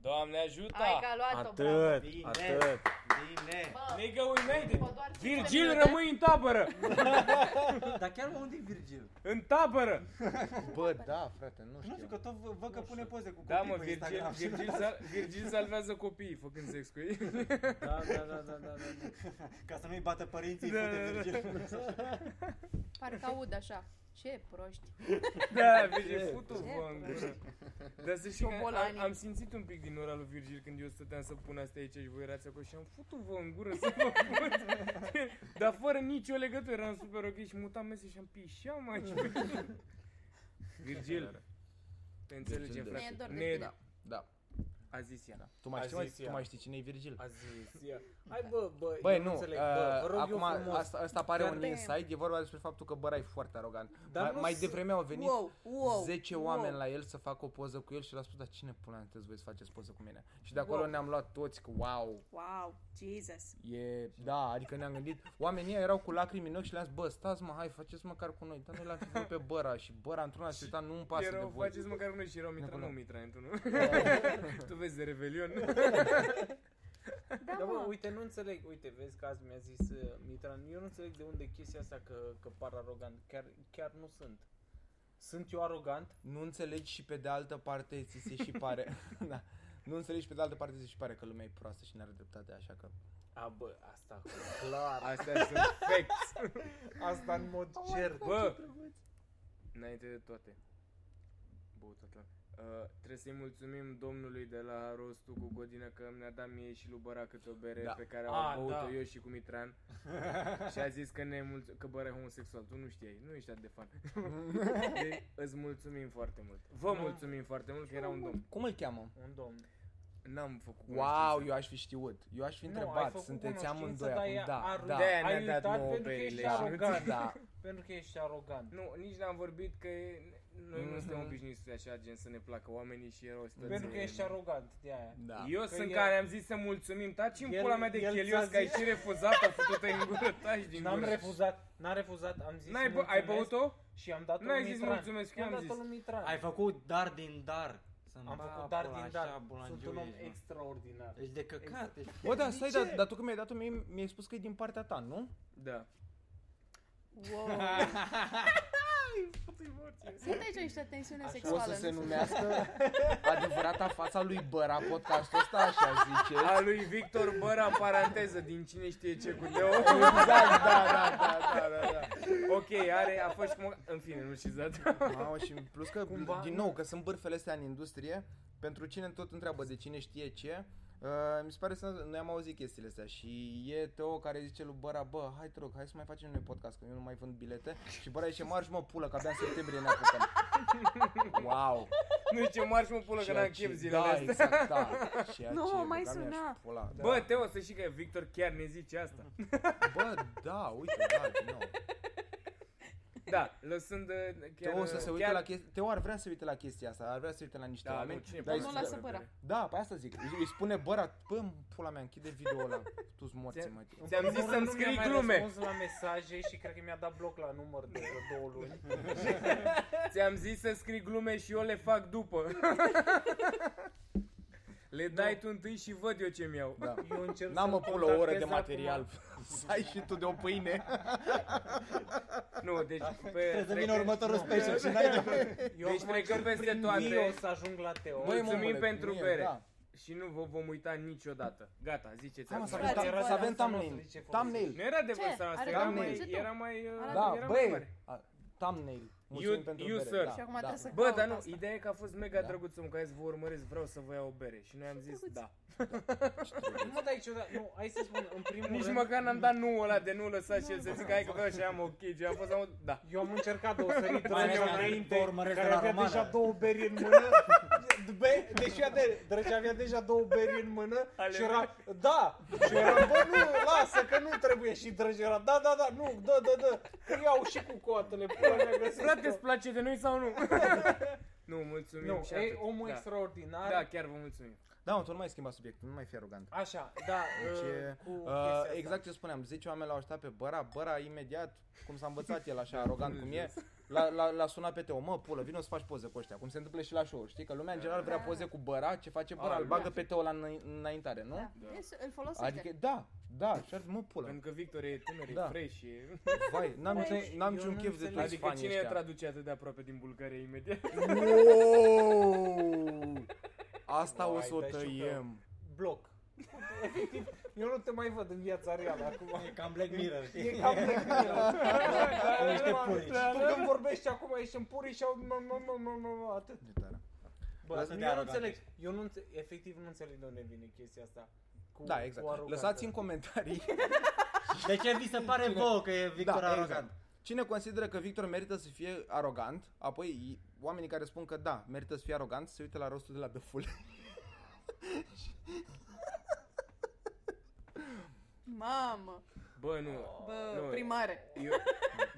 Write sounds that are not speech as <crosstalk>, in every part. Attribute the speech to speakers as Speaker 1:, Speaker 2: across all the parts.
Speaker 1: Doamne ajută!
Speaker 2: Ai că a luat-o, bravo.
Speaker 3: Atât,
Speaker 4: Bine.
Speaker 3: atât.
Speaker 4: Bine.
Speaker 2: Bă,
Speaker 1: Nigga, uinated!
Speaker 2: după doar 15
Speaker 1: Virgil,
Speaker 2: minute-
Speaker 1: rămâi în tabără!
Speaker 4: <laughs> Dar chiar unde e Virgil?
Speaker 1: În tabără!
Speaker 5: Bă, da, frate, nu știu.
Speaker 4: Nu știu, că tot vă- văd că pune poze cu copii
Speaker 1: Da, mă,
Speaker 4: pe
Speaker 1: Virgil,
Speaker 4: Instagram. <laughs>
Speaker 1: Virgil, sal- Virgil salvează copiii făcând sex cu ei.
Speaker 3: Da, da, da, da, da.
Speaker 4: Ca să nu-i bată <laughs> părinții,
Speaker 1: Da,
Speaker 4: fute
Speaker 1: da, da.
Speaker 4: Virgil.
Speaker 2: Parcă aud așa. Ce proști.
Speaker 1: Da, Virgil,
Speaker 3: Ce?
Speaker 1: futu
Speaker 2: Ce?
Speaker 1: vă în gură. Dar să știi că am,
Speaker 2: Șobolanii.
Speaker 1: am, simțit un pic din ora lui Virgil când eu stăteam să pun asta aici și voi erați acolo și am futu vă în gură să vă fut. <laughs> Dar fără nicio legătură, eram super ok și mutam mese și am pișeam aici. Virgil, te înțelege,
Speaker 3: Virgil, da.
Speaker 1: frate.
Speaker 2: Ne e dor de
Speaker 1: Ne-
Speaker 2: tine.
Speaker 3: Da.
Speaker 1: A zis ea.
Speaker 3: Tu mai
Speaker 5: A
Speaker 3: știi, mai,
Speaker 5: zis ea.
Speaker 3: tu mai știi cine e Virgil?
Speaker 6: A zis, ia. Hai bă, bă,
Speaker 3: Băi,
Speaker 6: eu
Speaker 3: nu,
Speaker 6: înțeleg,
Speaker 3: uh,
Speaker 6: bă, vă rog
Speaker 3: acum
Speaker 6: eu frumos.
Speaker 3: asta, asta pare
Speaker 6: Dar
Speaker 3: un
Speaker 6: de-
Speaker 3: insight, e vorba despre faptul că băra e foarte arogant.
Speaker 6: Dar
Speaker 3: mai,
Speaker 6: nu
Speaker 3: mai
Speaker 6: se-
Speaker 3: devreme au venit
Speaker 2: Wow, wow,
Speaker 3: 10
Speaker 2: wow.
Speaker 3: oameni la el să facă o poză cu el și l-a spus, dar cine pula mea sunteți voi să faceți poză cu mine? Și de acolo
Speaker 6: Wow.
Speaker 3: ne-am luat toți că wow,
Speaker 2: Wow, Jesus.
Speaker 3: e, da, adică ne-am gândit, oamenii ăia erau cu lacrimi în ochi și le-am zis, bă, stați mă, hai, faceți măcar cu noi, dar noi l-am fi vrut pe băra și băra într-una se uita, nu-mi pasă de
Speaker 1: Erau,
Speaker 3: voi.
Speaker 1: faceți măcar unul și erau Mitra,
Speaker 3: Nebună.
Speaker 1: nu Mitra, într
Speaker 6: <laughs>
Speaker 1: <laughs> Tu vezi de Revelion.
Speaker 2: Da,
Speaker 1: Da,
Speaker 6: Dar bă,
Speaker 2: mă.
Speaker 6: uite, nu înțeleg, uite, vezi că azi mi-a zis uh, Mitran, eu nu înțeleg de unde chestia asta că, că par arogant, chiar, chiar nu sunt. Sunt eu arogant?
Speaker 3: Nu înțelegi și pe de altă parte ți se și pare, <laughs> da. Nu înțelegi și pe de altă parte ți se și pare că lumea e proastă și n-are dreptate, așa că...
Speaker 6: A, bă, asta clar.
Speaker 1: Astea sunt facts.
Speaker 6: Asta în mod
Speaker 3: Oh
Speaker 6: cert.
Speaker 3: Da,
Speaker 1: Bă! Înainte de toate. Băutatul. Uh, trebuie să-i mulțumim domnului de la Rostu cu Godină că mi-a dat mie și lui Băra câte o bere
Speaker 3: Da.
Speaker 1: pe care
Speaker 6: A,
Speaker 1: am băut-o
Speaker 6: da.
Speaker 1: eu și cu Mitran <laughs> și a zis că, ne mulț- că Băra e homosexual. Tu nu știai, nu ești atât de <laughs> fan. deci, îți mulțumim foarte mult. Vă mulțumim foarte mult că era un domn.
Speaker 3: Cum îl cheamă?
Speaker 6: Un domn.
Speaker 1: N-am făcut
Speaker 3: Wow, eu aș fi știut. Eu aș fi
Speaker 6: Nu, ai
Speaker 3: întrebat.
Speaker 6: făcut
Speaker 3: Sunteți
Speaker 6: cunoștință,
Speaker 3: amândoi
Speaker 6: dar
Speaker 3: acum.
Speaker 6: e
Speaker 3: Da,
Speaker 6: aru-
Speaker 3: da.
Speaker 1: De-aia
Speaker 6: Ai
Speaker 1: ne-a dat
Speaker 6: uitat
Speaker 1: nouă
Speaker 6: pentru că
Speaker 1: pe
Speaker 6: ești
Speaker 1: ele și nu
Speaker 6: arogant.
Speaker 1: ți- da.
Speaker 6: Pentru că ești arogant.
Speaker 1: Nu, nici n-am vorbit că e- noi nu suntem
Speaker 3: Mhm.
Speaker 1: obișnuiți să așa gen să ne placă oamenii și erau situații.
Speaker 6: Pentru că ești arogant, de aia.
Speaker 3: Da.
Speaker 1: Eu
Speaker 6: Că
Speaker 1: sunt
Speaker 6: el-
Speaker 1: care am zis să mulțumim, taci în
Speaker 6: El-
Speaker 1: pula mea de
Speaker 6: el
Speaker 1: chelios
Speaker 6: ți-a
Speaker 1: că ai
Speaker 6: zis-
Speaker 1: și refuzat, a făcut în gură, taci din
Speaker 6: N-am
Speaker 1: gură.
Speaker 6: refuzat, n-am refuzat, am zis
Speaker 1: N-ai bă- ai
Speaker 6: mulțumesc
Speaker 1: băut-o?
Speaker 6: Și am dat-o
Speaker 1: N-ai
Speaker 6: lui
Speaker 1: zis
Speaker 6: Mitran.
Speaker 1: mulțumesc, eu
Speaker 6: I-am
Speaker 1: am
Speaker 6: dat-o
Speaker 1: zis.
Speaker 6: lui Mitran.
Speaker 4: Ai făcut dar din dar. Să
Speaker 6: Am făcut dar din dar. Sunt un om extraordinar.
Speaker 4: Ești de căcat, ești...
Speaker 3: Bă, da, stai, dar, dar tu când mi-ai dat-o, mie- mi-ai spus că e din partea ta, nu?
Speaker 1: Da.
Speaker 2: <laughs> Wow. Sunt aici niște tensiune
Speaker 5: O să
Speaker 2: sexuală.
Speaker 5: se
Speaker 2: nu sunt-
Speaker 5: numească
Speaker 2: <laughs>
Speaker 3: Adevărata fața lui Băra podcastul ăsta, așa zice.
Speaker 1: A lui Victor Băra, în paranteză, din cine știe ce cu <laughs> Teo.
Speaker 3: Exact, <laughs> da, da, da, da, da, da.
Speaker 1: ok, are, a fost și cum... În fine, nu știți dat.
Speaker 3: Mamă, și în plus că, Cumva, din nou, că sunt bârfele astea în industrie, pentru cine tot întreabă de cine știe ce, uh, mi se pare să noi am auzit chestiile astea și e Teo care zice lui Băra, bă, hai te rog, hai să mai facem noi podcast, că eu nu mai vând bilete și Băra zice, marș mă pulă, că abia în septembrie ne
Speaker 1: <laughs>
Speaker 3: apucăm. wow!
Speaker 1: <laughs> nu știu ce marș mă pulă că
Speaker 3: Ceea
Speaker 1: n-am
Speaker 3: ce-
Speaker 1: chef zilele
Speaker 3: da,
Speaker 1: astea.
Speaker 3: exact, da.
Speaker 1: <laughs>
Speaker 3: Ceea
Speaker 2: Nu,
Speaker 3: ce,
Speaker 2: mă
Speaker 3: bă,
Speaker 2: mai
Speaker 3: că mi-aș
Speaker 2: suna.
Speaker 3: Pula, da.
Speaker 1: Bă, Teo, să știi că Victor chiar ne zice asta.
Speaker 3: bă, da, uite, da, din nou.
Speaker 1: Da, lăsând uh, chiar...
Speaker 3: Teo o să se uite
Speaker 1: chiar...
Speaker 3: la chestia, Teo ar vrea să se uite la chestia asta, ar vrea să se uite la niște
Speaker 1: Da, nu,
Speaker 3: oameni.
Speaker 1: cine
Speaker 3: dar îi
Speaker 2: Nu
Speaker 3: spune-
Speaker 2: lasă păra.
Speaker 3: Da, pe asta zic. Îi îi spune băra, bă, în pula mea, închide video ăla. Tu-s morți,
Speaker 1: Ți-a-
Speaker 3: mă.
Speaker 1: Ți-am zis
Speaker 6: În primul
Speaker 1: să-mi
Speaker 6: rând, nu mi-a
Speaker 1: scrii
Speaker 6: mai
Speaker 1: glume.
Speaker 6: răspuns la mesaje și cred că mi-a dat bloc la număr de vreo două luni.
Speaker 1: Ți-am zis să scrii glume și eu le fac după. le dai tu întâi și văd eu ce-mi iau.
Speaker 3: Da.
Speaker 6: Eu încerc
Speaker 3: N-am mă
Speaker 6: să-l
Speaker 3: pulă o oră de
Speaker 6: contactez
Speaker 3: material.
Speaker 6: acum.
Speaker 3: <laughs> Să ai și tu de o pâine.
Speaker 1: Nu, deci... Pe,
Speaker 4: Trebuie să vină
Speaker 1: trec-
Speaker 4: următorul
Speaker 1: nu.
Speaker 4: special și n-ai de...
Speaker 6: Eu
Speaker 1: Deci
Speaker 6: acum
Speaker 1: trecăm
Speaker 6: încerc
Speaker 1: peste
Speaker 6: prin
Speaker 1: toate.
Speaker 6: mie o să ajung la Teo.
Speaker 1: Băi,
Speaker 3: Mulțumim
Speaker 1: Mulțumim pentru
Speaker 3: mie,
Speaker 1: bere.
Speaker 3: da.
Speaker 1: Și nu vă vom uita niciodată. Gata, ziceți
Speaker 3: Hai mă, să
Speaker 1: acum.
Speaker 3: avem,
Speaker 2: Frate,
Speaker 3: tam-
Speaker 2: bă,
Speaker 3: să avem
Speaker 6: asta nu o să
Speaker 3: thumbnail.
Speaker 6: zice
Speaker 1: Nu
Speaker 6: folosit.
Speaker 3: Thumbnail.
Speaker 1: era de vârsta
Speaker 2: Arată
Speaker 1: noastră, era
Speaker 3: cum
Speaker 1: mai,
Speaker 2: zici tu.
Speaker 1: era mai, uh,
Speaker 2: Arată
Speaker 3: Da,
Speaker 1: era mai
Speaker 3: băi,
Speaker 1: mare.
Speaker 3: a, thumbnail. Mulțumim
Speaker 1: You-
Speaker 3: pentru
Speaker 1: you,
Speaker 3: bere.
Speaker 1: sir.
Speaker 3: Da,
Speaker 2: Și acum
Speaker 3: da.
Speaker 2: trebuie să
Speaker 1: Bă,
Speaker 2: caut
Speaker 1: dar nu,
Speaker 2: asta.
Speaker 1: ideea e că a fost mega
Speaker 3: Da.
Speaker 1: drăguț să mâncați, vă urmăresc, vreau să vă iau o bere. Și noi am zis
Speaker 2: drăguț.
Speaker 1: da.
Speaker 6: Nu, dar ciudat. Nu, hai să spun, în primul
Speaker 1: Nici
Speaker 6: rând,
Speaker 1: măcar n-am dat nu ăla de nu lăsat și el să zică hai că vreau și am ok. Și am fost am... Da.
Speaker 6: eu am încercat două sărit
Speaker 4: Mai
Speaker 6: drăgea
Speaker 4: ales că
Speaker 6: înainte,
Speaker 4: vă urmăresc
Speaker 6: care
Speaker 4: de la
Speaker 6: avea
Speaker 4: romană.
Speaker 6: deja două beri în
Speaker 3: <laughs>
Speaker 6: mână. Be, deci avea, drăgea avea deja două beri în mână
Speaker 1: Ale
Speaker 6: și era, da, și era, bă, nu, lasă că nu trebuie și drăgea era, da, da, da, nu, da, da, da, că iau și cu coatele, pula mea, găsesc
Speaker 1: Frate,
Speaker 6: eu.
Speaker 1: îți place de noi sau nu? <laughs> nu, mulțumim
Speaker 6: Nu,
Speaker 1: și
Speaker 6: e
Speaker 1: atât.
Speaker 6: omul
Speaker 1: da.
Speaker 6: extraordinar.
Speaker 1: Da, chiar vă mulțumim.
Speaker 3: Da, mă, tu nu mai schimba subiectul, nu mai fi arogant.
Speaker 6: Așa, da,
Speaker 3: Deci,
Speaker 6: uh,
Speaker 3: e,
Speaker 6: cu
Speaker 3: uh,
Speaker 6: chestia asta.
Speaker 3: exact ce spuneam, 10 oameni l-au așteptat pe Băra, Băra imediat, cum s-a învățat el așa arogant cum e, L-a, l-a, l-a sunat pe Teo, mă, pulă, vino să faci poze cu ăștia, cum se întâmplă și la show știi? Că lumea în general vrea
Speaker 2: Da.
Speaker 3: poze cu băra, ce face
Speaker 6: Ah,
Speaker 3: băra,
Speaker 1: A,
Speaker 3: îl bagă
Speaker 1: da.
Speaker 3: pe Teo la înă- înaintare, nu?
Speaker 2: Da.
Speaker 1: Da.
Speaker 2: Deci Îl folosește.
Speaker 3: Adică, da, da, și ar- mă, pulă,
Speaker 1: Pentru că Victor e tânăr,
Speaker 3: Da.
Speaker 1: e fresh, e...
Speaker 3: vai, n-am,
Speaker 6: Păi,
Speaker 3: niciun, n-am
Speaker 6: eu
Speaker 3: niciun
Speaker 6: nu
Speaker 3: chef de
Speaker 6: înțeleg.
Speaker 3: toți
Speaker 1: Adică
Speaker 3: fanii
Speaker 1: cine
Speaker 3: ăștia.
Speaker 1: traduce atât de aproape din Bulgaria imediat?
Speaker 3: Wow! Asta o
Speaker 6: Vai, deci,
Speaker 3: să o
Speaker 6: dai și
Speaker 3: tăiem.
Speaker 6: Bloc. <laughs> Efectiv, eu nu te mai văd în viața reală acum.
Speaker 4: E cam Black Mirror, știi?
Speaker 6: E cam Black Mirror.
Speaker 4: Cu niște purici.
Speaker 6: Tu când vorbești acum ești în puri și au mă, mă, mă, mă, mă, atât.
Speaker 3: De tare.
Speaker 6: Bă,
Speaker 4: Lasă
Speaker 6: eu
Speaker 4: de
Speaker 6: nu
Speaker 4: arogant
Speaker 6: înțeleg.
Speaker 4: ești.
Speaker 6: Eu nu înțe- efectiv nu înțeleg de unde vine chestia asta. Cu,
Speaker 3: Da,
Speaker 6: cu
Speaker 3: exact.
Speaker 6: aroganța.
Speaker 3: Lăsați în comentarii
Speaker 4: De ce vi se pare vouă că e Victor
Speaker 3: Da, exact.
Speaker 4: arogant?
Speaker 3: Cine consideră că Victor merită să fie arogant, apoi i- oamenii care spun că da, merită să fie arogant, se uită la rostul de la The Full.
Speaker 2: Mamă,
Speaker 1: Bă, nu.
Speaker 2: bă,
Speaker 1: Nu, e-
Speaker 2: primare.
Speaker 1: Eu,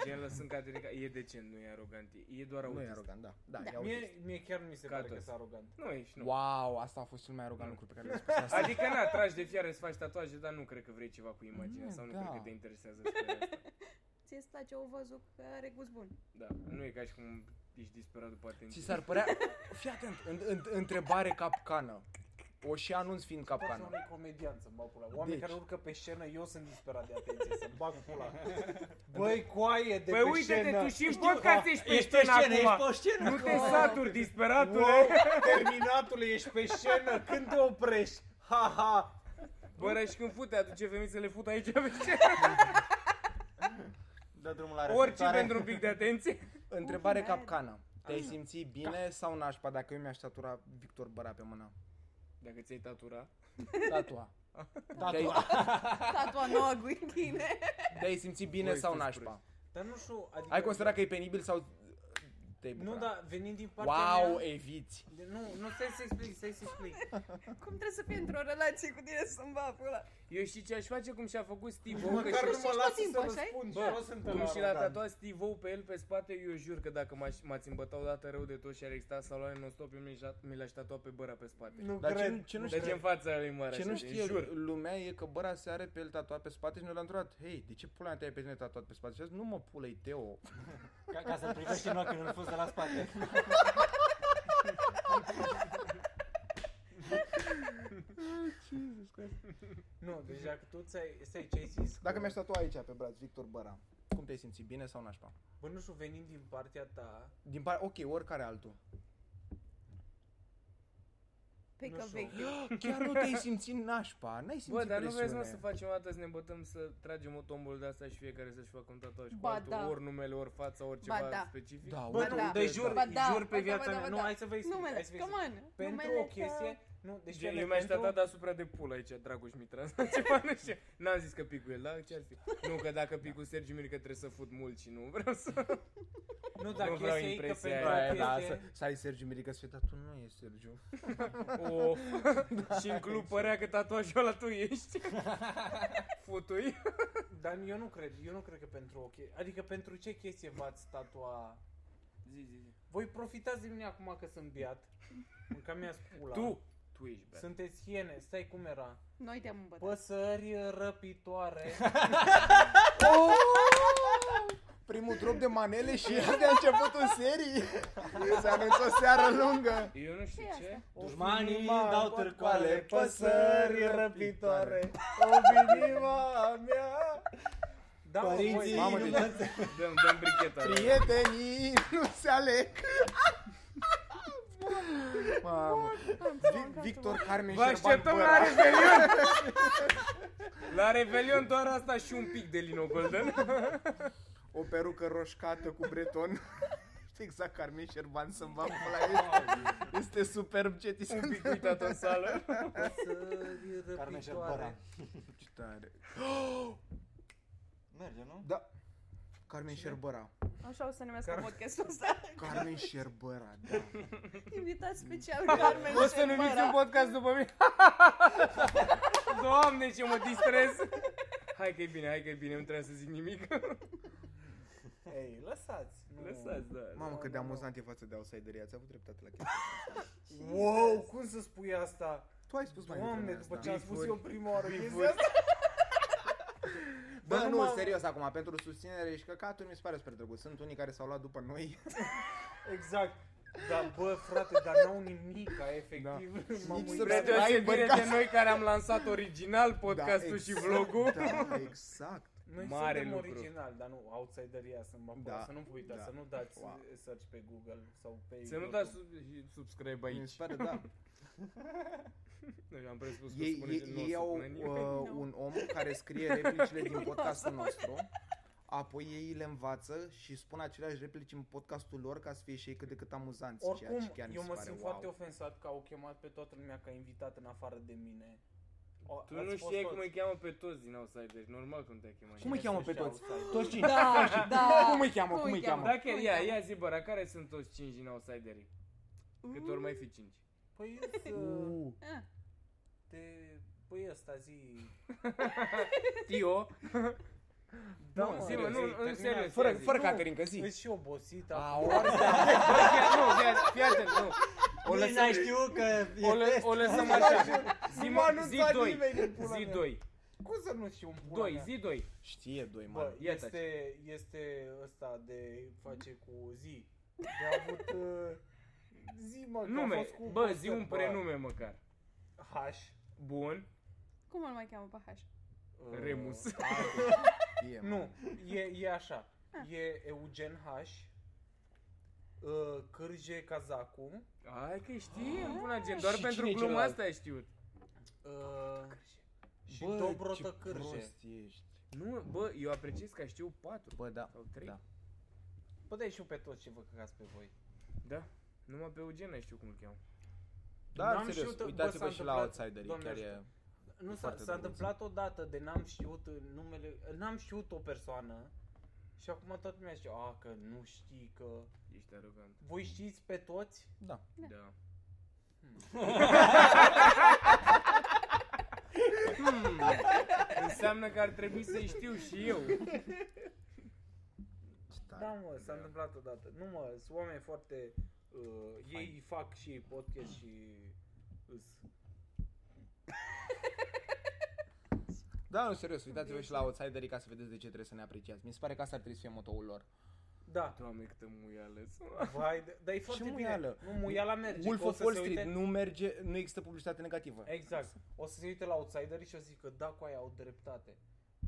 Speaker 1: gen, lăsând Caterica, e decent, nu e arogant, e- e doar
Speaker 3: <laughs> Nu e
Speaker 1: autist.
Speaker 3: arogant, da. Da,
Speaker 2: Da.
Speaker 3: e autist.
Speaker 6: Mie, mie chiar nu mi se
Speaker 1: Ca
Speaker 6: pare că
Speaker 1: toți.
Speaker 6: sunt arogant.
Speaker 1: Nu ești, nu.
Speaker 3: Wow, asta a fost cel mai arogant
Speaker 1: Nu.
Speaker 3: lucru pe care <laughs> l-ai spus asta.
Speaker 1: Adică, na, tragi de fiară să faci tatuaje, dar nu cred că vrei ceva cu imaginea
Speaker 3: Nu,
Speaker 1: sau nu
Speaker 3: da.
Speaker 1: cred că te interesează spre asta.
Speaker 2: Ți-e stat ce au văzut că are gust bun.
Speaker 1: Da, nu e ca și cum ești disperat după
Speaker 3: Ți
Speaker 1: atenție. Păi
Speaker 3: s-ar părea... Fii atent, în, în, întrebare capcană. O și anunț fiind
Speaker 6: Poate
Speaker 3: capcană.
Speaker 6: unui comedian să-mi bag pula. Oameni
Speaker 3: Deci.
Speaker 6: care urcă pe scenă, eu sunt disperat de atenție, să-mi bag pula. Băi, coaie de
Speaker 1: Păi
Speaker 6: pe
Speaker 1: uite-te,
Speaker 6: scenă.
Speaker 1: tu și în
Speaker 6: Știu,
Speaker 1: podcast
Speaker 6: da.
Speaker 1: ești pe scenă
Speaker 4: ești
Speaker 1: acum.
Speaker 4: pe scenă
Speaker 1: Nu te
Speaker 4: acum.
Speaker 1: saturi, disperatule.
Speaker 6: Wow, terminatul ești pe scenă, când te oprești? Ha, ha.
Speaker 1: Bă, și când fute, aduce femei să le fut aici pe scenă.
Speaker 4: Dă drumul la
Speaker 1: Orice
Speaker 4: reflectoare.
Speaker 1: pentru un pic de atenție.
Speaker 3: Întrebare
Speaker 2: Ultimele.
Speaker 3: capcană. Te-ai simți bine sau nașpa dacă eu mi-aș tatura Victor Băra pe mână?
Speaker 1: Dacă ți-ai tatura,
Speaker 3: Tatua.
Speaker 4: Tatua.
Speaker 3: Te-ai,
Speaker 2: <laughs> Tatua noua ghighine.
Speaker 3: te-ai simțit bine
Speaker 1: Voi
Speaker 3: sau
Speaker 1: sunteți
Speaker 3: nașpa?
Speaker 6: Dar nu știu, adică...
Speaker 3: Ai considerat că e penibil sau te-ai
Speaker 6: Nu,
Speaker 3: bucurat?
Speaker 6: dar venind din partea
Speaker 3: Wow,
Speaker 6: mea...
Speaker 3: eviți!
Speaker 6: De- Nu, nu, stai să explic, stai să explic.
Speaker 2: Cum trebuie să fii într-o relație cu tine să-mi va pula?
Speaker 1: eu știi ce aș face cum și-a făcut Steve O, că
Speaker 6: Măcar
Speaker 1: și,
Speaker 6: nu mă
Speaker 2: tot
Speaker 6: lasă să
Speaker 2: timpul, așa-i?
Speaker 6: răspund,
Speaker 1: Bă,
Speaker 6: bă, nu sunt
Speaker 1: cum și l-a
Speaker 6: arogant.
Speaker 1: tatuat Steve O pe el pe spate, eu jur că dacă m-aș, m-ați îmbătat odată rău de tot și ar exista saloane non-stop, eu mi l-aș- mi l-aș tatua pe băra pe spate.
Speaker 6: Nu
Speaker 3: Dar ce,
Speaker 6: cred.
Speaker 3: nu- ce nu
Speaker 1: Deci
Speaker 3: știe,
Speaker 1: în fața lui mare
Speaker 3: ce
Speaker 1: așa,
Speaker 3: nu
Speaker 1: gen,
Speaker 3: știe
Speaker 1: jur.
Speaker 3: lumea e că băra se are pe el tatuat pe spate și noi l-am întrebat Hei, de ce pula mea te-ai pe tine tatuat pe spate? Și a zis, nu mă pulei, Teo
Speaker 4: Ca, ca să-l privești în ochi când îl fuzi de la
Speaker 1: <laughs>
Speaker 4: spate.
Speaker 6: Nu, deci dacă tu ți-ai, stai, ce ai zis?
Speaker 3: Dacă
Speaker 6: Că-
Speaker 3: mi-aș tatua aici pe braț, Victor Băra Cum te-ai simțit, bine sau nașpa?
Speaker 6: Bă, nu știu, venind din partea ta...
Speaker 3: Din par, ok, oricare <laughs> altul
Speaker 2: Pe
Speaker 6: Nu
Speaker 2: că
Speaker 6: știu.
Speaker 2: vechi.
Speaker 3: Chiar nu te-ai simțit nașpa, n-ai simțit
Speaker 1: Bă, dar nu
Speaker 3: presiune
Speaker 1: vezi, mă, să facem o dată să ne îmbătăm să tragem o tombolă de asta și fiecare să-și facă un tatuaj cu
Speaker 2: Ba,
Speaker 1: altul,
Speaker 2: da.
Speaker 1: ori numele, ori fața, ori ceva
Speaker 2: da.
Speaker 1: specific?
Speaker 3: Da,
Speaker 6: Bă,
Speaker 3: uite,
Speaker 6: nu,
Speaker 2: da.
Speaker 6: de jur,
Speaker 2: Ba da,
Speaker 6: jur
Speaker 2: ba
Speaker 6: pe
Speaker 2: da,
Speaker 6: viața
Speaker 2: ba da,
Speaker 6: mea.
Speaker 2: ba
Speaker 6: Nu,
Speaker 2: da.
Speaker 6: hai să vă explic.
Speaker 2: <gasps> Numele,
Speaker 6: hai să vă explic.
Speaker 2: come on.
Speaker 6: Pentru
Speaker 2: numele
Speaker 6: o chestie...
Speaker 2: tău.
Speaker 6: Nu, deci
Speaker 1: Gen,
Speaker 6: fii
Speaker 1: eu
Speaker 6: atent,
Speaker 1: mi-aș
Speaker 6: pentru-
Speaker 1: tata deasupra de pula aici, Dragoș Mitran <laughs> sau ceva, nu știu. N-am zis că pic cu el, dar ce-ar fi? Nu, că dacă pic cu Sergiu Mirică trebuie să fut mult și nu vreau <laughs> să...
Speaker 6: Nu, dar
Speaker 1: Nu vreau
Speaker 6: chestia e că
Speaker 1: impresia
Speaker 6: pentru
Speaker 1: aia.
Speaker 6: o
Speaker 3: da, da, să,
Speaker 6: chestie...
Speaker 3: să ai Sergiu Mirica să fie, dar tu nu e Sergiu
Speaker 1: Of. și în club părea că tatuajul ăla tu <laughs> ești. Futui.
Speaker 6: Dar eu nu cred, eu nu cred că pentru o chestie... Adică pentru ce chestie v-ați tatua...
Speaker 1: Zi, zi, zi.
Speaker 6: Voi profitați de mine acum că sunt biat. Mânca mea pula.
Speaker 1: Tu. Tu ești bea.
Speaker 6: Sunteți hiene, stai cum era.
Speaker 2: Noi te-am îmbătat.
Speaker 6: Păsări
Speaker 1: <laughs>
Speaker 6: răpitoare.
Speaker 3: oh! Primul drop de manele și <laughs> el de-a început în serie Se anunță o seară lungă
Speaker 1: Eu nu știu
Speaker 2: Ce e
Speaker 1: ce.
Speaker 4: Dușmanii dau târcoale,
Speaker 3: păsări răpitoare, o minima mea.
Speaker 6: Da, mă,
Speaker 4: Părinții
Speaker 6: voi-
Speaker 3: Mamă,
Speaker 4: nu
Speaker 3: deci-
Speaker 4: mă înțeleg.
Speaker 1: Dăm, dăm bricheta.
Speaker 3: Prietenii nu se aleg. Mamă. Vi- Victor Carmen
Speaker 1: Vă
Speaker 3: Șerban
Speaker 1: așteptăm la <laughs>
Speaker 3: Băra.
Speaker 1: Revelion! la Revelion doar asta și un pic de Lino Golden.
Speaker 3: O perucă roșcată cu breton. <laughs> Știi exact Carmen Șerban să-mi va pula este, este superb ce ți se
Speaker 1: un pic uitat în sală.
Speaker 6: Păsări
Speaker 4: Carmen
Speaker 6: răpitoare.
Speaker 4: Șerbora.
Speaker 3: întâmplă. Tare.
Speaker 4: Merge, nu?
Speaker 3: Da. Carmen Șerbăra.
Speaker 2: Așa o să numească podcastul ăsta.
Speaker 3: Carmen Șerbăra, da.
Speaker 2: Invitat special Carmen
Speaker 1: O să
Speaker 2: Șerbara.
Speaker 1: ne uiți un podcast după mine. Doamne, ce mă distrez. Hai că e bine, hai că e bine, nu trebuie să zic nimic.
Speaker 6: Ei, lăsați. nu.
Speaker 1: Lăsați, da.
Speaker 3: Mamă, cât de
Speaker 6: Da, da,
Speaker 3: amuzant e față de outsideria, ți-a avut dreptate la chestia.
Speaker 6: Wow, cum să spui asta?
Speaker 3: Tu ai spus mai
Speaker 6: Doamne,
Speaker 3: devreme
Speaker 6: după
Speaker 3: asta. exact.
Speaker 6: ce am spus eu prima oară
Speaker 1: Bifuri.
Speaker 6: chestia asta.
Speaker 3: Bă,
Speaker 4: Bă,
Speaker 3: nu,
Speaker 4: numai-
Speaker 3: serios acum, pentru susținere și căcaturi mi se pare super drăguț. Sunt unii care s-au luat după noi.
Speaker 6: Exact. Dar bă, frate, dar n-au nimic, efectiv. <laughs> Da.
Speaker 3: Nici să-
Speaker 1: Spre deosebire de noi care am lansat original podcastul și
Speaker 3: exact,
Speaker 1: vlogul.
Speaker 3: Da, exact.
Speaker 6: Noi
Speaker 1: Mare
Speaker 6: suntem
Speaker 1: lucru.
Speaker 6: original, dar nu outsideria sunt mă,
Speaker 3: Da.
Speaker 6: da. să nu vă uitați, da.
Speaker 3: Da.
Speaker 6: să nu dați
Speaker 3: Wow.
Speaker 6: wow. search pe Google sau pe
Speaker 1: Să nu
Speaker 6: YouTube.
Speaker 1: dați sub- subscribe
Speaker 3: Mi se
Speaker 1: aici.
Speaker 3: pare, da.
Speaker 1: Deci am presupus că
Speaker 3: Ei,
Speaker 1: spune
Speaker 3: ei,
Speaker 1: că nu o
Speaker 3: ei
Speaker 1: să
Speaker 3: au
Speaker 1: pună nimeni.
Speaker 3: uh, un om care scrie replicile din podcastul nostru, apoi ei le învață și spun aceleași replici în podcastul lor ca să fie și ei cât de cât amuzanți. ceea
Speaker 6: Oricum,
Speaker 3: ce chiar mi
Speaker 6: eu
Speaker 3: se
Speaker 6: mă
Speaker 3: pare,
Speaker 6: simt
Speaker 3: wow.
Speaker 6: foarte ofensat că au chemat pe toată lumea ca invitat în afară de mine. O,
Speaker 1: Tu
Speaker 6: ați
Speaker 1: nu
Speaker 6: fost
Speaker 1: știai
Speaker 6: toți.
Speaker 1: cum îi cheamă pe toți din outside, deci normal cum te-ai chemat.
Speaker 3: Cum îi cheamă pe
Speaker 6: Ăștia
Speaker 3: toți?
Speaker 6: outsider.
Speaker 3: Toți cinci. <laughs>
Speaker 2: Da, da.
Speaker 3: Cum îi cheamă? Cum îi cheamă?
Speaker 1: Da, chiar,
Speaker 2: Cum îi
Speaker 1: ia,
Speaker 2: cheamă?
Speaker 1: ia zi, bă, dar care sunt toți cinci din outsiderii?
Speaker 2: Mm,
Speaker 1: Cât ori mai fi cinci?
Speaker 6: Păi îți, uh,
Speaker 3: Uh,
Speaker 2: Ah,
Speaker 6: te... Păi ăsta zi...
Speaker 1: Tio,
Speaker 6: Da,
Speaker 3: Nu,
Speaker 6: mă,
Speaker 1: zi, mă,
Speaker 3: serios,
Speaker 1: nu, în serios.
Speaker 3: fără,
Speaker 1: ia zi.
Speaker 3: fără
Speaker 6: Nu.
Speaker 3: Caterinca, zi.
Speaker 6: Ești și obosit
Speaker 3: Au,
Speaker 6: acum.
Speaker 1: Bă, chiar nu, chiar, fii atent, nu. O
Speaker 4: Nici
Speaker 1: lăsăm,
Speaker 4: n-ai știut că
Speaker 1: o,
Speaker 4: e
Speaker 1: lă,
Speaker 4: test.
Speaker 1: o lăsăm așa. Zi,
Speaker 6: Nu m-a
Speaker 1: mă, zi
Speaker 6: anunțat
Speaker 1: 2,
Speaker 6: nimeni în pula
Speaker 1: zi
Speaker 6: mea.
Speaker 1: 2,
Speaker 6: Cum să nu știu un pula
Speaker 1: 2,
Speaker 6: mea?
Speaker 1: zi 2.
Speaker 3: Știe doi, mă.
Speaker 6: Bă,
Speaker 1: Ia
Speaker 6: este, este ăsta de face cu zi. De a
Speaker 1: <laughs>
Speaker 6: avut... uh, Zi, mă, că a
Speaker 1: Nume,
Speaker 6: fost cu...
Speaker 1: bă, zi un
Speaker 6: bă,
Speaker 1: prenume măcar.
Speaker 6: H.
Speaker 1: Bun,
Speaker 2: Cum îl mai cheamă pe H?
Speaker 6: uh,
Speaker 1: <laughs> Remus.
Speaker 3: E, mă.
Speaker 6: Nu, e, e așa. E Eugen H. Uh, Cârje Cazacu.
Speaker 1: Hai că știi, până gen, doar
Speaker 3: Și
Speaker 1: pentru
Speaker 3: cine e
Speaker 1: gluma
Speaker 3: celălalt?
Speaker 1: asta ai știut.
Speaker 6: Uh, și
Speaker 3: Bă,
Speaker 6: Dobrotă
Speaker 3: ce
Speaker 6: Cârje.
Speaker 3: prost ești.
Speaker 1: Nu, bă, eu apreciez că ai știut 4
Speaker 3: Bă, da.
Speaker 1: sau 3.
Speaker 3: da.
Speaker 6: Bă, Păi dai și eu pe toți ce vă căcați pe voi.
Speaker 1: Da. Numai pe Eugen ai știu cum îl cheamă.
Speaker 3: Dar,
Speaker 6: N-am
Speaker 3: Da, serios,
Speaker 6: știut, bă,
Speaker 3: uitați-vă
Speaker 6: s-a
Speaker 3: și la
Speaker 6: întâmplat-
Speaker 3: outsiderii,
Speaker 6: Doamne
Speaker 3: chiar e...
Speaker 6: ajută. Nu s-a,
Speaker 3: foarte
Speaker 6: s-a
Speaker 3: drăguț.
Speaker 6: întâmplat odată de n-am știut numele, n-am știut o persoană și acum toată lumea zice, a, că nu știi, că...
Speaker 1: Ești arogant.
Speaker 6: Voi știți pe toți?
Speaker 3: Da.
Speaker 1: Da.
Speaker 2: Da.
Speaker 1: Hmm. Înseamnă că ar trebui să știu și eu.
Speaker 3: Ce tare.
Speaker 6: Da, mă, s-a
Speaker 1: Da.
Speaker 6: întâmplat odată. Nu, mă, sunt oameni foarte... Uh, ei fac și ei podcast și... Îs.
Speaker 3: Da, nu, serios, uitați-vă și la outsiderii ca să vedeți de ce trebuie să ne apreciați. Mi se pare că asta ar trebui să fie motoul lor. <laughs>
Speaker 6: Da.
Speaker 1: Doamne, câtă muială sunt.
Speaker 6: Vai, de- dar e foarte bine.
Speaker 3: muială?
Speaker 6: Nu, muiala merge.
Speaker 3: Wolf
Speaker 6: că o
Speaker 3: of
Speaker 6: să
Speaker 3: Wall
Speaker 6: se
Speaker 3: Street,
Speaker 6: uite-
Speaker 3: nu merge, nu există publicitate negativă.
Speaker 6: Exact. O să se uite la outsideri și o să zică, da, cu aia au dreptate.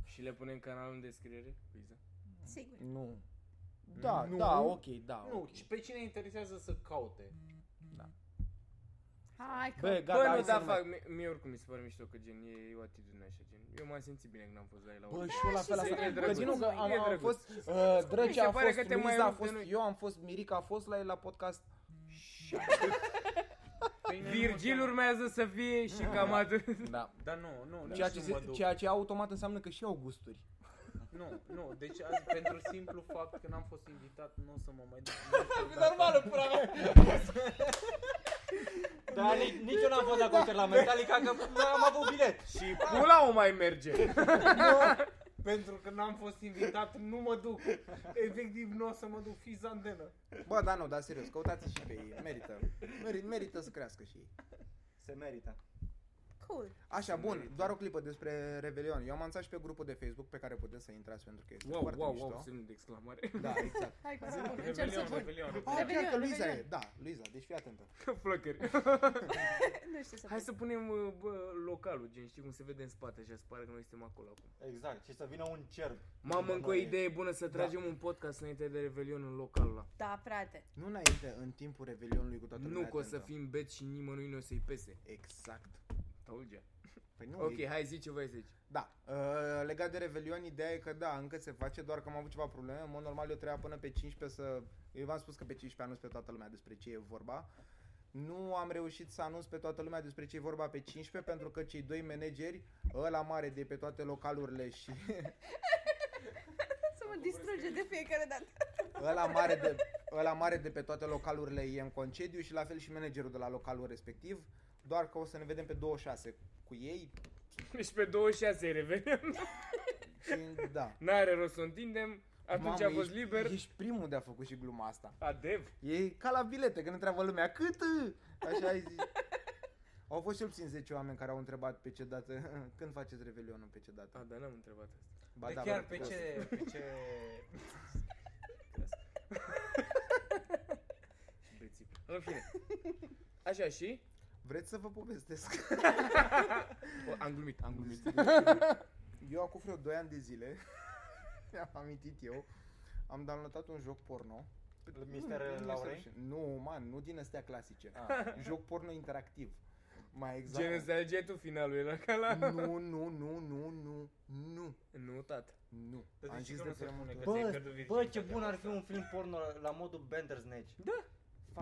Speaker 1: Și le punem canalul în descriere, Păi Luiza.
Speaker 2: Sigur.
Speaker 3: Nu. Da,
Speaker 6: Nu.
Speaker 3: da, ok, da.
Speaker 6: Nu,
Speaker 3: ok.
Speaker 6: ci pe cine interesează să caute.
Speaker 2: Hai că...
Speaker 3: Bă,
Speaker 1: Bă,
Speaker 3: gata,
Speaker 1: nu,
Speaker 3: hai să
Speaker 1: da,
Speaker 3: nu
Speaker 1: fac, mie, mie oricum mi se pare mișto că gen e, e o atitudine așa, gen. Eu m-am simțit bine când am fost la el la
Speaker 3: Bă,
Speaker 1: oră.
Speaker 3: și eu la fel
Speaker 2: și
Speaker 3: asta.
Speaker 2: să ne
Speaker 3: Că din nou că am,
Speaker 1: E
Speaker 3: am
Speaker 1: drăguț.
Speaker 3: fost uh,
Speaker 1: Mi
Speaker 3: Drăgea
Speaker 1: se
Speaker 3: a
Speaker 1: pare
Speaker 3: fost,
Speaker 1: că te mai
Speaker 3: Luiza a
Speaker 1: rupi de
Speaker 3: fost,
Speaker 1: noi.
Speaker 3: eu am fost, Mirica a fost la el la podcast.
Speaker 1: Virgil urmează să fie și cam atât.
Speaker 3: <laughs> Da.
Speaker 6: Dar nu, nu, nici
Speaker 3: Ceea ce,
Speaker 6: nu
Speaker 3: se-
Speaker 6: mă duc.
Speaker 3: ceea ce automat înseamnă că și au gusturi.
Speaker 6: Nu, nu, deci azi, pentru simplu fapt că n-am fost invitat, nu o să mă mai duc.
Speaker 2: <laughs>
Speaker 3: Normală, pula mea.
Speaker 4: Dar nici, nici eu n-am fost la concert la Metallica, că am avut bilet.
Speaker 1: Și <laughs> pula o mai merge.
Speaker 6: pentru că n-am fost invitat, nu mă duc. Efectiv, nu o să mă duc, fiți antenă.
Speaker 3: Bă, da, nu, da, serios, căutați și pe ei, merită. Meri, merită să crească și ei.
Speaker 4: Se merită.
Speaker 2: Cool.
Speaker 3: Așa, bun, doar o clipă despre Revelion. Eu am anunțat și pe grupul de Facebook pe care puteți să intrați pentru că este
Speaker 1: Wow,
Speaker 3: foarte
Speaker 1: wow,
Speaker 3: mișto.
Speaker 1: wow, semnul de exclamare. <laughs>
Speaker 3: Da, exact.
Speaker 2: Hai că să bun. Încep să bun.
Speaker 6: Revelion.
Speaker 3: Ah,
Speaker 2: Revelion,
Speaker 3: chiar că Luiza e,
Speaker 2: Revelion.
Speaker 3: da, Luiza, deci fii atentă.
Speaker 1: Flăcări.
Speaker 2: Nu știu să
Speaker 1: Hai
Speaker 2: pun.
Speaker 1: să punem uh, bă, localul, gen, știi cum se vede în spate, așa, se pare că noi suntem acolo acum.
Speaker 4: Exact, și să vină un cerb.
Speaker 3: Da,
Speaker 1: Mamă, încă o
Speaker 4: Noi-
Speaker 1: idee bună să tragem un podcast înainte de Revelion în localul ăla.
Speaker 2: Da, frate.
Speaker 3: Nu înainte, în timpul Revelionului cu toată lumea
Speaker 1: Nu că o să
Speaker 3: atentă.
Speaker 1: fim beți și nimănui nu o să-i pese.
Speaker 3: Exact.
Speaker 1: Told ya.
Speaker 3: Păi nu,
Speaker 1: Ok,
Speaker 3: e-
Speaker 1: hai zi ce vrei să zici.
Speaker 3: Da, uh, legat de Revelion, ideea e că da, încă se face, doar că am avut ceva probleme. În mod normal eu trebuia până pe 15 să... Eu v-am spus că pe 15 anunț pe toată lumea despre ce e vorba. Nu am reușit să anunț pe toată lumea despre ce e vorba pe 15 pentru că cei doi manageri, ăla mare de pe toate localurile și <laughs>
Speaker 2: Să mă distruge de fiecare dată.
Speaker 3: ăla mare de, ăla mare de pe toate localurile e în concediu și la fel și managerul de la localul respectiv, doar că o să ne vedem pe 26 cu ei
Speaker 1: Deci pe 26 e Revelion.
Speaker 3: și da.
Speaker 1: N-are rost să o întindem. Atunci a fost
Speaker 3: ești,
Speaker 1: liber.
Speaker 3: Ești primul de a făcut și gluma asta.
Speaker 1: Adev.
Speaker 3: E ca la bilete, când întreabă lumea, cât? ă?" Așa ai zis. Au fost cel puțin 10 oameni care au întrebat pe ce dată, <laughs> când faceți Revelionul, pe ce dată.
Speaker 1: A, dar n-am întrebat asta.
Speaker 3: Ba
Speaker 4: de
Speaker 3: da,
Speaker 4: chiar
Speaker 3: bă,
Speaker 4: pe
Speaker 3: da.
Speaker 4: ce, pe ce...
Speaker 1: Bețiv. În fine. Așa și?
Speaker 3: Vreți să vă povestesc?
Speaker 1: O, am glumit, am glumit.
Speaker 3: <laughs> Eu acum vreo 2 ani de zile, <laughs> am amintit eu, am downloadat un joc porno.
Speaker 4: Mister
Speaker 3: Nu,
Speaker 4: Laurei?
Speaker 3: Nu, man, nu din astea clasice. Joc porno interactiv. Mai exact.
Speaker 1: Gen îți algeai tu finalul, era ca la...
Speaker 3: Nu, nu, nu, nu, nu, nu,
Speaker 1: Nu, tat.
Speaker 3: nu.
Speaker 6: Dar de
Speaker 3: Am
Speaker 6: ce
Speaker 3: zis
Speaker 6: că
Speaker 3: de
Speaker 6: nu se
Speaker 3: prea
Speaker 6: pune
Speaker 3: mult.
Speaker 6: că- ți-ai
Speaker 4: Bă,
Speaker 6: pierdut
Speaker 4: bă, ce
Speaker 6: virginitatea
Speaker 4: bun ar fi un film porno la modul Bandersnatch.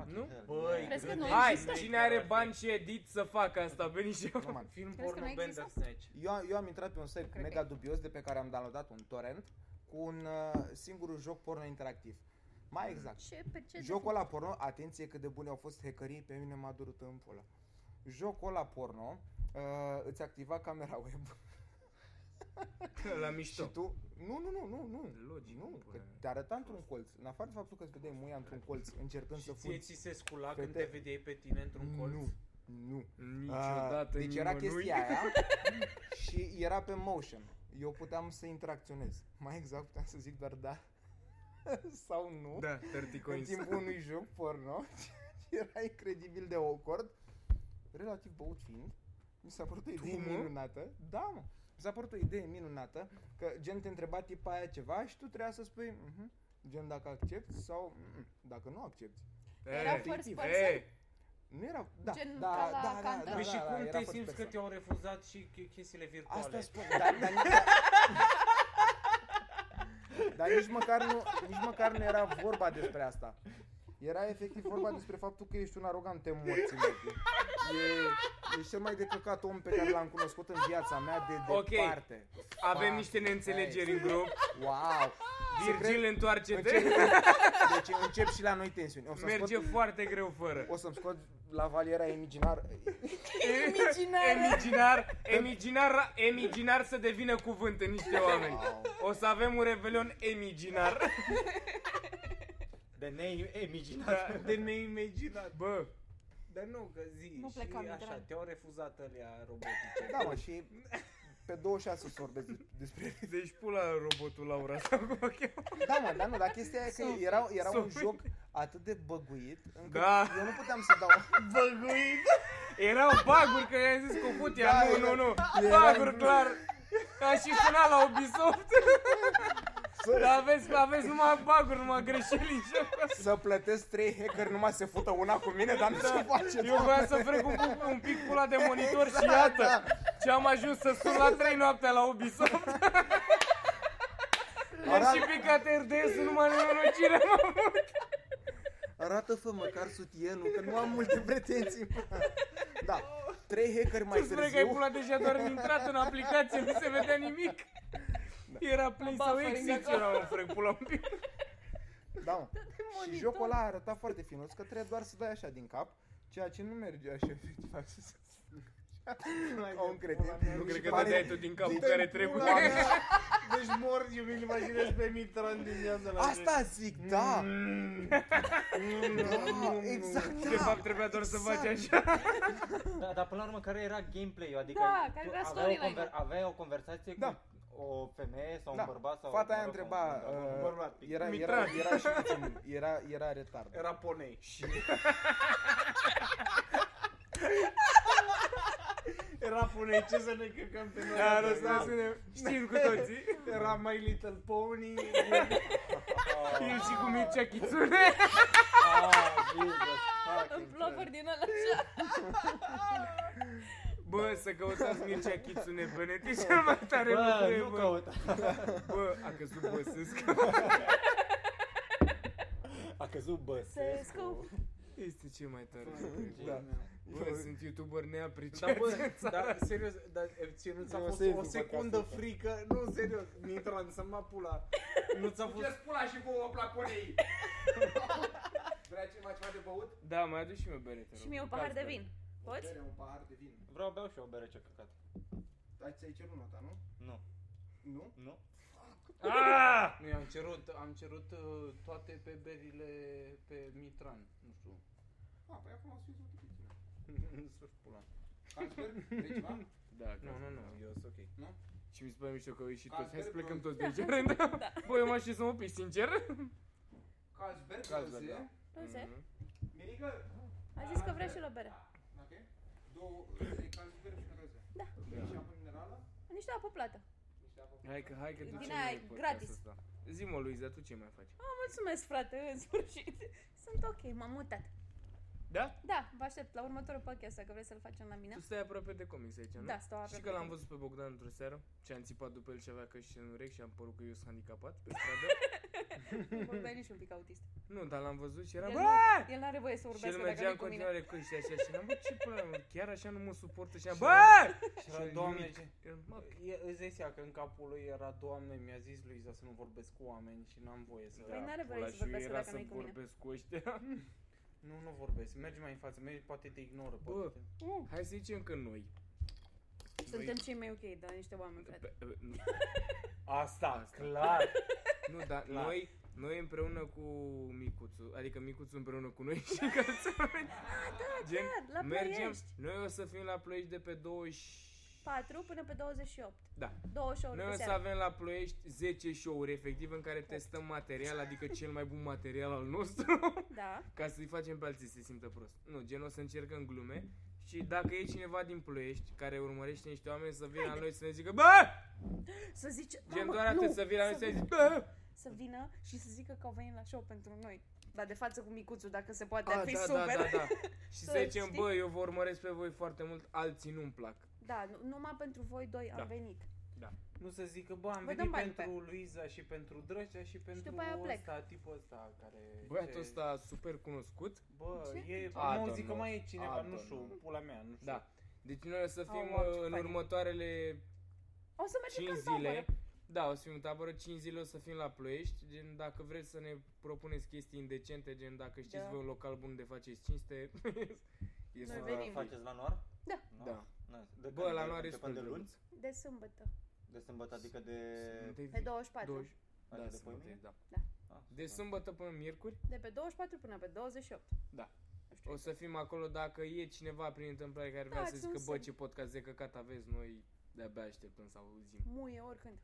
Speaker 1: Nu?
Speaker 4: Băi,
Speaker 2: Crezi că
Speaker 4: greu
Speaker 2: nu
Speaker 4: de-
Speaker 1: Hai,
Speaker 2: există?
Speaker 1: cine are bani și edit să facă asta, veni și eu.
Speaker 3: Nu, man.
Speaker 6: Film
Speaker 2: Crezi că
Speaker 6: porno
Speaker 2: nu există?
Speaker 6: Bandersnatch.
Speaker 3: Eu, eu am intrat pe un site
Speaker 2: Cred că
Speaker 3: mega
Speaker 2: e.
Speaker 3: dubios de pe care am downloadat un torrent cu un uh, singur joc porno interactiv. Mai exact.
Speaker 2: Ce, pe Hmm. ce
Speaker 3: Jocul ăla porno, atenție cât de bune au fost hackerii, pe mine m-a durut în pula. Jocul ăla porno uh, îți activa camera web <laughs>
Speaker 1: La
Speaker 3: și
Speaker 1: mișto.
Speaker 3: tu... Nu, nu, nu, nu, nu.
Speaker 1: Logic,
Speaker 3: Nu,
Speaker 1: bă.
Speaker 3: că te arăta într-un colț. În afară de faptul că îți vedeai muia într-un colț încercând să
Speaker 6: Și ție
Speaker 3: fugi.
Speaker 6: ți se scula când
Speaker 3: Fete.
Speaker 6: te vedeai pe tine într-un colț?
Speaker 3: Nu, nu.
Speaker 1: Niciodată
Speaker 3: deci era
Speaker 1: nimănui.
Speaker 3: chestia aia și era pe motion. Eu puteam să interacționez. Mai exact puteam să zic doar da <laughs> sau nu.
Speaker 1: Da, 30
Speaker 3: în
Speaker 1: coins.
Speaker 3: timpul unui joc porno, <laughs> ce era incredibil de awkward, relativ băut fiind, mi s-a părut o idee
Speaker 1: mă?
Speaker 3: minunată. Da, mă. Mi s-a părut o idee minunată că gen te întreba tipa aia ceva și tu trebuia să spui "Mhm", gen dacă accepti sau "Mhm", dacă nu accepti.
Speaker 2: Era
Speaker 1: Ei,
Speaker 2: first
Speaker 1: ei,
Speaker 2: person?
Speaker 1: eh,
Speaker 3: Nu era, da,
Speaker 2: Gen
Speaker 3: da,
Speaker 2: ca la
Speaker 3: da, da,
Speaker 2: cantă?
Speaker 3: da,
Speaker 6: Păi
Speaker 3: da,
Speaker 6: și
Speaker 3: da,
Speaker 6: cum
Speaker 3: era
Speaker 6: te
Speaker 3: first
Speaker 6: simți
Speaker 3: person.
Speaker 6: că te-au refuzat și ch- chestiile virtuale?
Speaker 3: Asta spun, dar, dar, nici- dar nici, măcar nu, nici măcar nu era vorba despre asta. Era efectiv vorba despre faptul că ești un arogant, te morți în ochi. E, ești cel mai de căcat om pe care l-am cunoscut în viața mea de
Speaker 1: Ok.
Speaker 3: departe.
Speaker 1: Avem
Speaker 3: Pa,
Speaker 1: niște neînțelegeri în grup.
Speaker 3: Wow!
Speaker 1: Virgil
Speaker 3: Încep,
Speaker 1: întoarce-te.
Speaker 3: deci încep și la noi tensiuni. O să-mi scot,
Speaker 1: Merge foarte greu fără.
Speaker 3: o să-mi scot la valiera imiginar.
Speaker 2: Imaginare.
Speaker 1: Emiginar, emiginar, emiginar să devină cuvânt în niște oameni.
Speaker 3: Wow.
Speaker 1: O să avem un revelion emiginar.
Speaker 4: De neimiginat.
Speaker 1: Da, de neimaginat. Bă,
Speaker 6: Dar nu, că zi,
Speaker 2: Nu
Speaker 6: și
Speaker 2: plecam,
Speaker 6: așa,
Speaker 2: drag.
Speaker 6: te-au refuzat alea robotice.
Speaker 3: Da, mă, și pe 26 să vorbesc despre
Speaker 1: deci pula robotul Laura sau cum o cheamă.
Speaker 3: Da, mă, dar nu, dar chestia e că era, era un
Speaker 1: Suflet.
Speaker 3: joc atât de băguit, încât
Speaker 1: Da.
Speaker 3: eu nu puteam să dau...
Speaker 1: Băguit. Erau baguri că i-am zis cu putia.
Speaker 3: Da,
Speaker 1: nu,
Speaker 3: era-
Speaker 1: nu, nu.
Speaker 3: era-
Speaker 1: Baguri, clar. Ca și sunat la Ubisoft.
Speaker 3: Să,
Speaker 1: Dar aveți, aveți numai baguri, numai greșeli.
Speaker 3: să plătesc trei hacker numai se fută una cu mine, dar nu se face.
Speaker 1: Da. Eu
Speaker 3: doamne.
Speaker 1: voiam să frec un, pic- un pic pula de monitor și
Speaker 3: Exact,
Speaker 1: iată.
Speaker 3: da.
Speaker 1: Și am ajuns să sun la 3 noaptea la Ubisoft Am Deci și picat RDS-ul numai în nenorocire, mă.
Speaker 3: Arată-fă măcar sutienul, că nu am multe pretenții. Da, trei hacker mai
Speaker 1: Tu spune că ai
Speaker 3: târziu.
Speaker 1: pula deja doar în intrat în aplicație, nu se vedea nimic Era play
Speaker 2: Ba,
Speaker 1: sau
Speaker 2: fără
Speaker 1: exit,
Speaker 2: nimic.
Speaker 1: era un frec pula un pic
Speaker 3: Da, mă. Și jocul ăla arăta foarte finuț, că trebuie doar să dai așa din cap, ceea ce nu merge așa <laughs> efectiv. așa să- Ca un cretin.
Speaker 1: Nu
Speaker 3: Și
Speaker 1: cred că
Speaker 3: pare-
Speaker 1: dădeai tu din capul
Speaker 3: Din
Speaker 1: care trebuie
Speaker 3: pula mea.
Speaker 6: Deci mor, eu mi-l imaginez pe Mitran din viața la Mm.
Speaker 3: Asta zic, da. Da, exact,
Speaker 1: De
Speaker 3: da.
Speaker 1: fapt trebuia doar să
Speaker 3: Exact.
Speaker 1: faci așa
Speaker 4: Da, dar până la urmă care era gameplay-ul? Adică
Speaker 2: Da, care
Speaker 4: tu
Speaker 2: era
Speaker 4: aveai o,
Speaker 2: storyline-ul?
Speaker 4: conver- aveai o conversație
Speaker 3: Da.
Speaker 4: cu o femeie sau
Speaker 3: Da.
Speaker 4: un bărbat sau
Speaker 3: Fata aia
Speaker 4: mă rog,
Speaker 3: întreba,
Speaker 1: <laughs>
Speaker 4: un- un-
Speaker 3: uh,
Speaker 4: bărbat.
Speaker 3: era, era,
Speaker 1: Mitran.
Speaker 3: era, și puțin, era, era retard.
Speaker 6: Era ponei. Era ponei, ce să ne căcăm
Speaker 3: Da,
Speaker 6: pe noi?
Speaker 1: Dar
Speaker 6: Era-
Speaker 1: asta spune, știm cu toții
Speaker 6: Era My Little Pony.
Speaker 1: El și cu Mircea Chitsune
Speaker 2: <laughs>
Speaker 4: Ah, Jesus.
Speaker 2: Un plover din ăla așa.
Speaker 1: Bă, să căutați Mircea Chitsune pe net, e cel mai tare
Speaker 4: Bă,
Speaker 1: lucru,
Speaker 4: nu căuta.
Speaker 1: Bă, a căzut băsesc.
Speaker 4: A căzut
Speaker 2: Se
Speaker 4: băsesc.
Speaker 2: scup.
Speaker 1: Este cel mai tare.
Speaker 3: Da.
Speaker 1: Bă, sunt youtuber
Speaker 6: Dar
Speaker 1: neapreciați.
Speaker 6: bă, dar serios, dar ție nu ți-a
Speaker 3: Eu
Speaker 6: fost
Speaker 3: să ies
Speaker 6: o
Speaker 3: după
Speaker 6: secundă
Speaker 3: casă.
Speaker 6: frică? Nu, serios, Mitran, să mă pula. Nu ți-a fost...
Speaker 5: pula și vouă placonei. Vrea cineva ceva de băut?
Speaker 1: Da, mai aduci și mie o bere, te rog.
Speaker 2: Și mie un pahar de
Speaker 1: Gazda.
Speaker 2: vin. Poți?
Speaker 5: Bere, un pahar de vin.
Speaker 4: Vreau beau și eu o bere ce căcat.
Speaker 5: Dar ți-ai cerut nota, nu?
Speaker 4: Nu,
Speaker 5: Nu?
Speaker 4: nu.
Speaker 1: Ah!
Speaker 6: Nu, eu am cerut, am cerut uh, toate pe berile pe Mitran, nu știu.
Speaker 5: A, păi acum o să-i zic
Speaker 6: Nu știu pula.
Speaker 5: Carlsberg? Vrei ceva?
Speaker 1: Da,
Speaker 6: Nu, nu, nu, eu sunt ok.
Speaker 1: Și mi se pare mișto că au ieșit toți. Hai să
Speaker 5: Carlsberg,
Speaker 1: plecăm
Speaker 5: nu?
Speaker 1: toți de
Speaker 2: <laughs>
Speaker 1: aici. Da.
Speaker 2: Da.
Speaker 1: Băi, eu m-aș și să mă piș, sincer.
Speaker 5: Carlsberg,
Speaker 6: Carlsberg,
Speaker 5: roze.
Speaker 6: da.
Speaker 2: Roze?
Speaker 1: Mhm.
Speaker 5: Mirica,
Speaker 2: A zis că vrea și el o bere.
Speaker 5: ok? Două roze, Carlsberg și un roze.
Speaker 2: Da.
Speaker 5: Și apă minerală?
Speaker 2: Niște apă plată.
Speaker 5: Niște apă.
Speaker 1: Hai că, hai că
Speaker 2: Din
Speaker 1: ducem
Speaker 2: aia
Speaker 1: noi
Speaker 2: e
Speaker 1: podcastul
Speaker 2: gratis.
Speaker 1: ăsta. Zi-mă, Luiza, tu ce mai faci?
Speaker 2: Mulțumesc, frate, în sfârșit. Sunt ok, m-am mutat.
Speaker 1: Da?
Speaker 2: Da, vă aștept la următorul podcast, dacă vreți să-l facem la mine.
Speaker 1: Tu stai aproape de comics aici, nu?
Speaker 2: Da, stau
Speaker 1: Știi
Speaker 2: aproape.
Speaker 1: că l-am văzut pe Bogdan într-o seară și am țipat după el și avea căști în urechi și am părut că eu sunt handicapat pe stradă?
Speaker 2: Vorbea nici un pic autist.
Speaker 1: nu, dar l-am văzut și
Speaker 2: <laughs>
Speaker 1: eram...
Speaker 2: El
Speaker 1: Bă!
Speaker 2: nu- El n-are voie să
Speaker 1: Și el
Speaker 2: vorbească dacă
Speaker 1: mergea
Speaker 2: nu
Speaker 1: în
Speaker 2: cu mine.
Speaker 1: continuare cu și așa și eram, bă, ce până, chiar așa nu mă suportă și am,
Speaker 6: Și
Speaker 1: bă!
Speaker 6: Și
Speaker 1: Și
Speaker 6: era,
Speaker 1: eu
Speaker 6: doamne,
Speaker 1: nimic.
Speaker 6: ce...
Speaker 1: Eram, mă,
Speaker 6: E, îți dai seama că în capul lui era, doamne, mi-a zis Luiza să nu vorbesc cu oameni și n-am voie să...
Speaker 2: Păi n-are voie
Speaker 1: pula,
Speaker 2: să
Speaker 1: și eu
Speaker 2: vorbească
Speaker 1: era
Speaker 2: dacă
Speaker 1: să
Speaker 2: nu-i cu mine.
Speaker 1: vorbesc cu ăștia. <laughs>
Speaker 6: Nu, nu vorbesc, mergi mai în față, mergi, poate te ignoră,
Speaker 1: Bă.
Speaker 6: poate te...
Speaker 2: Mm.
Speaker 1: Hai să zicem că noi.
Speaker 2: Suntem cei mai ok, dar niște oameni,
Speaker 1: Noi,
Speaker 2: frate.
Speaker 1: pe- pe- nu,
Speaker 6: Asta,
Speaker 1: Asta. <laughs>
Speaker 6: clar!
Speaker 1: nu, dar
Speaker 6: Clar.
Speaker 1: noi, noi împreună cu Micuțu, adică Micuțu împreună cu noi <laughs> și ca să Gen,
Speaker 2: Da, la
Speaker 1: mergem,
Speaker 2: Ploiești.
Speaker 1: noi o să fim la Ploiești de pe 20...
Speaker 2: 4 până pe 28.
Speaker 1: Da.
Speaker 2: Două show-uri
Speaker 1: Noi
Speaker 2: pe
Speaker 1: o să
Speaker 2: seară.
Speaker 1: avem la Ploiești 10 show-uri efectiv în care testăm material, adică cel mai bun material al nostru. <laughs>
Speaker 2: Da.
Speaker 1: Ca să-i facem pe alții să se simtă prost. Nu, gen o să încercăm glume și dacă e cineva din Ploiești care urmărește niște oameni să vină la noi să ne zică Bă!
Speaker 2: Să zice,
Speaker 1: Gen
Speaker 2: mamă,
Speaker 1: doar atât
Speaker 2: nu,
Speaker 1: să vină la noi să ne
Speaker 2: vină-
Speaker 1: zici Bă!
Speaker 2: Să vină și să zică că au venit la show pentru noi. Dar de față cu micuțul, dacă se poate,
Speaker 1: A,
Speaker 2: ar fi
Speaker 1: da, da,
Speaker 2: super.
Speaker 1: da,
Speaker 2: <laughs>
Speaker 1: da. Și
Speaker 2: Să
Speaker 1: să zicem,
Speaker 2: știi.
Speaker 1: bă, eu vă urmăresc pe voi foarte mult, alții nu-mi plac.
Speaker 2: Da, nu- numai pentru voi doi
Speaker 1: Da.
Speaker 2: am venit.
Speaker 6: Nu să zică, bă, am
Speaker 2: Vă
Speaker 6: venit
Speaker 2: dăm bani
Speaker 6: pentru Luiza și pentru Drăcea și pentru
Speaker 2: după aia plec.
Speaker 6: ăsta, tipul ăsta care...
Speaker 1: Băiatul
Speaker 6: ce-
Speaker 1: ăsta super cunoscut,
Speaker 6: Bă,
Speaker 2: Ce?
Speaker 6: e,
Speaker 1: A,
Speaker 6: am auzit
Speaker 1: domnul.
Speaker 6: că mai e cineva,
Speaker 1: A,
Speaker 6: nu știu,
Speaker 1: domnul.
Speaker 6: pula mea, nu știu.
Speaker 1: da. Deci noi o să
Speaker 2: Oh,
Speaker 1: fim
Speaker 2: wow, ce
Speaker 1: uh, în
Speaker 2: fain.
Speaker 1: următoarele
Speaker 2: O să
Speaker 1: 5
Speaker 2: mergem în
Speaker 1: zile.
Speaker 2: Păi tabără.
Speaker 1: Da, o să fim în tabără, 5 zile o să fim la Ploiești. Gen, dacă vreți să ne propuneți chestii indecente, gen dacă știți
Speaker 2: Da.
Speaker 1: voi un local bun de faceți cinste, <laughs> e
Speaker 2: Noi
Speaker 1: să-
Speaker 2: venim.
Speaker 4: Faceți la noar?
Speaker 2: Da.
Speaker 1: Da.
Speaker 4: Nice. De
Speaker 1: Bă,
Speaker 4: când?
Speaker 1: la noar e
Speaker 4: Începând de
Speaker 1: super
Speaker 4: luni?
Speaker 1: drăguț.
Speaker 2: De sâmbătă.
Speaker 4: De sâmbătă, adică de...
Speaker 1: Suntem
Speaker 2: Pe 24.
Speaker 1: 20.
Speaker 4: adică
Speaker 1: Da,
Speaker 4: de poi
Speaker 1: sâmbătă,
Speaker 4: mâine?
Speaker 1: da.
Speaker 4: Ah,
Speaker 1: De
Speaker 4: super.
Speaker 1: sâmbătă până miercuri.
Speaker 2: De pe 24 până pe 28.
Speaker 1: Da.
Speaker 2: Nu știu.
Speaker 1: O să fim acolo dacă e cineva prin întâmplare care vrea
Speaker 2: Da,
Speaker 1: să
Speaker 2: ați un
Speaker 1: zică, bă,
Speaker 2: semn."
Speaker 1: ce podcast de căcat aveți, noi de-abia așteptăm să auzim.
Speaker 2: Muie oricând.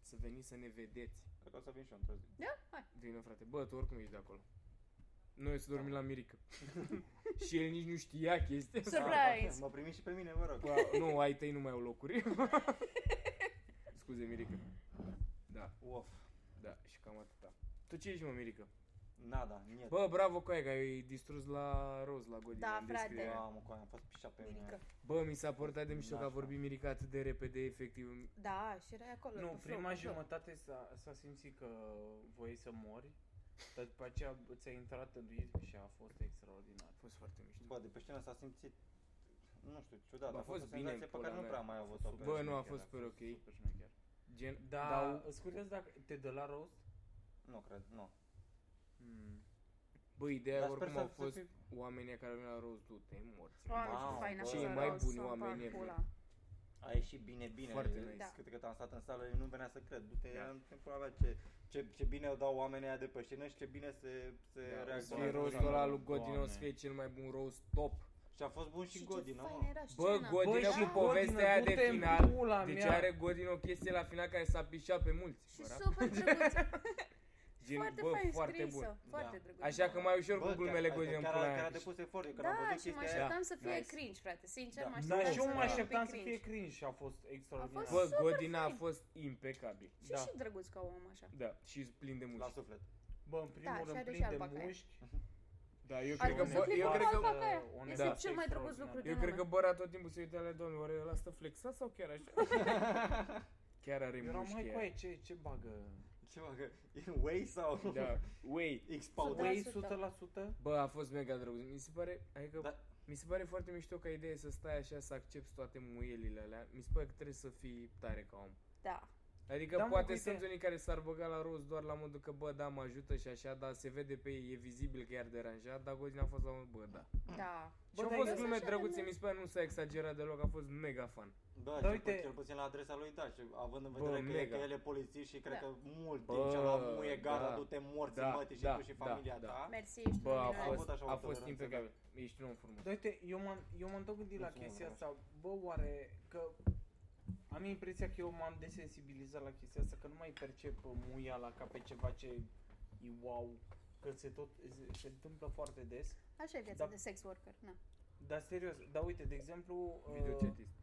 Speaker 1: Să veniți să ne vedeți.
Speaker 4: Cred că o să vin și eu într-o zi.
Speaker 1: Vină, frate. Bă, tu oricum ești de acolo. Noi o să
Speaker 2: Da.
Speaker 1: dormim la Mirica. <laughs> și el nici nu știa chestia asta.
Speaker 2: Surprise!
Speaker 4: Ah, Mă primiți și pe mine, vă rog.
Speaker 1: Bă, nu, ai tăi nu mai au
Speaker 2: <laughs>
Speaker 1: locuri. Scuze, Mirica. Da,
Speaker 4: Of,
Speaker 1: da, și cam atâta. Tu ce ești, mă, Mirica?
Speaker 4: nada, niet.
Speaker 1: Bă, bravo, coaie, că ai distrus la roz, la Godin.
Speaker 2: Da,
Speaker 1: în
Speaker 2: frate.
Speaker 1: descriere.
Speaker 4: Mamă, cu aia am fost pișat pe mine.
Speaker 2: Mirica.
Speaker 1: Bă, mi s-a părut atât de mișto că a
Speaker 4: Nașpa.
Speaker 1: vorbit Mirica atât de repede, efectiv.
Speaker 2: Da, și erai acolo.
Speaker 6: Nu,
Speaker 2: cu flow,
Speaker 6: prima
Speaker 2: cu flow.
Speaker 6: jumătate s-a, s-a simțit că voiai să mori, dar după aceea ți-a intrat în ritm și a fost extraordinar.
Speaker 1: A fost foarte mișto.
Speaker 4: Bă, de pe scenă s-a simțit, nu știu, ciudat.
Speaker 1: Bă, a
Speaker 4: a fost
Speaker 1: fost bine,
Speaker 4: o senzație pe
Speaker 1: pula
Speaker 4: care nu
Speaker 1: mea.
Speaker 4: prea am mai avut-o. pe
Speaker 1: Bă, nu,
Speaker 4: scenă
Speaker 1: a
Speaker 4: chiar,
Speaker 1: fost super ok.
Speaker 6: Super șmecher.
Speaker 1: Gen,
Speaker 6: Da,
Speaker 1: dau-
Speaker 6: îți curios dacă te dă la roast?
Speaker 4: Nu cred, nu.
Speaker 6: Mm.
Speaker 1: Bă, ideea
Speaker 4: Dar sper
Speaker 1: oricum
Speaker 4: să-
Speaker 1: au
Speaker 4: să
Speaker 1: fost
Speaker 4: fie-
Speaker 1: oamenii care au venit la roz, du te morți.
Speaker 2: Oameni,
Speaker 4: Mamă,
Speaker 2: ce fain a
Speaker 4: bă.
Speaker 2: fost
Speaker 4: Cei
Speaker 2: la
Speaker 1: mai
Speaker 2: roz,
Speaker 1: buni
Speaker 2: să-mi
Speaker 1: oameni
Speaker 2: fac
Speaker 1: ever.
Speaker 2: pula.
Speaker 4: A ieșit bine, bine.
Speaker 1: Foarte nice.
Speaker 2: Da.
Speaker 4: Cât cât am stat în sală, nu venea să cred. Du-te,
Speaker 1: Da.
Speaker 4: în timpul ăla, ce, ce, ce bine o dau oamenii aia de pe scenă și ce bine se, se
Speaker 1: Da, o să
Speaker 4: reacționează.
Speaker 1: fie rostul ăla lui Godin, o să
Speaker 6: Doamne.
Speaker 1: fie cel mai bun roast top.
Speaker 4: Și a fost bun și,
Speaker 2: Și ce
Speaker 4: Godina,
Speaker 2: fain
Speaker 4: mă.
Speaker 2: era
Speaker 1: Bă,
Speaker 2: scena. Da,
Speaker 1: Godin- Godină cu povestea
Speaker 6: Godină,
Speaker 1: aia de
Speaker 6: du-te în
Speaker 1: final.
Speaker 6: Pula
Speaker 1: Deci
Speaker 6: mea.
Speaker 1: are Godin o chestie la final care s-a pișat pe mulți.
Speaker 2: Și
Speaker 1: mă rap.
Speaker 2: super drăguț. Foarte
Speaker 1: <laughs> bă,
Speaker 2: fain
Speaker 1: foarte bun.
Speaker 2: scrisă. Foarte
Speaker 4: Da.
Speaker 2: drăguț.
Speaker 1: Așa că mai ușor
Speaker 4: Bă,
Speaker 1: cu glumele
Speaker 4: chiar-
Speaker 1: Godin în
Speaker 4: chiar,
Speaker 1: pula
Speaker 4: chiar
Speaker 1: aia.
Speaker 4: a depus efort, eu când am
Speaker 2: Da,
Speaker 4: văzut
Speaker 2: și mă
Speaker 4: chestia aia.
Speaker 2: așteptam să fie
Speaker 1: Nice.
Speaker 2: cringe, frate. Sincer,
Speaker 4: Da.
Speaker 2: mă
Speaker 6: Da,
Speaker 2: așteptam
Speaker 6: și eu
Speaker 2: să
Speaker 6: mă
Speaker 2: fie un
Speaker 6: așteptam
Speaker 2: pic
Speaker 6: să
Speaker 2: cringe.
Speaker 6: fie cringe și a fost extraordinar.
Speaker 2: A
Speaker 1: Bă,
Speaker 2: Super
Speaker 1: Godin a
Speaker 2: fain.
Speaker 1: fost impecabil.
Speaker 2: Și
Speaker 1: Da,
Speaker 2: și drăguț ca om așa.
Speaker 1: da, și plin de
Speaker 4: La
Speaker 1: mușchi.
Speaker 4: suflet.
Speaker 6: Bă, în primul
Speaker 2: și
Speaker 6: rând
Speaker 2: are și
Speaker 6: plin de
Speaker 2: alba ca ea.
Speaker 6: mușchi.
Speaker 1: Da, eu
Speaker 2: Ar
Speaker 1: cred că,
Speaker 2: trebui
Speaker 1: bă,
Speaker 2: să fie
Speaker 1: eu
Speaker 2: ca
Speaker 1: cred că,
Speaker 2: alba.
Speaker 6: Este
Speaker 1: Da.
Speaker 2: cel mai drăguț lucru
Speaker 1: eu
Speaker 2: din
Speaker 1: cred
Speaker 2: lume.
Speaker 1: că bărat tot timpul se uitea la doamne, oare ăla stă flexat sau chiar
Speaker 2: <laughs>
Speaker 1: așa? chiar are
Speaker 6: Eram
Speaker 1: mușchi.
Speaker 6: mai
Speaker 1: aia.
Speaker 6: cu aia, ce, ce bagă?
Speaker 4: Ce mă, că e Way sau <laughs>
Speaker 1: Da, wait.
Speaker 2: Da,
Speaker 4: X-Powder?
Speaker 6: Vrei
Speaker 2: 100%.
Speaker 6: 100%?
Speaker 1: Bă, a fost mega drăguț. Mi se pare, adică,
Speaker 4: Da.
Speaker 1: mi se pare foarte mișto ca idee să stai așa, să accepti toate muielile alea. Mi se pare că trebuie să fii tare ca om.
Speaker 2: Da.
Speaker 1: Adică
Speaker 6: Da,
Speaker 1: da,
Speaker 6: mă,
Speaker 1: poate
Speaker 6: uite.
Speaker 1: sunt unii care s-ar băga la rost doar la modul că bă, da, mă ajută și așa, dar se vede pe ei, e vizibil că i-ar deranja, dar Godin a fost la modul, bă, da.
Speaker 2: Da.
Speaker 1: și au
Speaker 6: dar
Speaker 1: fost
Speaker 6: eu-
Speaker 1: glume
Speaker 2: așa
Speaker 1: drăguțe,
Speaker 2: de-
Speaker 1: mi se pare, nu s-a exagerat deloc, a fost mega fan.
Speaker 4: Da,
Speaker 6: Da,
Speaker 4: cel,
Speaker 6: uite.
Speaker 4: uite. cel puțin la adresa lui, da, și având în
Speaker 1: Bă,
Speaker 4: vedere că, e-
Speaker 1: mega.
Speaker 4: că el e polițist și cred
Speaker 2: Da.
Speaker 4: că mult
Speaker 1: Bă,
Speaker 4: din ce la muie gara,
Speaker 1: da.
Speaker 4: du-te morți
Speaker 1: Da,
Speaker 4: în mătii și
Speaker 1: da,
Speaker 4: tu și
Speaker 1: da,
Speaker 4: familia
Speaker 1: da.
Speaker 4: ta.
Speaker 2: Mersi, ești
Speaker 1: Bă, a
Speaker 2: minunat.
Speaker 4: avut
Speaker 1: fost,
Speaker 4: așa o
Speaker 1: a fost
Speaker 4: toleranță, da.
Speaker 1: impecabil. Ești un om frumos.
Speaker 6: Dar uite, eu m-am, eu m-am tot gândit la
Speaker 4: Mulțumesc,
Speaker 6: chestia
Speaker 4: Mihai.
Speaker 6: asta, bă, oare că am impresia că eu m-am desensibilizat la chestia asta, că nu mai percep uh, muia la ca pe ceva ce e wow, că se tot se, se întâmplă foarte des.
Speaker 2: Așa e viața
Speaker 6: Da.
Speaker 2: de sex worker, na.
Speaker 6: Dar serios, dar uite, de exemplu, uh,
Speaker 1: Videocetist.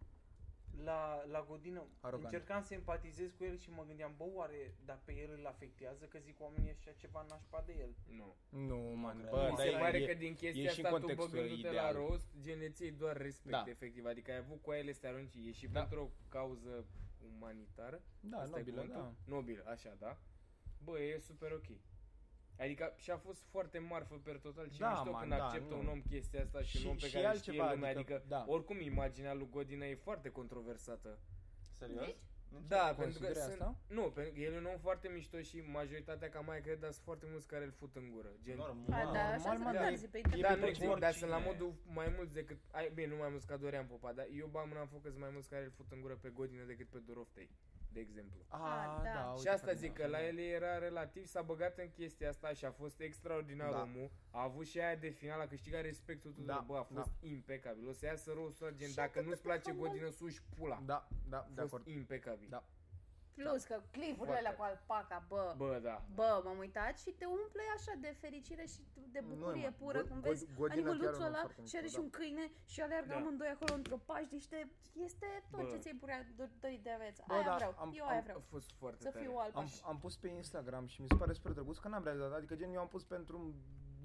Speaker 6: la, la Godină
Speaker 3: Arogant.
Speaker 6: încercam să empatizez cu el și mă gândeam, bă, oare dar pe el îl afectează că zic oamenii ăștia ceva nașpa de el.
Speaker 1: Nu.
Speaker 3: Nu, man,
Speaker 4: cred.
Speaker 3: bă,
Speaker 4: Mi
Speaker 1: Mi
Speaker 3: dar
Speaker 1: se
Speaker 3: e-
Speaker 1: pare
Speaker 3: e-
Speaker 1: că din
Speaker 3: e
Speaker 1: chestia
Speaker 3: și în
Speaker 1: asta, tu
Speaker 3: contextul
Speaker 1: băgându-te la
Speaker 3: ideal.
Speaker 1: rost, gen le ții doar respect,
Speaker 3: Da.
Speaker 1: efectiv. Adică ai avut cu ele să te arunci, e și
Speaker 3: Da.
Speaker 1: pentru o cauză umanitară.
Speaker 3: Da,
Speaker 1: Asta e
Speaker 3: nobilă,
Speaker 1: cuvântul?
Speaker 3: da.
Speaker 1: Nobilă, așa, da. Bă, e super ok. Adică și-a fost foarte marfă per total și
Speaker 3: Da,
Speaker 1: mișto
Speaker 3: man,
Speaker 1: când
Speaker 3: da,
Speaker 1: acceptă
Speaker 3: nu.
Speaker 1: un om chestia asta și,
Speaker 3: Și-
Speaker 1: un om pe
Speaker 3: și
Speaker 1: care îl știe
Speaker 3: altceva,
Speaker 1: lumea,
Speaker 3: adică,
Speaker 1: adică,
Speaker 3: da.
Speaker 1: oricum imaginea lui Godina e foarte controversată.
Speaker 4: Serios?
Speaker 1: Da, pentru că
Speaker 3: Consideri
Speaker 1: sunt,
Speaker 3: asta?
Speaker 1: nu, pentru că el e un om foarte mișto și majoritatea ca mai cred, dar sunt foarte mulți care îl fut în gură. Gen,
Speaker 2: A,
Speaker 4: Normal.
Speaker 2: da,
Speaker 3: normal,
Speaker 2: așa
Speaker 3: mă,
Speaker 2: sunt
Speaker 3: da,
Speaker 2: verzi pe
Speaker 1: da,
Speaker 3: E
Speaker 1: nu,
Speaker 3: pentru
Speaker 1: zic, dar sunt la
Speaker 4: oricine.
Speaker 1: modul mai mulți decât... Ai, bine, nu mai mulți ca Dorian Popa, dar eu bag mâna în foc că sunt mai mulți care îl fut în gură pe Godină decât pe Doroftei, de exemplu.
Speaker 3: A,
Speaker 2: Ah, da.
Speaker 3: da, uite,
Speaker 1: și asta
Speaker 3: foarte
Speaker 1: zic
Speaker 3: bine.
Speaker 1: că la el era relativ, s-a băgat în chestia asta și a fost extraordinar
Speaker 3: Da.
Speaker 1: da. omul. A avut și aia de final, a câștigat respectul tuturor.
Speaker 3: Da,
Speaker 1: Da. Bă, a fost da. impecabil. O să iasă rostul gen,
Speaker 2: Și
Speaker 1: dacă
Speaker 2: atât
Speaker 1: nu-ți
Speaker 2: de
Speaker 1: place
Speaker 2: frumos.
Speaker 1: Godină, suși pula. Da,
Speaker 3: Da, da, de
Speaker 1: a fost
Speaker 3: acord.
Speaker 1: impecabil.
Speaker 3: Da.
Speaker 1: Da.
Speaker 2: Plus că clipurile alea cu alpaca, bă.
Speaker 1: Bă, da.
Speaker 2: Bă, m-am uitat și te umple așa de fericire și de
Speaker 3: Nu,
Speaker 2: bucurie
Speaker 3: mă,
Speaker 2: pură
Speaker 3: Go-
Speaker 2: când
Speaker 3: Go-
Speaker 2: vezi
Speaker 3: Godina chiar
Speaker 2: animăluțul
Speaker 3: un om
Speaker 2: ăla
Speaker 3: foarte
Speaker 2: și are
Speaker 3: mișto,
Speaker 2: și
Speaker 3: da.
Speaker 2: un câine și aleargă
Speaker 1: Da.
Speaker 2: amândoi acolo într-o pașdiște. Este tot
Speaker 1: Bă.
Speaker 2: ce ți-ai purea do- dorit de aveți.
Speaker 3: Bă,
Speaker 2: Aia
Speaker 3: da,
Speaker 2: vreau,
Speaker 3: am-
Speaker 2: eu aia
Speaker 3: am-
Speaker 1: A
Speaker 2: vreau.
Speaker 1: fost foarte
Speaker 2: Să
Speaker 1: tare.
Speaker 2: fiu
Speaker 3: Am,
Speaker 2: albaș.
Speaker 3: am pus pe Instagram și mi se pare super drăguț că n-am realizat, adică gen eu am pus pentru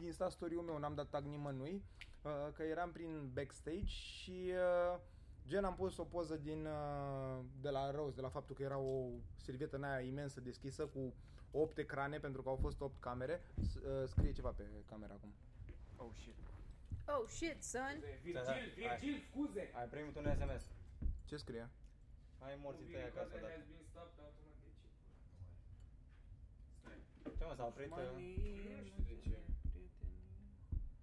Speaker 3: Insta story-ul meu, n-am dat tag nimănui, uh, că eram prin backstage și uh, gen am pus o poză din, uh, de la Rose, de la faptul că era o servietă în aia imensă deschisă cu 8 ecrane pentru că au fost 8 camere, S- uh, scrie ceva pe camera acum.
Speaker 1: Oh, shit.
Speaker 2: Oh, shit, son.
Speaker 1: Virgil, Virgil, scuze!
Speaker 4: Ai primit un SMS.
Speaker 3: Ce scrie?
Speaker 4: Hai morții tăi acasă, da. Ce mă, s-a oprit? uh,
Speaker 1: Nu știu de ce.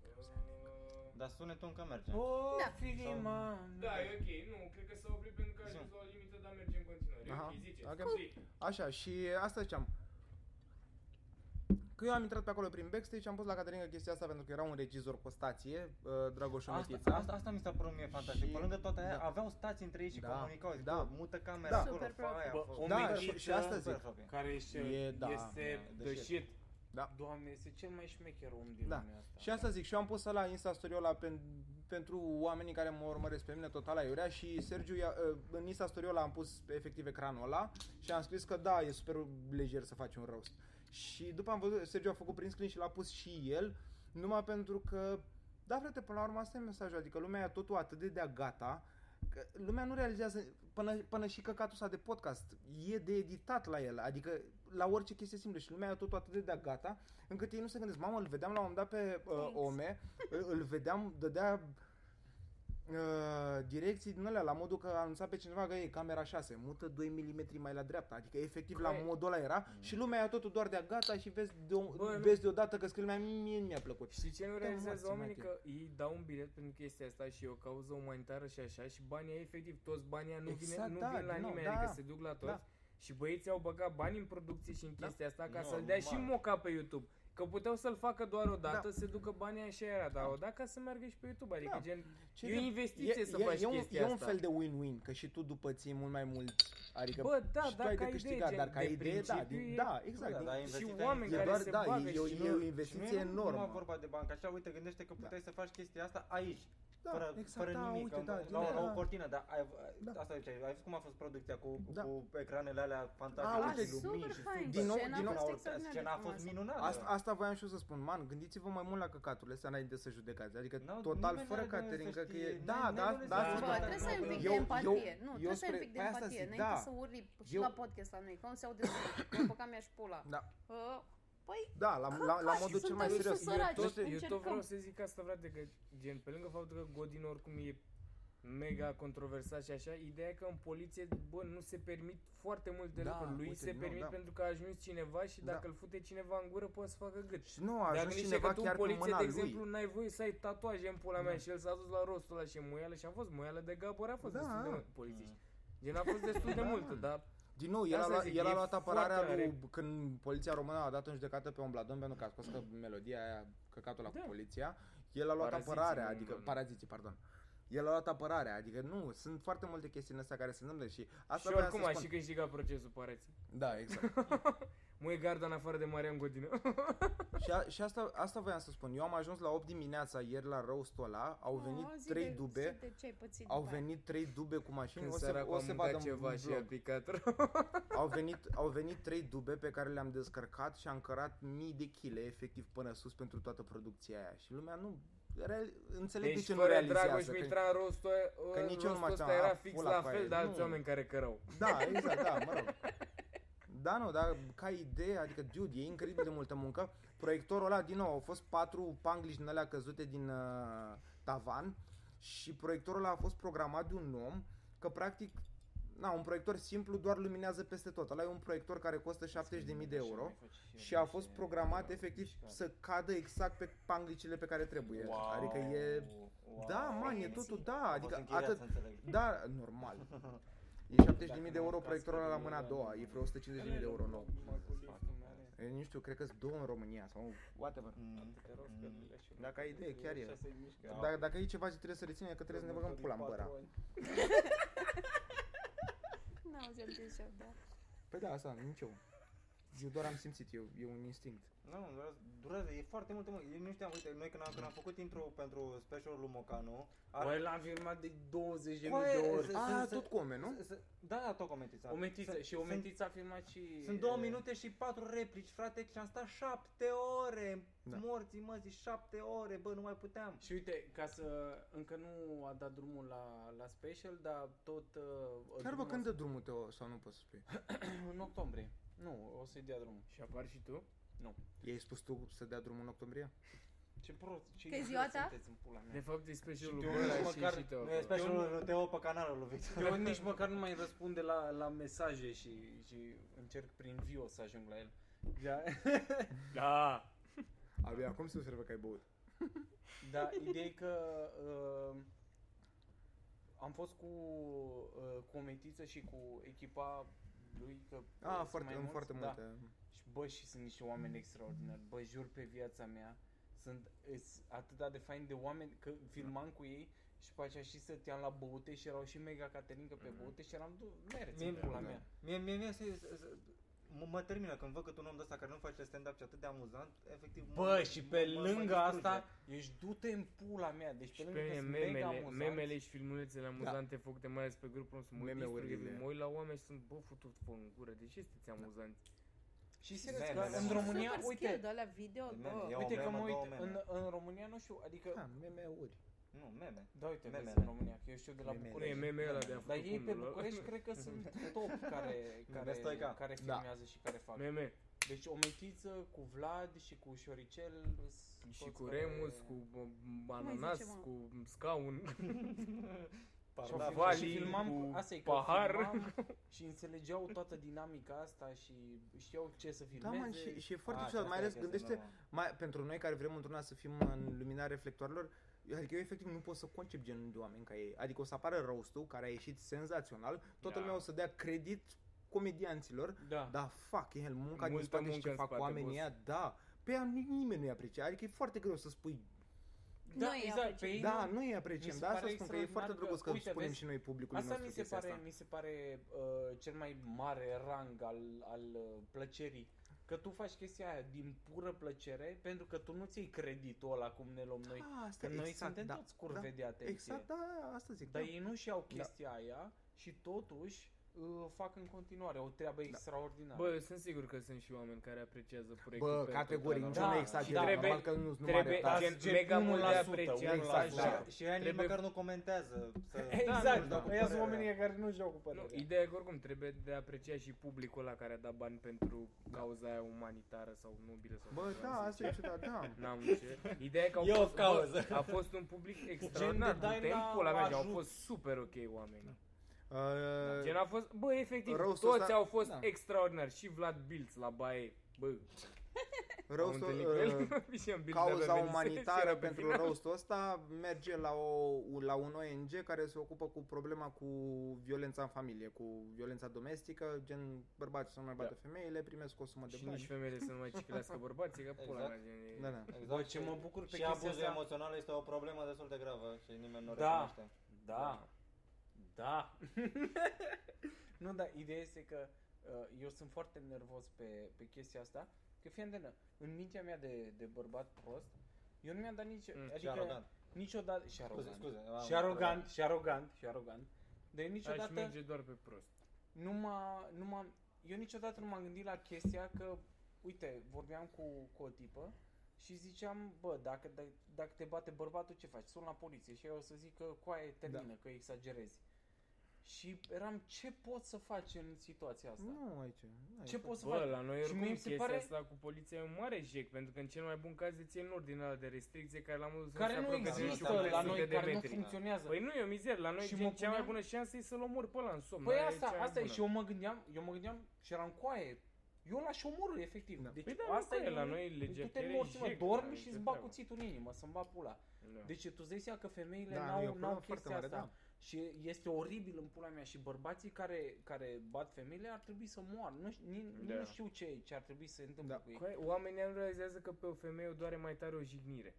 Speaker 1: Uh,
Speaker 4: Dar sunetul încă merge.
Speaker 6: O,
Speaker 2: Da.
Speaker 6: firima,
Speaker 1: Da, e ok, nu, cred că s-a oprit pentru că a ajuns
Speaker 4: Zi.
Speaker 1: la o limită, dar merge în continuare. E
Speaker 3: Aha,
Speaker 1: Ok, zice.
Speaker 3: ok.
Speaker 1: Zi.
Speaker 3: Așa, și asta ziceam. Că eu am intrat pe acolo prin backstage și am pus la Caterinca chestia asta pentru că era un regizor cu o stație, uh, Dragoș
Speaker 4: Asta,
Speaker 3: Ometița.
Speaker 4: asta, asta mi s-a părut mie fantastic.
Speaker 3: Și-
Speaker 4: Pe lângă toate aia,
Speaker 3: da.
Speaker 4: aveau stați între ei și
Speaker 3: Da,
Speaker 4: comunicau. Zic,
Speaker 3: da.
Speaker 4: bă, mută camera
Speaker 3: Da.
Speaker 4: acolo,
Speaker 2: Super
Speaker 4: fă aia,
Speaker 6: prof.
Speaker 4: fă-
Speaker 6: Bă,
Speaker 4: Super
Speaker 3: Da,
Speaker 6: Ometița-
Speaker 3: și, și asta
Speaker 4: prof,
Speaker 3: zic.
Speaker 4: ok.
Speaker 6: care este,
Speaker 3: E, da.
Speaker 6: este
Speaker 4: Da,
Speaker 6: the
Speaker 4: the
Speaker 6: shit.
Speaker 3: Da.
Speaker 6: Doamne, este cel mai șmecher om din
Speaker 3: Da.
Speaker 6: lumea asta.
Speaker 3: Și asta zic, și eu am pus la Insta story ăla pen, pentru oamenii care mă urmăresc pe mine total aiurea și Sergiu i-a- uh, în Insta story ăla am pus efectiv ecranul ăla și am scris că da, e super lejer să faci un roast. Și după am văzut, Sergiu a făcut prin screen și l-a pus și el, numai pentru că da, frate, până la urmă asta e mesajul, adică lumea e totul atât de de-a gata, că lumea nu realizează, până, până și căcatul ăsta de podcast, e de editat la el, adică la orice chestie simplă și lumea e totul atât de de-a gata, încât ei nu se gândesc, mamă, îl vedeam la un moment dat pe uh,
Speaker 2: Thanks.
Speaker 3: Ome, îl- îl vedeam, dădea uh, direcții din alea, la modul că anunța pe cineva că e camera 6, mută 2 mm mai la dreapta, adică efectiv la
Speaker 1: Corect. Mm.
Speaker 3: modul ăla era și lumea ia totul doar de-a gata și vezi, de o,
Speaker 1: Bă, nu.
Speaker 3: vezi deodată că scrie lumea, mie nu mi-a plăcut.
Speaker 1: Știi ce nu
Speaker 3: Te
Speaker 1: realizează
Speaker 3: morți,
Speaker 1: oamenii?
Speaker 3: Matei.
Speaker 1: Că ei dau un bilet pentru chestia asta și e o cauză umanitară și așa și banii ei, efectiv, toți banii aia nu, vine,
Speaker 3: Exact,
Speaker 1: nu
Speaker 3: da,
Speaker 1: vin la
Speaker 3: din nou,
Speaker 1: nimeni,
Speaker 3: da,
Speaker 1: adică se duc la toți.
Speaker 3: da.
Speaker 1: Și băieții au băgat bani în producție și în chestia asta ca să-l
Speaker 4: Normal.
Speaker 1: dea și moca pe YouTube. Că puteau să-l facă doar o dată,
Speaker 3: Da.
Speaker 1: se ducă banii aia și aia era, dar o dată ca să meargă și pe YouTube, adică
Speaker 3: Da.
Speaker 1: gen,
Speaker 3: Ce
Speaker 1: e o investiție să
Speaker 3: e,
Speaker 1: faci
Speaker 3: e, un,
Speaker 1: chestia
Speaker 3: e un
Speaker 1: asta.
Speaker 3: fel de win-win, că și tu după ții mult mai mult, adică
Speaker 1: Bă, da,
Speaker 3: și tu
Speaker 1: dar
Speaker 3: ai
Speaker 1: ca
Speaker 3: de
Speaker 1: idee,
Speaker 3: câștigat,
Speaker 1: gen,
Speaker 3: dar ca
Speaker 1: de
Speaker 3: idee, da,
Speaker 1: principiu
Speaker 3: din,
Speaker 1: e-
Speaker 3: da, exact,
Speaker 4: Da,
Speaker 3: din,
Speaker 4: da, ai
Speaker 1: Și
Speaker 4: investit aici.
Speaker 1: oameni
Speaker 3: E
Speaker 1: care
Speaker 3: doar-
Speaker 1: se
Speaker 3: da,
Speaker 1: bagă
Speaker 3: e
Speaker 1: și
Speaker 3: o-
Speaker 1: nu-
Speaker 3: e o
Speaker 4: Și nu
Speaker 3: investiție
Speaker 4: e numai
Speaker 3: enormă.
Speaker 4: vorba de bancă. Așa, uite, gândește că puteai să faci chestia asta aici.
Speaker 3: Da,
Speaker 4: fără,
Speaker 3: exact,
Speaker 4: fără
Speaker 3: da,
Speaker 4: nimic,
Speaker 3: uite,
Speaker 4: am-
Speaker 3: da,
Speaker 4: la,
Speaker 3: din-
Speaker 4: o- la
Speaker 3: da.
Speaker 4: o cortină, dar ai,
Speaker 3: Da.
Speaker 4: asta ziceai, ai văzut cum a fost producția cu,
Speaker 3: Da.
Speaker 4: cu ecranele alea fantastice,
Speaker 3: A,
Speaker 2: Ah,
Speaker 3: uite,
Speaker 4: și lumini
Speaker 2: super
Speaker 4: și
Speaker 2: fain.
Speaker 3: Din nou-
Speaker 2: Scena
Speaker 3: din
Speaker 2: a
Speaker 3: nou-
Speaker 2: fost
Speaker 4: Scena
Speaker 2: extraordinar de
Speaker 4: a fost
Speaker 2: frumoasă.
Speaker 4: minunată.
Speaker 3: Asta, asta voiam și eu să spun, man, gândiți-vă mai mult la căcaturile astea înainte să judecați. Adică
Speaker 4: N-au-
Speaker 3: total
Speaker 4: nimeni
Speaker 3: fără
Speaker 4: n-are de unde
Speaker 3: caterincă
Speaker 4: să
Speaker 3: că e...
Speaker 4: știe,
Speaker 3: Da,
Speaker 4: n-ai-
Speaker 3: da,
Speaker 4: n-ai
Speaker 3: da,
Speaker 4: de unde să
Speaker 3: da,
Speaker 2: Bă,
Speaker 4: știe.
Speaker 3: asta-
Speaker 4: Bă,
Speaker 2: trebuie să ai un pic
Speaker 4: eu-
Speaker 2: de
Speaker 4: eu-
Speaker 2: empatie. Nu,
Speaker 3: eu
Speaker 2: trebuie să ai un
Speaker 3: spre-
Speaker 2: pic de
Speaker 3: pe asta
Speaker 2: empatie.
Speaker 3: zic,
Speaker 2: Înainte
Speaker 3: da.
Speaker 2: să urli și
Speaker 3: Eu-
Speaker 2: la podcast la noi, că nu se aude sunet. că Păca mea și pula.
Speaker 3: Da.
Speaker 2: Uh, Păi,
Speaker 3: da, la, la, la
Speaker 2: Căcași
Speaker 3: modul cel
Speaker 2: sunt
Speaker 3: mai
Speaker 2: aici,
Speaker 3: serios.
Speaker 2: sunt săraci.
Speaker 3: Eu tot-
Speaker 1: Eu tot
Speaker 2: încercăm.
Speaker 1: vreau să zic asta, frate, că gen, pe lângă faptul că Godin oricum e mega controversat și așa, ideea e că în poliție, bă, nu se permit foarte multe
Speaker 3: Da,
Speaker 1: lucruri. Lui
Speaker 3: uite,
Speaker 1: se
Speaker 3: din nou,
Speaker 1: permit
Speaker 3: da.
Speaker 1: pentru că a ajuns cineva și
Speaker 3: Da.
Speaker 1: dacă îl fute cineva în gură, poate să facă gât.
Speaker 3: Și nu, a
Speaker 1: Dar
Speaker 3: ajuns
Speaker 1: gândește că
Speaker 3: cineva
Speaker 1: tu în
Speaker 3: chiar cu
Speaker 1: poliție,
Speaker 3: mâna
Speaker 1: de
Speaker 3: lui.
Speaker 1: exemplu, n-ai voie să ai tatuaje în pula mea
Speaker 3: Da.
Speaker 1: și el s-a dus la rostul ăla și e muială și a fost muială de gabor, a fost
Speaker 3: Da.
Speaker 1: destul de mult polițiști. Gen a fost destul de
Speaker 3: Da,
Speaker 1: multă,
Speaker 3: mă.
Speaker 1: dar
Speaker 3: Din nou, el a,
Speaker 1: Asta
Speaker 3: luat,
Speaker 1: zic,
Speaker 3: el a
Speaker 1: e
Speaker 3: luat
Speaker 1: foarte
Speaker 3: apărarea
Speaker 1: tare.
Speaker 3: lui când poliția română a dat în judecată pe un bladon pentru că a scos că melodia aia, căcatul la
Speaker 1: Da.
Speaker 3: cu poliția. El a luat
Speaker 1: Paraziții,
Speaker 3: apărarea,
Speaker 1: nu
Speaker 3: adică
Speaker 1: un-
Speaker 3: paraziții, pardon. El a luat apărarea, adică nu, sunt foarte multe chestii în astea care se întâmplă și asta
Speaker 1: și
Speaker 3: vreau
Speaker 1: oricum
Speaker 3: să
Speaker 1: a
Speaker 3: spun.
Speaker 1: și câștigat procesul, pareți.
Speaker 3: Da, exact.
Speaker 1: Mă e garda în afară de Marian Godină.
Speaker 3: și, a, și asta, asta voiam să spun. Eu am ajuns la 8 dimineața ieri la roastul ăla, au venit
Speaker 2: zi
Speaker 3: trei
Speaker 2: de,
Speaker 3: dube,
Speaker 2: zi De ce ai pățit
Speaker 3: au
Speaker 2: după aia.
Speaker 3: venit trei dube cu mașini,
Speaker 1: Când
Speaker 3: o să,
Speaker 1: săracul
Speaker 3: o
Speaker 1: a
Speaker 3: să
Speaker 1: mâncat
Speaker 3: vadă
Speaker 1: ceva
Speaker 3: un
Speaker 1: și a
Speaker 3: vlog.
Speaker 1: picat rău.
Speaker 3: Au venit, au venit trei dube pe care le-am descărcat și am cărat mii de chile efectiv până sus pentru toată producția aia și lumea nu real, înțeleg de
Speaker 1: Deci
Speaker 3: ce nu
Speaker 1: fără
Speaker 3: realizează.
Speaker 1: Dragoș
Speaker 3: că-
Speaker 1: Mitran rostul, că
Speaker 3: că nici eu nu
Speaker 1: rostul
Speaker 3: m-aș
Speaker 1: ăsta
Speaker 3: da,
Speaker 1: era
Speaker 3: a,
Speaker 1: fix
Speaker 3: pula
Speaker 1: la
Speaker 3: cu
Speaker 1: fel
Speaker 3: aia,
Speaker 1: de alți
Speaker 3: nu.
Speaker 1: oameni care cărău.
Speaker 3: Da, exact, da, mă rog. Da, nu, dar ca idee, adică, dude, e incredibil de multă muncă. Proiectorul ăla, din nou, au fost patru panglici din alea căzute din uh, tavan și proiectorul ăla a fost programat de un om că, practic, na, un proiector simplu doar luminează peste tot. Ăla e un proiector care costă 70.000 de euro și a fost
Speaker 4: Da,
Speaker 3: programat efectiv să cadă exact pe panglicile pe care trebuie. Adică e... Da, man, e totul, da, adică atât, da, normal.
Speaker 6: <laughs>
Speaker 3: E 70.000 de euro proiectorul ăla la mâna a doua, e vreo 150.000 de euro nou. E, nu știu, cred că sunt două în România sau whatever.
Speaker 4: Mm.
Speaker 3: Dacă ai idee, chiar e. Dacă, dacă e ceva ce trebuie să reține, că trebuie să ne băgăm pula în băra.
Speaker 2: N-auzeam deja, da.
Speaker 3: Păi da, asta, nici eu. Eu doar am simțit, eu, e un instinct.
Speaker 4: Nu, nu, durează, durează, e foarte mult, mă. Eu nu știam, uite, noi când am, când am făcut intro pentru specialul lui Mocanu, ar-
Speaker 6: Băi, l-am filmat de 20 de
Speaker 4: Băi,
Speaker 6: de ori.
Speaker 4: să-
Speaker 3: A,
Speaker 4: să-
Speaker 3: Ah, tot cu ome, nu?
Speaker 4: S- s- Da, da, tot cu o metiță.
Speaker 6: O metiță
Speaker 4: Sunt-
Speaker 6: și o
Speaker 4: sunt-
Speaker 6: metiță a filmat și...
Speaker 4: Sunt două minute și patru replici, frate, și am stat șapte ore,
Speaker 3: Da.
Speaker 4: morții măzii, șapte ore, bă, nu mai puteam.
Speaker 6: Și uite, ca să... Încă nu a dat drumul la, la special, dar tot... uh,
Speaker 3: Chiar bă,
Speaker 6: drumul
Speaker 3: când dă drumul tău sau nu poți să spui?
Speaker 6: <clears throat> În octombrie. Nu, o să-i dea drumul.
Speaker 1: Și apar și tu?
Speaker 3: I-ai spus tu să dea drumul în octombrie?
Speaker 6: Ce prost, ce
Speaker 2: Că e ziua ta?
Speaker 6: sunteți în pula mea.
Speaker 1: De fapt e specialul
Speaker 4: Și
Speaker 1: lui
Speaker 4: tu
Speaker 1: Băra
Speaker 4: nici
Speaker 1: și
Speaker 4: măcar
Speaker 1: și
Speaker 4: Nu e
Speaker 1: Teo.
Speaker 4: specialul lui Teo pe canalul lui Victor.
Speaker 6: Eu nici măcar nu mai răspunde la, la mesaje și, și încerc prin vio să ajung la el. Da, <laughs>
Speaker 1: Da.
Speaker 3: Abia acum se observă că ai băut.
Speaker 6: da ideea e că uh, am fost cu, uh, cu o metiță și cu echipa lui că uh,
Speaker 3: A,
Speaker 6: sunt
Speaker 3: Ah, foarte,
Speaker 6: mai
Speaker 3: în
Speaker 6: mulți,
Speaker 3: foarte
Speaker 6: da.
Speaker 3: multe.
Speaker 6: Și bă, și sunt niște oameni extraordinari. Bă, jur pe viața mea, sunt îs atât de fain de oameni că filmam cu ei și după aceea și stăteam la băute și erau și mega Caterinca pe băute și eram, du, mereți în
Speaker 4: Mie-
Speaker 6: pula
Speaker 3: da.
Speaker 6: mea.
Speaker 4: Mie, mie, mie, se, se, se, mă, mă termină când văd că un om de ăsta care nu face stand-up și atât de amuzant, efectiv... mă-
Speaker 6: Bă, și pe
Speaker 4: mă- mă
Speaker 6: lângă
Speaker 4: distruge.
Speaker 6: asta, ești du-te în pula mea. Deci pe
Speaker 1: Și
Speaker 6: lângă
Speaker 1: pe
Speaker 6: că
Speaker 1: mine
Speaker 6: sunt mega
Speaker 1: memele,
Speaker 6: amuzanți,
Speaker 1: memele și filmulețele amuzante făcute mai ales pe grupul nostru mă uit,
Speaker 3: Memeurile.
Speaker 1: distrug, mă uit la oameni și sunt bă futut pe în gură, de ce sunteți amuzanți?
Speaker 6: Și serios,
Speaker 4: Meme,
Speaker 6: că
Speaker 4: meme,
Speaker 6: în
Speaker 4: meme.
Speaker 6: România,
Speaker 2: Super skill da.
Speaker 6: uite,
Speaker 2: de la video,
Speaker 4: Meme,
Speaker 2: bă.
Speaker 4: eu-
Speaker 6: uite
Speaker 4: o
Speaker 6: că mă
Speaker 4: memă, două
Speaker 6: uit, în,
Speaker 4: meme.
Speaker 6: în România, nu știu,
Speaker 3: Da,
Speaker 6: adică,
Speaker 3: meme-uri.
Speaker 4: Nu, meme.
Speaker 6: da, uite, vezi
Speaker 4: Memele.
Speaker 6: în România, că eu știu de la
Speaker 3: Memele.
Speaker 1: Nu e
Speaker 6: București.
Speaker 1: meme ăla de a făcut
Speaker 6: Dar ei pe
Speaker 1: pumnul ăla.
Speaker 6: București cred că sunt top care, care,
Speaker 4: Stoica.
Speaker 6: care
Speaker 3: Da.
Speaker 6: filmează și care fac.
Speaker 1: Meme.
Speaker 6: Deci o metiță cu Vlad și cu Șoricel sunt
Speaker 1: Și
Speaker 6: toți
Speaker 1: cu
Speaker 6: care-
Speaker 1: Remus, cu bă,
Speaker 2: mai
Speaker 1: ananas,
Speaker 2: zice, mă?
Speaker 1: cu scaun.
Speaker 6: și,
Speaker 4: Da,
Speaker 6: da,
Speaker 1: Vali,
Speaker 6: și filmam cu,
Speaker 1: cu
Speaker 6: asta e, că
Speaker 1: pahar.
Speaker 6: filmam
Speaker 1: <laughs>
Speaker 6: și înțelegeau toată dinamica asta și știau ce să
Speaker 3: Da,
Speaker 6: filmeze.
Speaker 3: mă, și, și e foarte
Speaker 4: A, și
Speaker 3: ciudat,
Speaker 4: asta
Speaker 3: mai
Speaker 4: e
Speaker 3: ales
Speaker 4: chestia,
Speaker 3: gândește,
Speaker 4: normal.
Speaker 3: mai, pentru noi care vrem într-una să fim în lumina reflectoarelor, adică eu efectiv nu pot să concep genul de oameni ca ei. Adică o să apară roast care a ieșit senzațional, toată
Speaker 1: Da.
Speaker 3: lumea o să dea credit comedianților,
Speaker 6: da.
Speaker 3: da, fuck, el,
Speaker 1: Multă
Speaker 3: munca din spate și
Speaker 1: muncă
Speaker 3: ce
Speaker 1: în
Speaker 3: fac
Speaker 1: spate,
Speaker 3: oamenii
Speaker 1: boss.
Speaker 3: ăia, da, pe ea ni- nimeni nu-i aprecia, adică e foarte greu să spui,
Speaker 6: Da,
Speaker 2: Noi
Speaker 6: exact, pe
Speaker 2: apreciem.
Speaker 6: ei
Speaker 3: da,
Speaker 6: nu-
Speaker 3: nu îi apreciem,
Speaker 6: se
Speaker 3: da, asta
Speaker 6: pare
Speaker 3: spun că e foarte
Speaker 6: extraordinar că,
Speaker 3: drăguț că
Speaker 6: uite,
Speaker 3: spunem
Speaker 6: vezi,
Speaker 3: și noi publicului
Speaker 6: Asta
Speaker 3: nostru
Speaker 6: mi se
Speaker 3: chestia
Speaker 6: pare,
Speaker 3: asta.
Speaker 6: mi se pare uh, cel mai mare rang al, al uh, plăcerii. Că tu faci chestia aia din pură plăcere pentru că tu nu ți-ai creditul ăla cum ne luăm noi.
Speaker 3: Ah, asta
Speaker 6: Că noi
Speaker 3: exact,
Speaker 6: suntem
Speaker 3: da,
Speaker 6: toți curve de atenție.
Speaker 3: Exact, da, asta zic,
Speaker 6: Dar
Speaker 3: da.
Speaker 6: ei nu și au chestia aia și totuși uh, fac în continuare o treabă extraordinară.
Speaker 1: Bă, eu sunt sigur că sunt și oameni care apreciază proiectul.
Speaker 7: Bă,
Speaker 1: pentru
Speaker 7: categoric,
Speaker 1: talent.
Speaker 7: niciun nu
Speaker 6: Da,
Speaker 7: exagerat,
Speaker 1: și trebuie-
Speaker 7: normal că nu-s numai
Speaker 1: Trebuie
Speaker 7: dreptate.
Speaker 1: gen,
Speaker 6: gen
Speaker 1: mega mult de
Speaker 6: 1%,
Speaker 1: apreciat.
Speaker 7: exact,
Speaker 1: la-
Speaker 7: da.
Speaker 4: Și, și aia nici
Speaker 1: Trebuie-
Speaker 4: măcar nu comentează. Să,
Speaker 6: Da,
Speaker 4: Da,
Speaker 1: exact,
Speaker 4: nu-și dau cu
Speaker 6: Ăia Păi sunt
Speaker 4: părerea.
Speaker 6: oamenii care nu-și dau cu
Speaker 1: Nu,
Speaker 6: părerea.
Speaker 1: ideea e că oricum trebuie de apreciat și publicul ăla care a dat bani pentru cauza aia umanitară sau nobilă sau
Speaker 3: Bă,
Speaker 1: ceva,
Speaker 3: da,
Speaker 1: să
Speaker 3: asta e ciudat, da.
Speaker 1: N-am ce. Ideea e că au
Speaker 4: E o
Speaker 1: fost,
Speaker 4: cauză.
Speaker 1: bă, a fost un public extraordinar.
Speaker 6: Gen de
Speaker 1: Gen de
Speaker 6: Daina
Speaker 1: pula mea, și au
Speaker 6: ajut.
Speaker 1: fost super ok oameni.
Speaker 6: Da,
Speaker 8: Da.
Speaker 3: Uh,
Speaker 1: Gen a fost, bă, efectiv,
Speaker 3: Roastul
Speaker 1: toți
Speaker 3: ăsta-
Speaker 1: au fost
Speaker 3: da.
Speaker 1: extraordinari. Și Vlad Bilț la baie. Bă, am
Speaker 3: roastul,
Speaker 1: întâlnit cu el.
Speaker 3: uh,
Speaker 6: <laughs>
Speaker 1: <laughs> și am Bilț de-abia
Speaker 3: cauza
Speaker 1: venise <laughs> și
Speaker 3: umanitară
Speaker 1: era pe
Speaker 3: pentru
Speaker 1: final.
Speaker 3: roastul ăsta merge la, o, la un ONG care se ocupă cu problema cu violența în familie, cu violența domestică, gen bărbații să nu mai bată
Speaker 6: Da.
Speaker 3: femeile, primesc o sumă de
Speaker 1: Și nici
Speaker 3: bani.
Speaker 1: femeile să nu mai <laughs> ciclească bărbații, că pula
Speaker 4: Exact.
Speaker 1: mea, gen, e-
Speaker 3: Da, da.
Speaker 4: Exact.
Speaker 6: Bă, ce mă bucur pe
Speaker 4: și
Speaker 6: chestia
Speaker 4: abuzul
Speaker 6: asta.
Speaker 4: emoțional este o problemă destul de gravă și nimeni nu o
Speaker 6: Da.
Speaker 4: recunoaște.
Speaker 6: Da. Da. <laughs> nu, dar ideea este că uh, eu sunt foarte nervos pe, pe chestia asta. Că fii antenă, în mintea mea de, de bărbat prost, eu nu mi-am dat nici...
Speaker 1: Mm.
Speaker 6: Mm,
Speaker 4: Și
Speaker 6: adică,
Speaker 4: arogant.
Speaker 6: niciodată... Și
Speaker 4: Scuze,
Speaker 6: arogant.
Speaker 4: scuze. am-
Speaker 6: Și arogant, și arogant, și arogant. Dar eu
Speaker 1: Aș
Speaker 6: niciodată
Speaker 1: merge doar pe prost.
Speaker 6: nu m-a, nu m-am, eu niciodată nu m-am gândit la chestia că, uite, vorbeam cu, cu o tipă și ziceam, bă, dacă, dacă, dacă te bate bărbatul, ce faci? Sun la poliție și eu o să zic că coaie termină, da. că exagerezi. Și eram, ce pot să faci în situația asta? Nu,
Speaker 3: Nu, aici.
Speaker 6: ce pot să
Speaker 1: Bă,
Speaker 6: faci?
Speaker 1: la noi
Speaker 6: Și
Speaker 1: oricum
Speaker 6: mie mi se
Speaker 1: chestia
Speaker 6: pare-
Speaker 1: asta cu poliția e un mare jec, pentru că în cel mai bun caz îți iei în ordinea de restricție care l-am văzut
Speaker 6: Care nu
Speaker 1: aproape de
Speaker 6: există
Speaker 1: 300
Speaker 6: la
Speaker 1: de
Speaker 6: noi, care nu
Speaker 1: metri.
Speaker 6: funcționează.
Speaker 1: Păi nu, e o mizerie. La noi
Speaker 6: Și
Speaker 1: gen,
Speaker 6: mă
Speaker 1: cea mai
Speaker 6: puneam-
Speaker 1: bună șansă e să-l omori pe ăla în somn.
Speaker 6: Păi
Speaker 1: Aia e
Speaker 6: asta,
Speaker 1: cea mai
Speaker 6: asta e
Speaker 1: bună.
Speaker 6: și eu mă gândeam, eu mă gândeam și eram coaie. Eu l-aș omorâ, efectiv.
Speaker 3: Da.
Speaker 6: Deci
Speaker 1: Păi da,
Speaker 6: asta e
Speaker 1: la noi
Speaker 6: Deci
Speaker 1: legea
Speaker 6: tu te
Speaker 1: chiar e
Speaker 6: morți, mă,
Speaker 1: jec,
Speaker 6: dormi
Speaker 1: mă,
Speaker 6: și
Speaker 1: ce
Speaker 6: îți bag
Speaker 1: treabă.
Speaker 6: cuțitul în inimă, să-mi bag pula.
Speaker 1: Da.
Speaker 6: Deci tu îți dai seama că femeile
Speaker 3: Da, e o
Speaker 6: n-au,
Speaker 3: problemă
Speaker 6: n-au
Speaker 3: foarte
Speaker 6: chestia
Speaker 3: mare,
Speaker 6: asta.
Speaker 3: da.
Speaker 6: Și este oribil în pula mea și bărbații care, care bat femeile ar trebui să moară. Nu, ș- ni,
Speaker 1: Da.
Speaker 6: nu știu ce, ce ar trebui să se întâmple
Speaker 3: Da.
Speaker 6: cu ei.
Speaker 1: Coaie, Păi Oamenii nu realizează că pe o femeie o doare mai tare o jignire.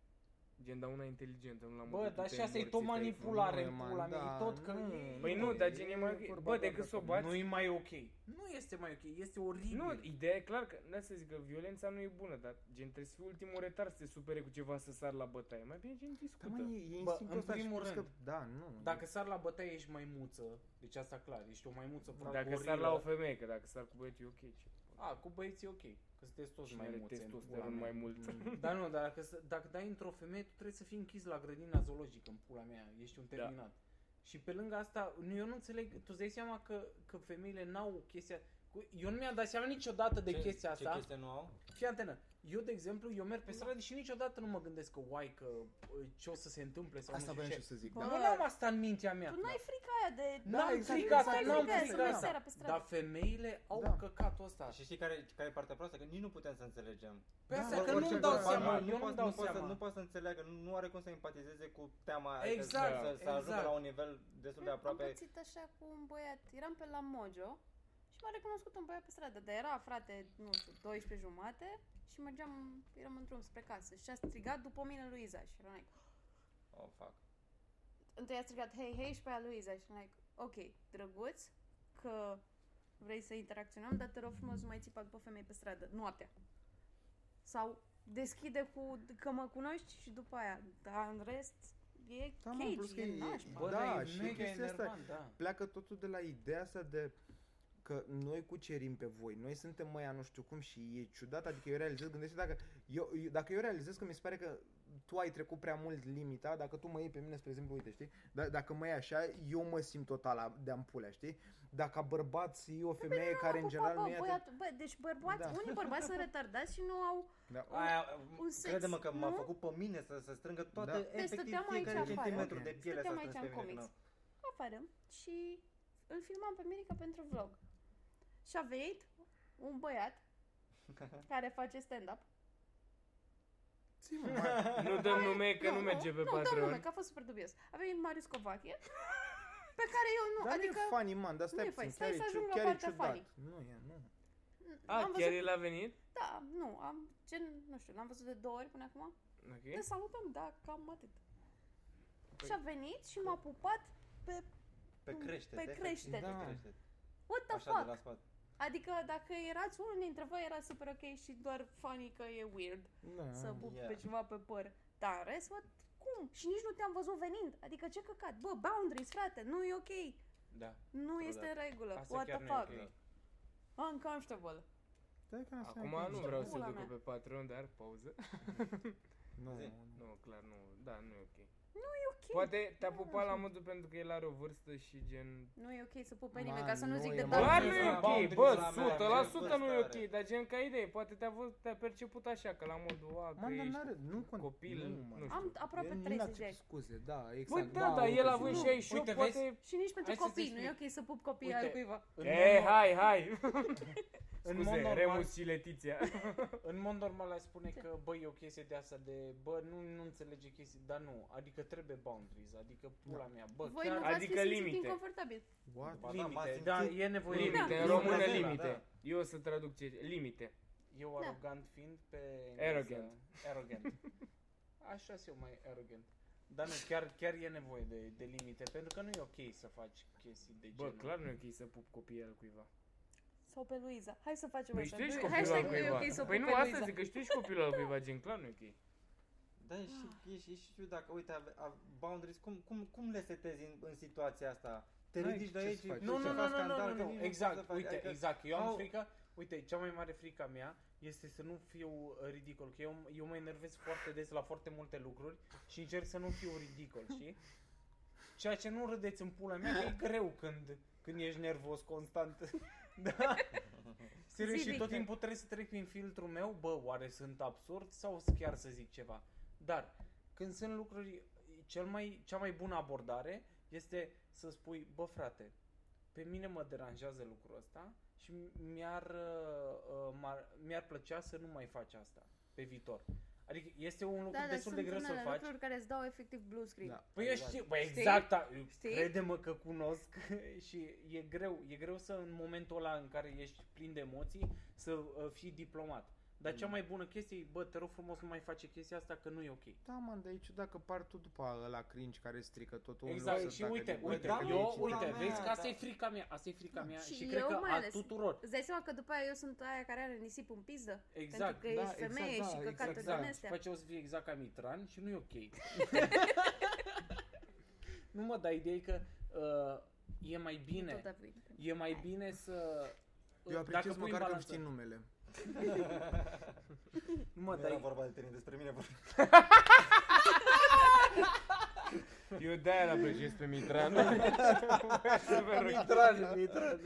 Speaker 1: Gen, dar una inteligentă, nu l-am
Speaker 6: Bă, dar și asta e tot manipulare în pula
Speaker 3: da,
Speaker 6: mea, e tot că...
Speaker 1: Păi nu, dar gen e mai... Bă, decât să o bați...
Speaker 6: Nu e mai ok. Nu este mai ok, este oribil.
Speaker 1: Nu, ideea e clar că, da să zic că violența nu e bună, dar gen trebuie să fii ultimul retard să te supere cu ceva să sar la bătaie. Mai bine gen
Speaker 3: Da,
Speaker 1: discută.
Speaker 3: mă, e, e
Speaker 6: Bă,
Speaker 3: instinctul
Speaker 6: în
Speaker 3: ăsta și
Speaker 6: primul
Speaker 3: plus că...
Speaker 6: rând,
Speaker 3: Da, nu.
Speaker 6: Dacă sar la bătaie ești maimuță, deci asta clar, ești o maimuță
Speaker 1: dacă
Speaker 6: gorilă.
Speaker 1: sar la o femeie, că dacă sar cu băieți e ok. Ce?
Speaker 6: A, cu băieții e ok, că sunteți toți
Speaker 1: Cine are
Speaker 6: maimuțe. în pula
Speaker 1: testosteron
Speaker 6: mea.
Speaker 1: mai mult.
Speaker 3: Mm.
Speaker 6: <laughs> Dar nu, dar dacă, s- dacă dai într-o femeie, tu trebuie să fii închis la grădina zoologică, în pula mea, ești
Speaker 4: Da.
Speaker 6: un terminat. Și pe lângă asta, nu, eu nu înțeleg, tu îți dai seama că, că femeile n-au chestia... cu- Eu nu mi-am dat seama niciodată de
Speaker 4: Ce-
Speaker 6: chestia asta.
Speaker 4: Ce chestie nu au?
Speaker 6: Fii antenă, eu de exemplu, eu
Speaker 3: Da.
Speaker 6: merg pe stradă și niciodată nu mă gândesc că, uai, că uh, ce o să se întâmple sau
Speaker 3: Asta
Speaker 6: nu
Speaker 3: vreau
Speaker 6: știu
Speaker 3: și eu
Speaker 6: ce.
Speaker 3: să zic,
Speaker 2: Bă,
Speaker 3: da.
Speaker 6: Nu am asta în mintea mea. Da.
Speaker 2: Tu n-ai frica aia de...
Speaker 6: N-am
Speaker 3: Da, exact,
Speaker 6: frica
Speaker 3: exact,
Speaker 6: asta, n-am
Speaker 3: exact,
Speaker 6: frica
Speaker 3: exact.
Speaker 6: asta.
Speaker 2: Seara pe stradă.
Speaker 6: Dar femeile au
Speaker 3: Da.
Speaker 6: căcatul ăsta.
Speaker 4: Și știi care, care e partea proastă? Că nici nu putem să înțelegem.
Speaker 6: Pe
Speaker 3: Da,
Speaker 6: asta
Speaker 3: bă,
Speaker 6: că
Speaker 3: orice
Speaker 6: nu-mi dau
Speaker 3: bărbat,
Speaker 6: seama,
Speaker 3: bă,
Speaker 6: eu nu-mi dau
Speaker 4: poate să, nu
Speaker 6: seama.
Speaker 4: poate să înțeleagă, nu, nu are cum să empatizeze cu teama aia, că
Speaker 6: Exact,
Speaker 4: să, să ajungă
Speaker 6: exact.
Speaker 4: la un nivel destul de
Speaker 2: Am
Speaker 4: aproape.
Speaker 2: pățit așa cu un băiat. Eram pe la Mojo și m-a recunoscut un băiat pe stradă, dar era frate, nu știu, 12 jumate și mergeam, eram în drum spre casă și a strigat după mine Luiza și eram like,
Speaker 4: Oh, fuck.
Speaker 2: întâi a strigat hei, hei și pe aia Luiza și eram like, ok, drăguț, că vrei să interacționăm, dar te rog frumos nu mai țipa după femei pe stradă, noaptea. Sau deschide cu că mă cunoști și după aia, dar în rest e
Speaker 3: Da, mă,
Speaker 2: cage,
Speaker 3: plus că
Speaker 2: e
Speaker 3: e-
Speaker 2: nașpa.
Speaker 6: Bă,
Speaker 3: Da,
Speaker 6: dar e
Speaker 3: și
Speaker 6: mega
Speaker 3: chestia asta-
Speaker 6: enervant, da.
Speaker 3: pleacă totul de la ideea asta de că noi cucerim pe voi, noi suntem măia nu știu cum și e ciudat, adică eu realizez, gândește dacă eu, eu, dacă eu realizez că mi se pare că tu ai trecut prea mult limita, dacă tu mă iei pe mine, spre exemplu, uite, știi, da, dacă mă iei așa, eu mă simt total de ampulea, știi, dacă ca bărbat să iei o femeie care în
Speaker 2: Păi, Bă,
Speaker 3: general
Speaker 2: bă,
Speaker 3: nu e atât...
Speaker 2: băiatul- bă, deci bărbați,
Speaker 3: Da.
Speaker 2: unii bărbați
Speaker 3: <laughs>
Speaker 2: sunt retardați și nu au
Speaker 3: Da.
Speaker 4: Aia,
Speaker 2: un sex,
Speaker 4: crede-mă că m-a
Speaker 2: nu?
Speaker 4: făcut pe mine să, să strângă toată,
Speaker 3: Da.
Speaker 6: Deci
Speaker 4: efectiv,
Speaker 2: stăteam aici
Speaker 4: fiecare
Speaker 2: afară.
Speaker 4: centimetru de
Speaker 3: Ok.
Speaker 4: piele
Speaker 2: Stăteam
Speaker 4: să
Speaker 2: aici în comics. afară și îl filmam pe Mirica pentru vlog. Și a venit un
Speaker 3: <laughs>
Speaker 2: băiat care face stand-up.
Speaker 1: <laughs> nu dăm nume, că
Speaker 2: Nu,
Speaker 1: nu merge pe
Speaker 2: nu, Nu, nume,
Speaker 1: Patreon.
Speaker 2: că a fost super dubios. A venit Marius
Speaker 1: <laughs>
Speaker 2: Covache, pe care eu nu,
Speaker 3: Dar
Speaker 2: adică
Speaker 3: nu e funny, man, dar
Speaker 2: nu
Speaker 3: stai
Speaker 2: e
Speaker 3: puțin,
Speaker 2: funny.
Speaker 3: chiar,
Speaker 2: Stai să
Speaker 3: e,
Speaker 2: ajung
Speaker 3: ciu-
Speaker 2: la
Speaker 3: chiar e
Speaker 2: partea
Speaker 3: ciudat.
Speaker 2: funny.
Speaker 3: Nu e, nu.
Speaker 1: A,
Speaker 2: am
Speaker 1: Ah, chiar
Speaker 2: văzut,
Speaker 1: el a venit?
Speaker 2: da, nu, am, gen, nu știu, l-am văzut de două ori până acum. Ne
Speaker 1: Ok.
Speaker 2: salutăm, da, cam atât.
Speaker 1: Păi-
Speaker 2: Și a venit și m-a pupat pe
Speaker 4: Pe creștete.
Speaker 2: Mm, Pe creștete.
Speaker 4: Da.
Speaker 3: Da.
Speaker 4: Pe creștete.
Speaker 2: what the
Speaker 4: Așa de
Speaker 2: fuck?
Speaker 4: la spate.
Speaker 2: Adică dacă erați unul dintre voi era super ok și doar funny că e weird
Speaker 3: Da.
Speaker 2: să pup
Speaker 4: Yeah.
Speaker 2: pe ceva pe păr. Dar în rest, what? cum? Și nici nu te-am văzut venind. Adică ce căcat? Bă, boundaries, frate, nu e ok.
Speaker 3: Da.
Speaker 2: Nu
Speaker 3: Da,
Speaker 2: este în regulă.
Speaker 1: Asta
Speaker 2: What the
Speaker 1: chiar nu e
Speaker 2: fuck?
Speaker 1: ok.
Speaker 2: Uncomfortable.
Speaker 3: Da, că așa
Speaker 1: Acum
Speaker 3: e.
Speaker 1: nu vreau să
Speaker 2: Pula
Speaker 1: duc
Speaker 2: mea.
Speaker 1: pe Patreon, dar pauză.
Speaker 3: Nu,
Speaker 4: Zi.
Speaker 3: nu.
Speaker 1: Nu, clar, nu. Da, nu e ok.
Speaker 2: Ok.
Speaker 1: Poate te-a
Speaker 2: Da,
Speaker 1: pupat
Speaker 2: așa.
Speaker 1: la modul pentru că el are o vârstă și gen...
Speaker 2: Nu e ok să pup pe
Speaker 3: Man,
Speaker 2: nimeni, ca să nu
Speaker 3: nu
Speaker 2: zic
Speaker 3: e
Speaker 2: de
Speaker 3: ok.
Speaker 2: data
Speaker 1: Clar nu
Speaker 2: asta.
Speaker 3: da.
Speaker 1: e ok,
Speaker 4: Boundaries
Speaker 1: bă,
Speaker 4: la mea,
Speaker 1: 100% nu e
Speaker 4: vârstă
Speaker 1: ok, dar gen ca idee, poate te-a, văzut, te-a perceput așa, că la modul a, că
Speaker 3: Man, dar
Speaker 1: ești
Speaker 3: n-are, nu cont.
Speaker 1: copil,
Speaker 3: nu, man.
Speaker 1: nu știu.
Speaker 2: Am aproape
Speaker 3: Eu nu-l
Speaker 2: 30 de
Speaker 3: accept
Speaker 2: ani.
Speaker 3: scuze, da,
Speaker 1: Bă,
Speaker 3: exact.
Speaker 1: da, dar el
Speaker 3: uite,
Speaker 1: având
Speaker 2: nu.
Speaker 1: 68,
Speaker 6: Uite,
Speaker 1: poate...
Speaker 2: Și nici pentru
Speaker 6: Hai să-ți
Speaker 2: copii, nu e ok să pup copiii al
Speaker 6: Uite,
Speaker 2: cuiva.
Speaker 6: În
Speaker 4: Eh,
Speaker 1: Ei,
Speaker 6: mod
Speaker 1: hai, hai! Păi, <laughs>
Speaker 6: În
Speaker 1: Scuze,
Speaker 6: mod normal-
Speaker 1: Remus și <laughs> Letiția.
Speaker 6: În mod normal ai spune
Speaker 2: Da.
Speaker 6: că, bă, e o chestie de asta de, bă, nu, nu înțelege chestii, dar nu, adică trebuie boundaries, adică pula mea, bă,
Speaker 2: Voi
Speaker 6: chiar
Speaker 2: nu v-ați
Speaker 1: adică
Speaker 2: fi simțit
Speaker 1: limite.
Speaker 2: inconfortabil.
Speaker 3: What?
Speaker 4: Ba da, m-a
Speaker 6: limite,
Speaker 4: simțit.
Speaker 6: da, e nevoie de
Speaker 1: Limite,
Speaker 2: Da.
Speaker 1: în română
Speaker 4: Da.
Speaker 1: limite.
Speaker 4: Da.
Speaker 1: Eu o să traduc ce... Limite.
Speaker 6: Eu
Speaker 2: Da.
Speaker 6: arogant fiind pe... engleză-
Speaker 1: Arrogant.
Speaker 6: Arrogant. Așa sunt eu mai arogant. Dar nu, chiar, chiar e nevoie de, de limite, pentru că nu e ok să faci chestii de
Speaker 1: Bă,
Speaker 6: genul.
Speaker 1: clar nu e ok să pup copiii al cuiva.
Speaker 2: Sau pe Luiza. Hai să facem
Speaker 1: Păi
Speaker 2: așa.
Speaker 1: știi
Speaker 2: Nu-
Speaker 1: copilul al
Speaker 2: Hashtag nu e ok
Speaker 1: cuiva.
Speaker 2: să
Speaker 1: Păi
Speaker 2: pup
Speaker 1: nu,
Speaker 2: pe
Speaker 1: asta zic
Speaker 2: Luiza.
Speaker 1: că știi copilul al cuiva, gen, clar nu e ok.
Speaker 4: Da, e și, e și, e și ciudat dacă, uite, a, a boundaries, cum, cum, cum le setezi în, în situația asta? Te
Speaker 3: N-ai
Speaker 4: ridici de
Speaker 3: ce
Speaker 4: aici,
Speaker 3: să faci.
Speaker 6: Nu,
Speaker 4: ce
Speaker 6: nu, nu,
Speaker 4: faci
Speaker 6: nu,
Speaker 4: scandal,
Speaker 6: nu,
Speaker 4: că
Speaker 6: nu,
Speaker 4: nici
Speaker 6: nu,
Speaker 4: nu poți
Speaker 6: exact,
Speaker 4: să faci,
Speaker 6: uite,
Speaker 4: adică-
Speaker 6: exact, eu am
Speaker 4: Au-
Speaker 6: frica, uite, cea mai mare frica mea este să nu fiu uh, ridicol, că eu, eu mă enervez foarte des la foarte multe lucruri și încerc să nu fiu ridicol, și Ceea ce nu râdeți în pula mea, că e greu când, când ești nervos constant, <laughs> da? Serios,
Speaker 2: Zi,
Speaker 6: și tot
Speaker 2: Victor.
Speaker 6: timpul trebuie să trec prin filtrul meu, bă, oare sunt absurd sau chiar să zic ceva? Dar, când sunt lucruri, cel mai, cea mai bună abordare este să spui, bă frate, pe mine mă deranjează lucrul ăsta și mi-ar, uh, uh, m-ar- mi-ar plăcea să nu mai faci asta pe viitor. Adică este un lucru
Speaker 2: Da, dar
Speaker 6: destul
Speaker 2: sunt
Speaker 6: de greu să-l
Speaker 2: unele
Speaker 6: faci.
Speaker 2: lucruri care îți dau efectiv blue screen.
Speaker 3: Da.
Speaker 6: Păi eu știu, băi
Speaker 2: Știi?
Speaker 6: exact, a- eu-
Speaker 2: Știi?
Speaker 6: crede-mă că cunosc <laughs> și e greu, e greu să în momentul ăla în care ești plin de emoții să uh, fii diplomat. Dar cea mai bună chestie e, bă, te rog frumos nu mai face chestia asta că nu e ok.
Speaker 3: Da, man, dar e ciudat că par tu după ăla cringe care strică totul. un
Speaker 6: Exact,
Speaker 3: loc să
Speaker 6: și
Speaker 3: tacă
Speaker 6: uite,
Speaker 3: din
Speaker 6: uite,
Speaker 3: gură, că de aici
Speaker 6: eu,
Speaker 3: e
Speaker 6: uite,
Speaker 3: cringe.
Speaker 6: vezi că
Speaker 4: da.
Speaker 6: asta e frica mea, asta e frica mea
Speaker 2: Da. Și
Speaker 6: și, cred
Speaker 2: eu
Speaker 6: că
Speaker 2: mai
Speaker 6: a
Speaker 2: ales.
Speaker 6: tuturor.
Speaker 2: Îți dai seama că după aia eu sunt aia care are nisip în pizdă? Pentru
Speaker 6: Exact,
Speaker 2: că
Speaker 3: da,
Speaker 2: ești
Speaker 3: exact,
Speaker 2: femeie
Speaker 3: da,
Speaker 2: și căcaturi
Speaker 3: exact,
Speaker 2: din
Speaker 6: Exact, și
Speaker 2: astea.
Speaker 6: face o să fie exact ca Mitran și nu e
Speaker 2: <laughs>
Speaker 6: ok. nu mă, dar ideea e că uh, e mai bine,
Speaker 2: Tot apoi.
Speaker 6: e mai bine să... uh,
Speaker 3: Eu apreciez
Speaker 6: pui în
Speaker 3: măcar că îmi
Speaker 6: balanță-
Speaker 3: știi numele.
Speaker 6: Nu mă,
Speaker 4: Nu
Speaker 6: dar
Speaker 4: era
Speaker 6: e-
Speaker 4: vorba de tine, despre mine vorba.
Speaker 1: <laughs> Eu de-aia l-apreciez pe <laughs> Mitran. Bă, super ok.
Speaker 4: Mitran,
Speaker 6: Păi,
Speaker 3: Da,
Speaker 4: Mitran.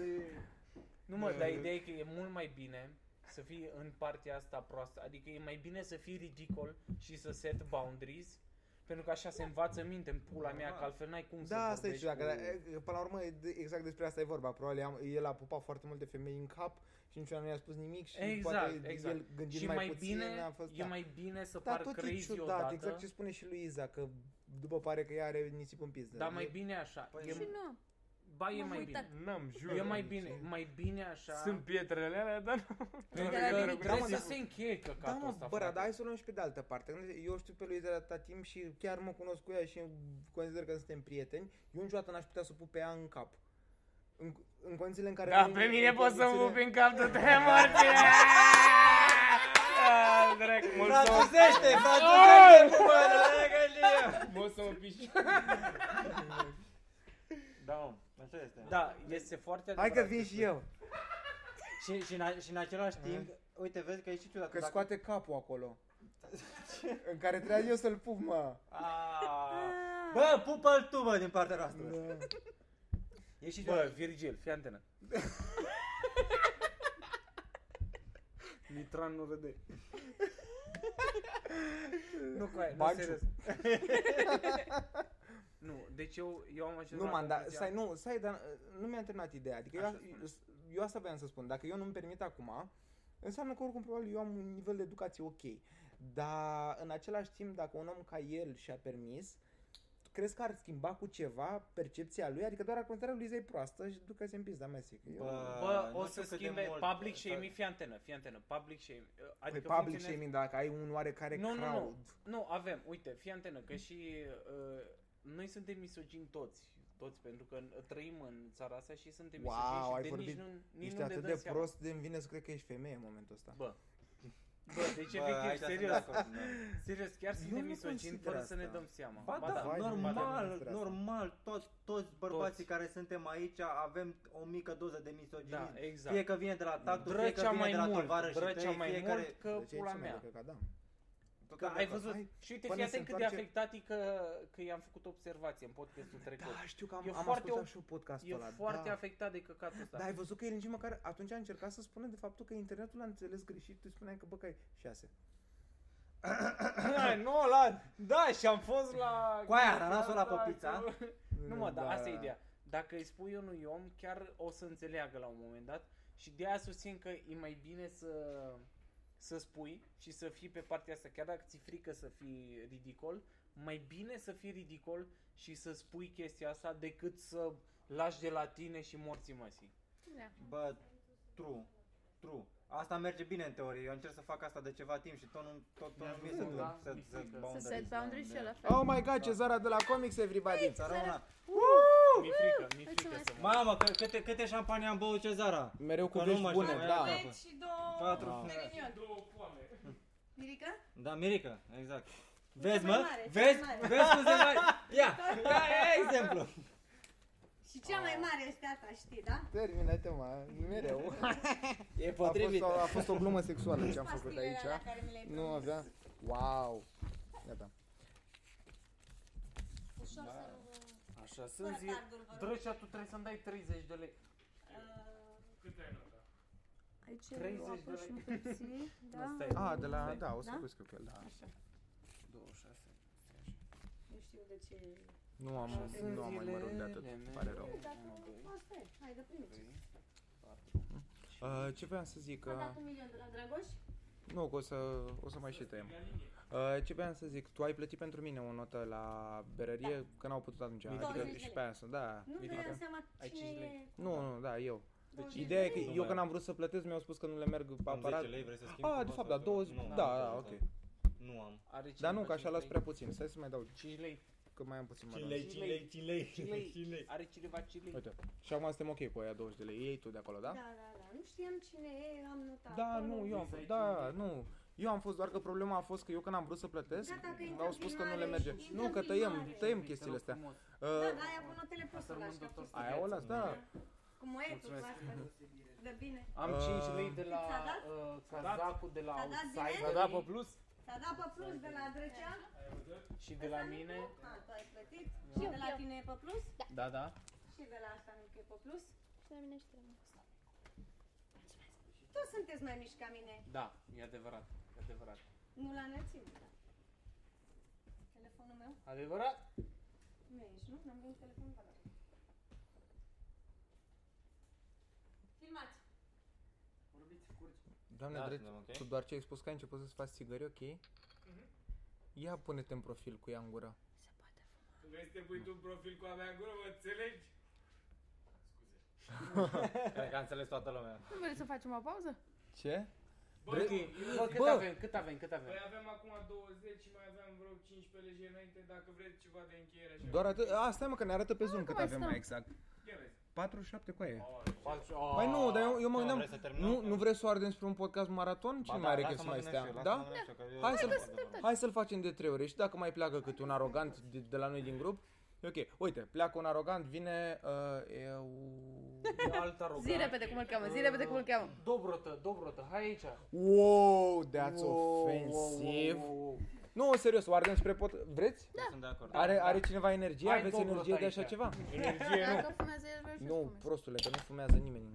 Speaker 6: Nu mă, dar ideea e că e mult mai bine să fii în partea asta proastă. Adică e mai bine să fii ridicol și să set boundaries. Pentru că așa se învață minte în pula mea, că altfel n-ai cum să
Speaker 3: Da, asta e
Speaker 6: vorbești
Speaker 3: ciudat, că
Speaker 6: cu-
Speaker 3: da, e, până la urmă e de- exact despre asta e vorba. Probabil am, el a pupat foarte multe femei în cap și niciodată nu i-a spus nimic și
Speaker 6: Exact,
Speaker 3: poate
Speaker 6: exact.
Speaker 3: el gândind
Speaker 6: Și
Speaker 3: mai,
Speaker 6: mai,
Speaker 3: puțin
Speaker 6: bine,
Speaker 3: a fost...
Speaker 6: e
Speaker 3: da.
Speaker 6: mai bine să
Speaker 3: Dar
Speaker 6: par
Speaker 3: tot e
Speaker 6: crazy
Speaker 3: ciudat,
Speaker 6: odată,
Speaker 3: exact ce spune și Luiza, că după pare că ea are nisip în pizdă.
Speaker 6: dar mai
Speaker 3: E-
Speaker 6: bine așa.
Speaker 4: Păi
Speaker 6: e,
Speaker 2: Și nu.
Speaker 6: ba, e
Speaker 2: m-am
Speaker 6: mai
Speaker 2: uitat.
Speaker 6: bine.
Speaker 1: N-am, jur.
Speaker 6: E mai bine, mai bine așa.
Speaker 1: Sunt pietrele alea, dar nu.
Speaker 6: pentru
Speaker 2: Da,
Speaker 6: că
Speaker 2: mă,
Speaker 6: trebuie să
Speaker 3: dar-
Speaker 6: se încheie
Speaker 3: Da,
Speaker 6: căcatul
Speaker 3: mă,
Speaker 6: ăsta.
Speaker 3: bă,
Speaker 6: frate.
Speaker 3: dar hai să o luăm și pe de altă parte. Eu știu pe Luiza de atâta timp și chiar mă cunosc cu ea și consider că suntem prieteni. Eu niciodată n-aș putea să pup pe ea în cap. În, în condițiile în care...
Speaker 1: Da,
Speaker 3: nu-
Speaker 1: pe
Speaker 3: în
Speaker 1: mine poți să mă
Speaker 3: condițiile-
Speaker 1: pupi în cap de te morți. Ah, Drac, mă să
Speaker 4: Franțuzește,
Speaker 6: Da,
Speaker 1: Ah!
Speaker 4: franțuzește, cu mână, legă
Speaker 1: mă să mă piși.
Speaker 4: Da, om, așa este.
Speaker 6: Da, este foarte
Speaker 3: Hai că
Speaker 6: adevărat
Speaker 3: vin
Speaker 6: chestia
Speaker 3: și eu.
Speaker 4: Și, și, în, a- și în același timp, uite, vezi că e și ciudat.
Speaker 3: Că scoate capul
Speaker 1: <laughs>
Speaker 3: acolo. în care trebuia eu să-l pup, mă.
Speaker 6: Da.
Speaker 4: Aaa. Ah. Bă, pupă-l tu, bă, din partea noastră. E și ciudat.
Speaker 6: Bă, Virgil, fii antenă. Mitran nu râde. nu cu aia, nu
Speaker 3: Banciu.
Speaker 6: serios. nu, deci eu, eu am ajuns
Speaker 3: Nu,
Speaker 6: la
Speaker 3: man, dar
Speaker 6: concluzia-
Speaker 3: stai, nu, stai, dar uh, nu mi-a terminat ideea. Adică eu,
Speaker 6: Așa
Speaker 3: eu, eu asta voiam să spun. Dacă eu nu-mi permit acum, înseamnă că oricum probabil eu am un nivel de educație ok. Dar în același timp, dacă un om ca el și-a permis, crezi că ar schimba cu ceva percepția lui? Adică doar ar considera lui Luiza e proastă și ducă se în pizda mea, zic. Eu-
Speaker 6: Bă, adică
Speaker 4: nu
Speaker 6: o
Speaker 4: știu
Speaker 6: să
Speaker 4: cât de
Speaker 6: schimbe
Speaker 4: mult- exact.
Speaker 6: public shaming, fii antenă, fii antenă, public shaming.
Speaker 3: Păi
Speaker 6: Adică
Speaker 3: public
Speaker 6: funcționează-
Speaker 3: shaming, dacă ai un oarecare
Speaker 6: Nu, nu, nu.
Speaker 3: crowd.
Speaker 6: Nu, avem, uite, fii antenă, că și uh, noi suntem misogini toți, toți, pentru că uh, trăim în țara asta și suntem
Speaker 3: Wow,
Speaker 6: misogini
Speaker 3: ai
Speaker 6: și de nici
Speaker 3: vorbit
Speaker 6: nu, nici
Speaker 3: Ești
Speaker 6: nu ne
Speaker 3: atât
Speaker 6: dăm
Speaker 3: de
Speaker 6: seama.
Speaker 3: prost de vine să cred că ești femeie în momentul ăsta.
Speaker 6: Bă, Bă, deci
Speaker 4: aici
Speaker 6: efectiv,
Speaker 4: sunt
Speaker 6: serios,
Speaker 4: de acord, da.
Speaker 6: serios, chiar suntem
Speaker 4: nu
Speaker 6: misogini
Speaker 4: consider
Speaker 6: fără să ne
Speaker 4: asta.
Speaker 6: dăm seama.
Speaker 4: Ba, da,
Speaker 6: da.
Speaker 7: vai de mine, nu
Speaker 4: normal,
Speaker 7: înțeleg asta.
Speaker 4: normal, toți, toți bărbații
Speaker 6: Toți.
Speaker 4: care suntem aici avem o mică doză de misoginism.
Speaker 6: Da, exact.
Speaker 4: Fie că vine de la tactul, fie că
Speaker 6: Drăcea
Speaker 4: vine
Speaker 6: mai
Speaker 4: de la
Speaker 6: mult,
Speaker 4: tovarășii
Speaker 6: drăcea
Speaker 4: tăi,
Speaker 6: mai
Speaker 4: fiecare...
Speaker 6: mult că
Speaker 7: Deci e
Speaker 6: pula
Speaker 7: cel mai
Speaker 6: mea.
Speaker 7: de căcat, da.
Speaker 6: Că
Speaker 3: Da,
Speaker 6: ai văzut,
Speaker 7: Hai,
Speaker 6: și uite,
Speaker 7: până
Speaker 6: fii
Speaker 7: se
Speaker 6: atent cât de
Speaker 7: întoarce-
Speaker 6: afectat e că, că i-am făcut observație în podcastul trecut.
Speaker 7: Da, știu că am,
Speaker 6: Adică, E
Speaker 7: am
Speaker 6: foarte
Speaker 7: ascultat
Speaker 6: o-
Speaker 7: și eu podcastul
Speaker 6: e
Speaker 7: ăla.
Speaker 6: foarte
Speaker 7: da.
Speaker 6: afectat de căcatul ăsta.
Speaker 3: Da.
Speaker 7: Dar ai văzut că el nici măcar atunci a încercat să spună de faptul că internetul a înțeles greșit, tu îi spuneai că bă că ai 6.
Speaker 6: Hai, nu, la... Da, și am fost la...
Speaker 4: Cu aia, ananasul la păpița.
Speaker 6: Nu mă, dar
Speaker 3: Da.
Speaker 6: asta e ideea. Dacă îi spui unui om, chiar o să înțeleagă la un moment dat și de aia susțin că e mai bine să, să spui și să fii pe partea asta. Chiar dacă ți frică să fii ridicol, mai bine să fii ridicol și să spui chestia asta decât să lași de la tine și morții măsii.
Speaker 2: Da.
Speaker 4: Bă, true, true. Asta merge bine în teorie. Eu încerc să fac asta de ceva timp și tot nu tot, tot
Speaker 6: Mi-a
Speaker 4: nu mi
Speaker 6: zis,
Speaker 4: se
Speaker 6: da,
Speaker 4: dă
Speaker 6: mi-e
Speaker 4: să
Speaker 6: frică.
Speaker 4: să
Speaker 6: Să
Speaker 2: Să set
Speaker 4: boundaries, da,
Speaker 2: boundaries
Speaker 4: da.
Speaker 2: și eu la fel.
Speaker 3: Oh my god, Cezara de la Comics, everybody!
Speaker 4: Țara una.
Speaker 6: Mi-e frică, mi-e frică
Speaker 2: Mulțumesc.
Speaker 6: să mor.
Speaker 4: Mamă, că, câte, câte șampanie am băut Cezara?
Speaker 3: Mereu cu
Speaker 4: Că nu
Speaker 3: vești
Speaker 4: mă
Speaker 3: bune,
Speaker 4: știu,
Speaker 3: da.
Speaker 4: mai
Speaker 9: Deci și două...
Speaker 4: Patru
Speaker 9: Wow.
Speaker 4: frunze.
Speaker 9: Perignon.
Speaker 1: Două poame.
Speaker 9: Mirica?
Speaker 4: Da, Mirica, exact. Vezi,
Speaker 9: mai
Speaker 4: mă?
Speaker 9: mare, cea
Speaker 4: Vezi?
Speaker 9: mai mare.
Speaker 4: Vezi cum se mai... Ia, ia, ia exemplu.
Speaker 9: Și cea mai mare este a ta, știi, da?
Speaker 3: Termină-te, mă, mereu.
Speaker 4: E
Speaker 3: A fost,
Speaker 4: potrivit.
Speaker 3: o, a fost o glumă sexuală ce am făcut
Speaker 9: Pastilele alea
Speaker 3: aici.
Speaker 9: care mi le-ai
Speaker 3: Nu
Speaker 9: promis.
Speaker 3: avea... Wow! Gata.
Speaker 9: Ușor să nu...
Speaker 6: Așa,
Speaker 9: Fără
Speaker 6: sunt zi...
Speaker 9: tardul, vă rog.
Speaker 6: Drăcea, tu trebuie să-mi dai 30 de lei.
Speaker 9: Uh,
Speaker 1: Cât ai notat?
Speaker 2: Aici
Speaker 6: 30
Speaker 2: e o apă
Speaker 6: de
Speaker 2: și un hârtie, da?
Speaker 6: Asta e.
Speaker 3: A, de
Speaker 6: Exact.
Speaker 3: la... Da, o să
Speaker 2: Da?
Speaker 3: gust cu el, da.
Speaker 2: Așa.
Speaker 6: 26.
Speaker 9: Nu știu de ce...
Speaker 3: Nu am, nu am mai mă rog de atât, pare rău.
Speaker 9: Asta e, hai, dă primul.
Speaker 3: Uh, ce voiam să zic?
Speaker 2: Da,
Speaker 9: Am
Speaker 3: Uh,
Speaker 9: dat un milion de la Dragoș?
Speaker 3: nu, că o să, o să mai și tăiem. Uh, ce voiam să zic? Tu ai plătit pentru mine o notă la berărie, că n-au putut atunci. Adică
Speaker 9: 20 Da. de
Speaker 3: și
Speaker 9: lei.
Speaker 3: pe aia sunt, da.
Speaker 9: Nu
Speaker 3: ridică.
Speaker 9: dădeam seama
Speaker 6: Ai
Speaker 9: cine
Speaker 6: 5
Speaker 9: e...
Speaker 6: lei.
Speaker 3: Nu, nu, da, eu.
Speaker 9: Deci,
Speaker 3: Ideea e că eu
Speaker 4: Numai.
Speaker 3: când am vrut să plătesc, mi-au spus că nu le merg pe aparat.
Speaker 4: lei vrei să schimbi?
Speaker 3: Ah, de fapt, da, 20, da, da, ok.
Speaker 4: Nu am.
Speaker 6: Are
Speaker 3: Dar nu,
Speaker 6: cineva
Speaker 3: că așa
Speaker 6: 5
Speaker 3: las
Speaker 6: lei?
Speaker 3: prea puțin. Stai să mai dau,
Speaker 6: 5 lei.
Speaker 3: că mai am puțin mai
Speaker 4: 5
Speaker 3: dau.
Speaker 4: lei, 5 lei, 5 lei,
Speaker 6: 5 lei.
Speaker 4: 5 lei.
Speaker 6: Are cineva 5 lei?
Speaker 3: Uite, și acum suntem ok cu aia 20 de lei. Ei tu de acolo, da?
Speaker 9: Da, da, da. Nu știam cine e, am notat.
Speaker 3: Da,
Speaker 9: acolo.
Speaker 3: nu, eu am
Speaker 6: vrei
Speaker 3: fost,
Speaker 6: să ai
Speaker 3: da, nu. Eu am fost, doar că problema a fost că eu când am vrut să plătesc,
Speaker 9: Gata, că intră
Speaker 3: mi-au spus că nu le
Speaker 9: filmare,
Speaker 3: merge.
Speaker 9: intră
Speaker 3: Nu, că tăiem,
Speaker 9: filmare.
Speaker 3: tăiem chestiile astea.
Speaker 9: Da,
Speaker 3: Uh,
Speaker 9: da, aia cu notele poți
Speaker 6: Asta
Speaker 9: să lași,
Speaker 6: rămân
Speaker 9: că
Speaker 6: tot
Speaker 9: poți să-
Speaker 3: Aia o las, da.
Speaker 9: Cu moetul, cu
Speaker 6: Mulțumesc.
Speaker 9: asta. Dă bine.
Speaker 6: Am
Speaker 3: Uh,
Speaker 6: 5 lei de la
Speaker 9: Ți-a dat?
Speaker 6: uh, cazacul de la
Speaker 9: Ți-a dat bine?
Speaker 6: Outsider
Speaker 1: Da, da, pe plus?
Speaker 9: S-a dat pe plus de la Drăcea?
Speaker 6: și de la mine.
Speaker 9: A, tu ai plătit? Și de la tine e pe plus?
Speaker 6: Da, da.
Speaker 9: Și de la asta nu e pe plus?
Speaker 2: Și la mine și la mine.
Speaker 9: Toți sunteți mai mici ca mine,
Speaker 6: Da, e adevărat. E adevărat.
Speaker 9: nu la înălțime. da. Telefonul meu?
Speaker 6: Adevărat?
Speaker 9: Nu e aici, nu? N-am venit telefonul pe ăla. Filmați!
Speaker 3: Doamne,
Speaker 4: Da,
Speaker 3: drept,
Speaker 4: suntem ok.
Speaker 3: tu doar ce ai spus că ai început să-ți faci țigări, ok?
Speaker 2: Mhm.
Speaker 3: Ia pune-te în profil cu ea în gură.
Speaker 1: Tu vrei să te pui tu un profil cu a mea în gură, mă înțelegi?
Speaker 4: Cred că a înțeles toată lumea.
Speaker 2: Nu vreți să facem o pauză?
Speaker 3: Ce?
Speaker 1: Bă,
Speaker 3: Vrei-
Speaker 1: nu,
Speaker 6: Bă,
Speaker 1: eu-
Speaker 6: cât
Speaker 3: Bă!
Speaker 6: avem? Cât avem? Cât avem?
Speaker 1: Păi aveam acum 20 și mai aveam vreo 15 lege înainte, dacă vreți ceva de încheiere așa.
Speaker 3: Doar atât? A, stai mă, că ne arată pe Zoom
Speaker 2: cum
Speaker 3: cât
Speaker 2: Ah, mai
Speaker 3: avem
Speaker 2: stăm?
Speaker 3: mai exact.
Speaker 1: Ia vezi.
Speaker 3: 47 cu aia.
Speaker 6: Patru-
Speaker 3: Păi nu, dar eu, eu mă
Speaker 4: Nu, da,
Speaker 3: gândeam,
Speaker 4: vrei să terminăm?
Speaker 3: nu, nu vreți să o ardem spre un podcast maraton? Cine mai are chef să mai stea? Da? Hai să-l Hai să-l facem de trei ore și dacă mai pleacă câte un arogant de, de la noi din grup, e ok. Uite, pleacă un arogant, vine... Uh, eu...
Speaker 6: E alt arogant.
Speaker 3: da.
Speaker 2: Zi repede cum îl cheamă, zi repede cum îl cheamă.
Speaker 6: Dobrotă, Dobrotă, hai aici.
Speaker 3: Wow, that's
Speaker 6: Wow,
Speaker 3: offensive.
Speaker 6: wow, wow, wow.
Speaker 3: Nu, serios, o ardem spre pot... Vreți?
Speaker 4: Sunt de acord.
Speaker 3: Are, are cineva energie?
Speaker 6: Hai,
Speaker 3: Aveți
Speaker 6: domnul
Speaker 3: energie de așa
Speaker 6: aici.
Speaker 3: ceva?
Speaker 2: Dacă fumează el, vreau și eu să
Speaker 3: Nu,
Speaker 2: fumez.
Speaker 3: prostule, că nu fumează nimeni.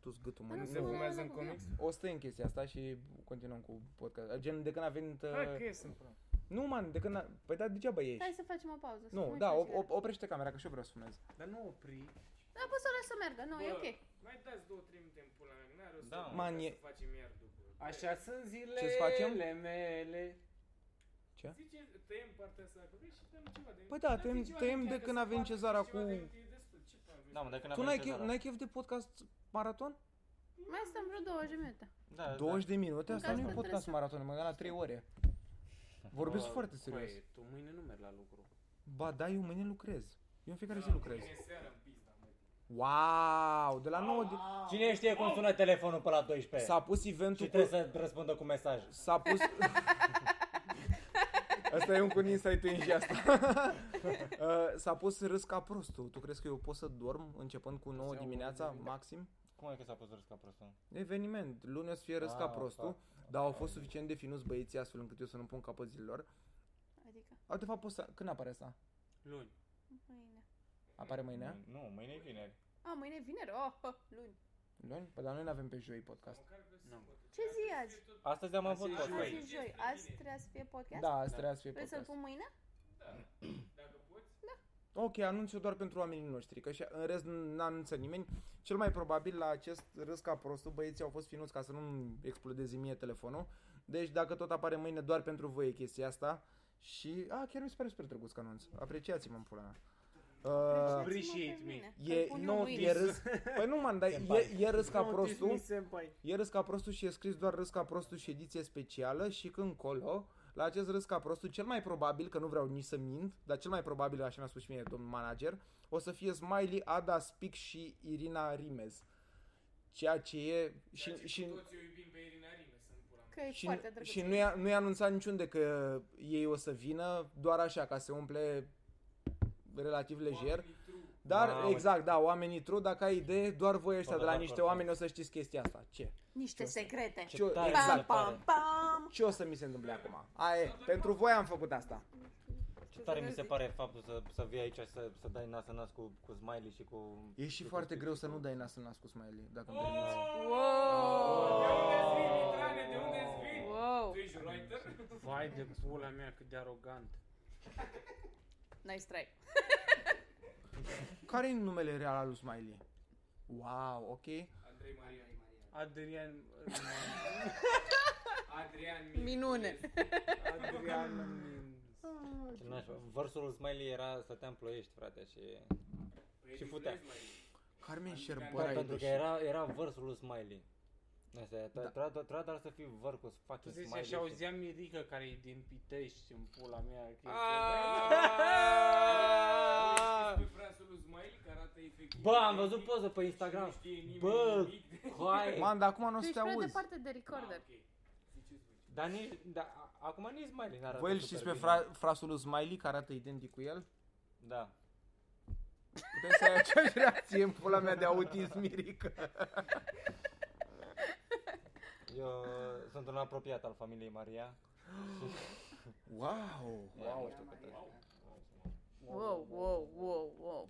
Speaker 3: Tu gâtul, mă.
Speaker 2: Dar
Speaker 3: nu
Speaker 1: Se
Speaker 3: se-
Speaker 2: fumă-
Speaker 1: fumează în
Speaker 2: la copil.
Speaker 1: comics?
Speaker 3: O să tăiem chestia asta și continuăm cu podcast. Gen, de când a venit... uh,
Speaker 1: Hai că ies în plan.
Speaker 3: Nu, man, de când a... Păi da, degeaba ieși.
Speaker 2: Hai să facem o pauză. să
Speaker 3: Nu,
Speaker 2: fumăm
Speaker 3: da,
Speaker 2: și o
Speaker 3: op-
Speaker 2: țigară.
Speaker 3: op- oprește camera, că și eu vreau să fumez.
Speaker 6: Dar nu opri.
Speaker 2: Da, poți să o lași să meargă, nu, e
Speaker 1: Bă,
Speaker 2: ok.
Speaker 1: Mai dați două, trei minute în pula mea, că n-are rost
Speaker 4: Da,
Speaker 1: să,
Speaker 3: man,
Speaker 1: să
Speaker 3: e-
Speaker 1: facem iar după.
Speaker 6: Așa sunt zilele
Speaker 3: Ce-ți facem?
Speaker 6: mele.
Speaker 1: Zice, tăiem partea asta dacă vrei și dăm ceva de...
Speaker 3: Păi da,
Speaker 1: Dacă
Speaker 3: tăiem-
Speaker 1: e ceva
Speaker 3: tăiem de
Speaker 1: încheiat,
Speaker 3: când
Speaker 1: că
Speaker 3: a
Speaker 1: să
Speaker 3: venit
Speaker 1: facă
Speaker 3: Cezara
Speaker 1: ceva
Speaker 3: cu-
Speaker 1: de încheiat, destul, ce faci?
Speaker 4: Da, mă, dacă
Speaker 3: Tu n-ai chef, n-ai chef de podcast maraton?
Speaker 2: Mai stăm vreo 20 minute.
Speaker 4: Da,
Speaker 3: 20 de minute? Asta
Speaker 2: În caz
Speaker 3: nu e
Speaker 2: că trebuie
Speaker 3: podcast
Speaker 2: să-
Speaker 3: maraton, mă gândeam la 3 ore. Vorbesc
Speaker 6: Bă,
Speaker 3: foarte serios.
Speaker 6: Păi, tu mâine nu mergi la lucru.
Speaker 3: Ba da, eu mâine lucrez. Eu în fiecare zi lucrez.
Speaker 1: Mâine seara în pizda, mă.
Speaker 3: Wow, de la 9 din...
Speaker 4: Cine știe cum sună telefonul pe la 12?
Speaker 3: S-a pus
Speaker 4: Ah. și
Speaker 3: eventul cu...
Speaker 4: trebuie să răspundă cu mesaj.
Speaker 3: S-a pus... <laughs> Asta e un cu insight în și asta. <laughs> Uh, S-a pus râs ca prostul. Tu crezi că eu pot să dorm începând cu 9 dimineața, maxim?
Speaker 4: Cum e că s-a pus râs ca prostul?
Speaker 3: Eveniment. Luni o să fie râs ca
Speaker 4: Ah,
Speaker 3: prostul,
Speaker 4: fuck.
Speaker 3: dar au fost suficient de finuți băieții astfel încât eu să nu pun capăt zilelor.
Speaker 2: Adică,
Speaker 3: Au de fapt pus... Când apare asta?
Speaker 1: Luni.
Speaker 2: mâine.
Speaker 3: Apare mâine?
Speaker 4: Nu, mâine e vineri.
Speaker 2: A, mâine e vineri? Oh, oh, luni.
Speaker 3: Luni? Păi dar noi nu avem pe joi podcast.
Speaker 2: Ce zi e azi?
Speaker 4: Astăzi am avut
Speaker 1: Azi e
Speaker 4: podcast.
Speaker 2: Azi e joi. Azi trebuie să fie podcast?
Speaker 3: Da, asta trebuie să fie
Speaker 2: Vrei să-l
Speaker 3: podcast.
Speaker 2: pun mâine?
Speaker 3: Ok, anunț eu doar pentru oamenii noștri, că și în rest nu anunță nimeni. Cel mai probabil la acest râs ca prostul băieții au fost finuți ca să nu explodeze mie telefonul. Deci dacă tot apare mâine doar pentru voi e chestia asta. Și, a, chiar mi se pare super drăguț ca anunț. Apreciați-mă în pula mea. Uh,
Speaker 1: Appreciate me.
Speaker 2: Păi,
Speaker 3: e, nu, e râs, păi nu man, dar e, e râs
Speaker 4: Da,
Speaker 3: ca prostul, e râs ca prostul și e scris doar râs ca prostul și ediție specială și când colo, la acest râs ca prostul, cel mai probabil, că nu vreau nici să mint, dar cel mai probabil, așa mi-a spus și mie domnul manager, o să fie Smiley, Ada Spic și Irina Rimez. Ceea ce e... Și,
Speaker 1: Ceea ce
Speaker 3: și,
Speaker 1: cu toți o iubim pe Irina Rime, sunt pula mea.
Speaker 2: Că e
Speaker 3: și,
Speaker 2: foarte drăguț.
Speaker 3: și nu, i-a, nu i-a anunțat niciunde că ei o să vină, doar așa, ca să umple relativ lejer.
Speaker 1: Oamenii true.
Speaker 3: Dar,
Speaker 4: Mamă.
Speaker 3: exact, da, oamenii true, dacă ai idee, doar voi ăștia
Speaker 4: Tot
Speaker 3: de la
Speaker 4: de
Speaker 3: niște
Speaker 4: acord,
Speaker 3: oameni o să știți chestia asta. Ce?
Speaker 2: Niște secrete.
Speaker 3: Exact. Ce o,
Speaker 4: tare.
Speaker 2: Pam,
Speaker 3: exact.
Speaker 2: pam, pam.
Speaker 3: Ce o să mi se întâmple acum? Aie, pentru voi am făcut asta.
Speaker 4: Ce tare mi se pare faptul să, să vii aici și să, să dai nas în nas cu, cu smiley și cu...
Speaker 3: E și
Speaker 4: cu
Speaker 3: foarte
Speaker 4: cu-
Speaker 3: greu să nu dai nas în nas cu Smiley, dacă îmi
Speaker 1: Oh! De
Speaker 3: permiți.
Speaker 2: Wow!
Speaker 1: unde-ți vii, Mitrane? De unde-ți vii?
Speaker 2: Wow!
Speaker 1: Tu ești writer?
Speaker 6: Vai de pula mea cât de arogant.
Speaker 2: Nice try.
Speaker 3: Care e numele real al lui Smiley? Wow, ok.
Speaker 1: Andrei Marian. <laughs>
Speaker 6: Adrian...
Speaker 1: Adrian Mir.
Speaker 2: Minune.
Speaker 6: <laughs> Adrian...
Speaker 4: Ce nașpa. Versul smiley era stătea în ploiești, frate, și...
Speaker 1: Păi
Speaker 4: Și
Speaker 1: nu
Speaker 4: futea.
Speaker 1: vezi, mai.
Speaker 3: Carmen
Speaker 4: Doar
Speaker 3: Sherbara e
Speaker 4: pentru că
Speaker 3: deșert.
Speaker 4: Adică era, era versul lui smiley. Asta e,
Speaker 3: Da.
Speaker 4: tra- tra- tra- doar să fii văr cu
Speaker 6: Tu
Speaker 4: fucking
Speaker 6: Păi zici
Speaker 4: smiley.
Speaker 6: și
Speaker 4: și-
Speaker 6: auzeam Mirica care e din Pitești în pula mea. chestia
Speaker 4: Ah!
Speaker 6: asta.
Speaker 1: Aaaa! Știți pe frasul lui Smiley care arată efectiv
Speaker 4: Bă, am
Speaker 1: tehnic
Speaker 4: văzut poză pe
Speaker 1: și nu
Speaker 4: Instagram.
Speaker 1: știe nimeni
Speaker 4: Bă!
Speaker 1: nimic.
Speaker 4: Hai!
Speaker 3: Man, dar acum nu o
Speaker 2: Tu
Speaker 3: să
Speaker 2: ești
Speaker 3: te
Speaker 2: Deci prea
Speaker 3: auzi.
Speaker 2: departe de recorder.
Speaker 1: Ah, ok. Ziceți voi.
Speaker 4: Dar nici... Da, a- acum nici smiley n-arată
Speaker 3: Voi îl
Speaker 4: super
Speaker 3: știți pe
Speaker 4: bine.
Speaker 3: fra- frasul lui Smiley, care arată identic cu el?
Speaker 4: Da.
Speaker 3: Putem să ai aceeași reacție în pula mea de autism, Mirica.
Speaker 4: Eu uh, sunt un apropiat al familiei Maria.
Speaker 3: Wow!
Speaker 4: Wow, nu știu cât
Speaker 2: Wow, wow, wow, wow.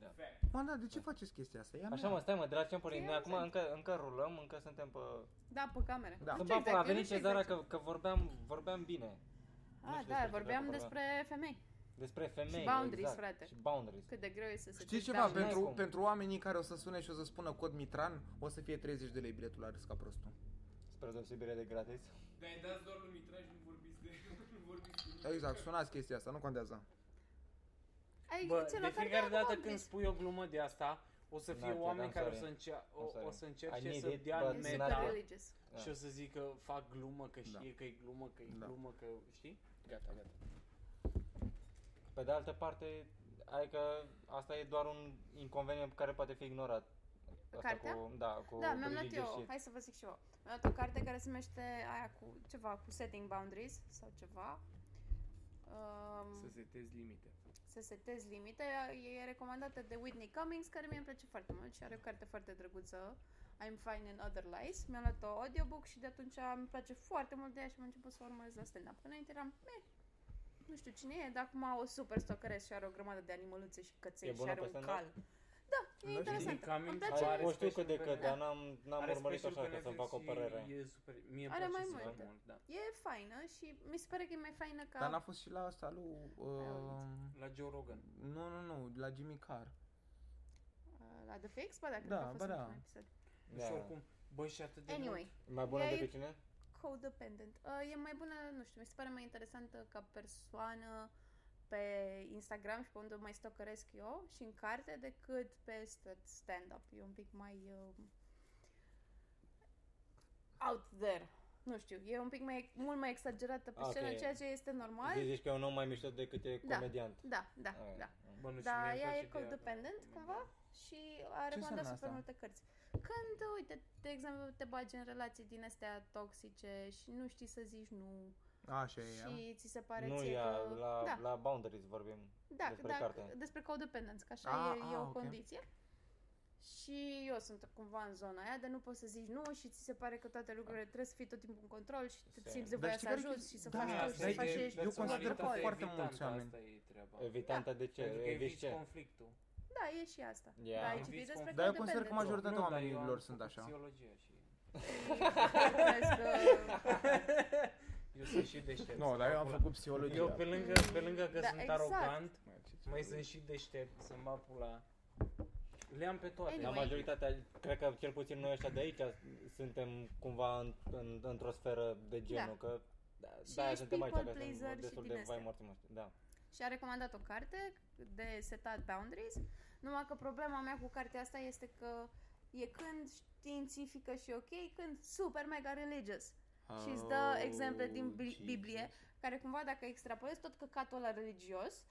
Speaker 3: Man, da, de ce faceți chestia asta? Ia
Speaker 4: Așa mă, stai mă, dragi ciampării,
Speaker 2: Ce
Speaker 4: noi acum
Speaker 2: ai
Speaker 4: încă, încă rulăm, încă suntem pe...
Speaker 2: Da, pe camere.
Speaker 3: Da.
Speaker 4: Sunt exact, a
Speaker 2: exact,
Speaker 4: venit
Speaker 2: nu știu
Speaker 4: Cezara
Speaker 2: exact.
Speaker 4: că, că vorbeam, vorbeam bine. Nu
Speaker 2: Ah,
Speaker 4: știu
Speaker 2: da,
Speaker 4: despre
Speaker 2: vorbeam
Speaker 4: ce vorba.
Speaker 2: despre femei.
Speaker 4: Despre femei,
Speaker 2: boundaries,
Speaker 4: exact.
Speaker 2: frate.
Speaker 4: Și boundaries.
Speaker 2: Cât de greu Deci, da, e să se
Speaker 3: Știi
Speaker 2: duci
Speaker 3: ceva?
Speaker 2: down.
Speaker 3: Pentru,
Speaker 4: cum.
Speaker 3: pentru oamenii care o să sune și o să spună cod Mitran, o să fie 30 de lei biletul la Râsca Prostu.
Speaker 4: Spre deosebire de gratis.
Speaker 1: Dar îi dați doar lui Mitraj, nu vorbiți de... Nu vorbiți cu nimeni.
Speaker 3: Exact, sunați chestia asta, nu contează.
Speaker 2: Ai
Speaker 6: Bă,
Speaker 2: ți-l
Speaker 6: de
Speaker 2: ofertă
Speaker 6: fiecare
Speaker 2: acum, Deci,
Speaker 6: dată când
Speaker 2: Andres.
Speaker 6: spui o glumă de asta, o să fie
Speaker 4: Da, te-
Speaker 6: oameni
Speaker 4: I'm
Speaker 6: care o
Speaker 4: sorry.
Speaker 6: să, încea-
Speaker 4: I'm
Speaker 6: o, o
Speaker 4: sorry.
Speaker 6: să
Speaker 4: I
Speaker 6: încerce
Speaker 4: need
Speaker 6: să
Speaker 4: it,
Speaker 6: dea
Speaker 4: but
Speaker 6: în
Speaker 2: E
Speaker 4: not
Speaker 2: super
Speaker 6: meta
Speaker 4: that.
Speaker 2: religious.
Speaker 4: Da.
Speaker 6: și o să zică fac glumă că știe că e glumă, că e
Speaker 3: Da.
Speaker 6: glumă, că știi?
Speaker 4: Gata, gata. Pe de altă parte, adică asta e doar un inconvenient care poate fi ignorat.
Speaker 2: Cartea?
Speaker 4: Cu, da, cu
Speaker 2: Da, mi-am
Speaker 4: cu
Speaker 2: luat
Speaker 4: religious
Speaker 2: eu,
Speaker 4: shit.
Speaker 2: hai să vă zic și eu. Mi-am luat o carte care se numește aia cu ceva, cu setting boundaries sau ceva.
Speaker 1: Să
Speaker 2: Um,
Speaker 1: setezi limite.
Speaker 2: să setezi limite. E recomandată de Whitney Cummings, care mie îmi place foarte mult și are o carte foarte drăguță. I'm Fine in Other Lies. Mi-am luat o audiobook și de atunci îmi place foarte mult de ea și am început să o urmăresc la stand-up. Înainte eram, meh, nu știu cine e, dar acum o super stocăresc și are o grămadă de animăluțe și
Speaker 4: E
Speaker 2: căței și
Speaker 4: bună
Speaker 2: are
Speaker 4: pe
Speaker 2: un
Speaker 4: stand-up?
Speaker 2: cal. Da, e
Speaker 3: Nu
Speaker 2: interesant.
Speaker 6: știu. Cummings
Speaker 2: Îmi
Speaker 6: face
Speaker 2: place
Speaker 4: Ai,
Speaker 6: are
Speaker 4: o știu
Speaker 6: special
Speaker 4: cât de
Speaker 6: pe
Speaker 4: cât,
Speaker 6: Netflix.
Speaker 4: dar n-am, n-am
Speaker 1: Are
Speaker 4: urmărit
Speaker 1: special
Speaker 4: așa
Speaker 1: pe
Speaker 4: ca să-mi
Speaker 1: Netflix
Speaker 4: fac o
Speaker 1: și
Speaker 4: părere.
Speaker 6: E super, mie îmi
Speaker 2: Are
Speaker 6: place
Speaker 2: mai
Speaker 6: super
Speaker 2: multe.
Speaker 6: mult, da.
Speaker 2: E faină și mi se pare că e mai faină ca...
Speaker 3: Dar n-a fost și la asta lui... Uh,
Speaker 6: La Joe Rogan.
Speaker 3: nu, nu, nu, la Jimmy Carr.
Speaker 2: La The Fix? Ba da, cred
Speaker 3: Da,
Speaker 2: că a fost
Speaker 3: ba da.
Speaker 2: ultimul episod.
Speaker 6: Da. Și oricum, bă, și atât de mult.
Speaker 2: Anyway,
Speaker 4: Mai bună
Speaker 2: Ea e-
Speaker 4: decât cine?
Speaker 2: codependent. Uh, e mai bună, nu știu, mi se pare mai interesantă ca persoană pe Instagram și pe unde mai stocăresc eu și în carte decât pe st- stand-up. E un pic mai uh, out there. Nu știu, e un pic mai, mult mai exagerată pe
Speaker 4: Ah,
Speaker 2: scenă,
Speaker 4: ok.
Speaker 2: ceea ce este normal.
Speaker 4: Deci zici că e un om mai mișto decât e
Speaker 2: Da.
Speaker 4: comediant.
Speaker 2: Da, da,
Speaker 4: Aia.
Speaker 2: da.
Speaker 4: Mm.
Speaker 1: Bă, nu știu,
Speaker 2: Dar
Speaker 1: mie îmi
Speaker 2: ea
Speaker 1: place
Speaker 2: e
Speaker 1: de ea,
Speaker 2: codependent
Speaker 1: da.
Speaker 2: cumva și a recomandat
Speaker 3: înseamnă
Speaker 2: super
Speaker 3: asta?
Speaker 2: multe cărți. Când, uite, de exemplu, te bagi în relații din astea toxice și nu știi să zici nu
Speaker 3: Așa e. ea.
Speaker 2: și ți se pare
Speaker 4: nu,
Speaker 2: ție
Speaker 4: ea,
Speaker 2: că...
Speaker 4: la,
Speaker 2: da,
Speaker 4: la Boundaries vorbim.
Speaker 2: da,
Speaker 4: despre
Speaker 2: da,
Speaker 4: carte.
Speaker 2: despre codependență, că așa
Speaker 3: Ah,
Speaker 2: e,
Speaker 3: ah,
Speaker 2: e o
Speaker 3: ok.
Speaker 2: condiție. Și eu sunt cumva în zona aia, de nu poți să zici nu și ți se pare că toate lucrurile trebuie să fii tot timpul în control și te
Speaker 4: Se-
Speaker 2: simți de
Speaker 3: Ah. Dar
Speaker 2: voia
Speaker 3: știi
Speaker 2: să
Speaker 3: care e
Speaker 2: ajuți
Speaker 3: chestia?
Speaker 2: și să
Speaker 3: Da,
Speaker 2: faci
Speaker 3: da,
Speaker 2: tu și
Speaker 3: da,
Speaker 2: să
Speaker 3: e-
Speaker 2: faci
Speaker 3: e-
Speaker 2: ești.
Speaker 3: eu consider că
Speaker 6: Personalitatea
Speaker 3: foarte
Speaker 6: evitantă,
Speaker 3: mulți oameni.
Speaker 6: Asta e treaba.
Speaker 4: Evitantă de ce?
Speaker 6: Pentru că
Speaker 4: Eviți
Speaker 6: eviți
Speaker 4: ce?
Speaker 6: conflictul.
Speaker 2: Da, e și asta.
Speaker 4: Ea-
Speaker 2: Da, ai
Speaker 6: Eviți
Speaker 2: citit despre
Speaker 6: conflictul.
Speaker 3: Dar eu consider că
Speaker 2: codependență.
Speaker 3: majoritatea
Speaker 6: Nu, dar eu
Speaker 3: oamenilor
Speaker 6: am
Speaker 3: sunt
Speaker 6: făcut
Speaker 3: așa.
Speaker 6: Psihologia și...
Speaker 4: <laughs>
Speaker 2: Crezi că-
Speaker 6: Eu sunt și deștept.
Speaker 3: Nu, dar eu am
Speaker 6: Acum-
Speaker 3: făcut
Speaker 6: Eu
Speaker 3: psihologie.
Speaker 6: pe lângă, pe lângă că
Speaker 2: Da,
Speaker 6: sunt
Speaker 2: exact.
Speaker 6: arogant, mai sunt și deștept, să mă pula. Le am pe toate.
Speaker 2: Anyway.
Speaker 4: La majoritatea, cred că cel puțin noi ăștia de aici suntem cumva în, în, într-o sferă de genul, că
Speaker 2: Și
Speaker 4: da,
Speaker 2: ești
Speaker 4: suntem aici,
Speaker 2: people
Speaker 4: că
Speaker 2: pleaser
Speaker 4: suntem destul
Speaker 2: și
Speaker 4: de
Speaker 2: din
Speaker 4: vai
Speaker 2: astea.
Speaker 4: morții noștri. Da.
Speaker 2: și a recomandat o carte de setat boundaries, numai că problema mea cu cartea asta este că e când științifică și ok, când super mega religious. Și îți dă exemple din Bi- Biblie, care cumva dacă extrapolezi tot căcatul ăla religios,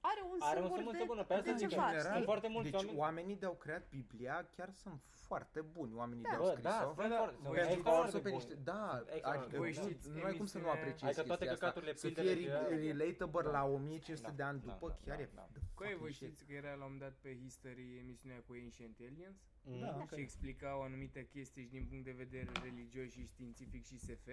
Speaker 2: are un
Speaker 4: Are un
Speaker 2: singur
Speaker 4: sămânță
Speaker 2: de,
Speaker 4: bună, pe asta
Speaker 2: de
Speaker 4: zic
Speaker 3: în
Speaker 4: că
Speaker 2: ceva.
Speaker 3: general,
Speaker 4: sunt foarte mulți
Speaker 3: deci
Speaker 4: oameni.
Speaker 3: oamenii de-au creat Biblia chiar sunt foarte buni. Oamenii de-au
Speaker 4: Bă,
Speaker 3: scris-o.
Speaker 4: da, sunt foarte- sunt
Speaker 3: Pentru că au
Speaker 4: extraordinar de
Speaker 3: pe
Speaker 4: buni.
Speaker 3: niște... Da,
Speaker 4: Extraordinar de
Speaker 3: adică
Speaker 4: buni.
Speaker 3: nu-
Speaker 1: Voi știți,
Speaker 3: nu ai cum să nu
Speaker 1: emisiunea-
Speaker 3: apreciezi
Speaker 4: Adică toate
Speaker 3: chestia asta.
Speaker 4: căcaturile
Speaker 3: Să fie
Speaker 4: pilderele
Speaker 3: re-
Speaker 4: de-
Speaker 3: relatable la 1500
Speaker 4: Da,
Speaker 3: de ani
Speaker 4: da,
Speaker 3: după,
Speaker 4: da,
Speaker 3: chiar
Speaker 4: da,
Speaker 3: e
Speaker 4: da.
Speaker 3: the
Speaker 1: Păi,
Speaker 3: fucking
Speaker 1: voi
Speaker 3: shit.
Speaker 1: știți că era la un dat pe History emisiunea cu Ancient Aliens?
Speaker 4: Mm.
Speaker 3: Da,
Speaker 1: și explicau anumite chestii și din punct de vedere religios și științific și SF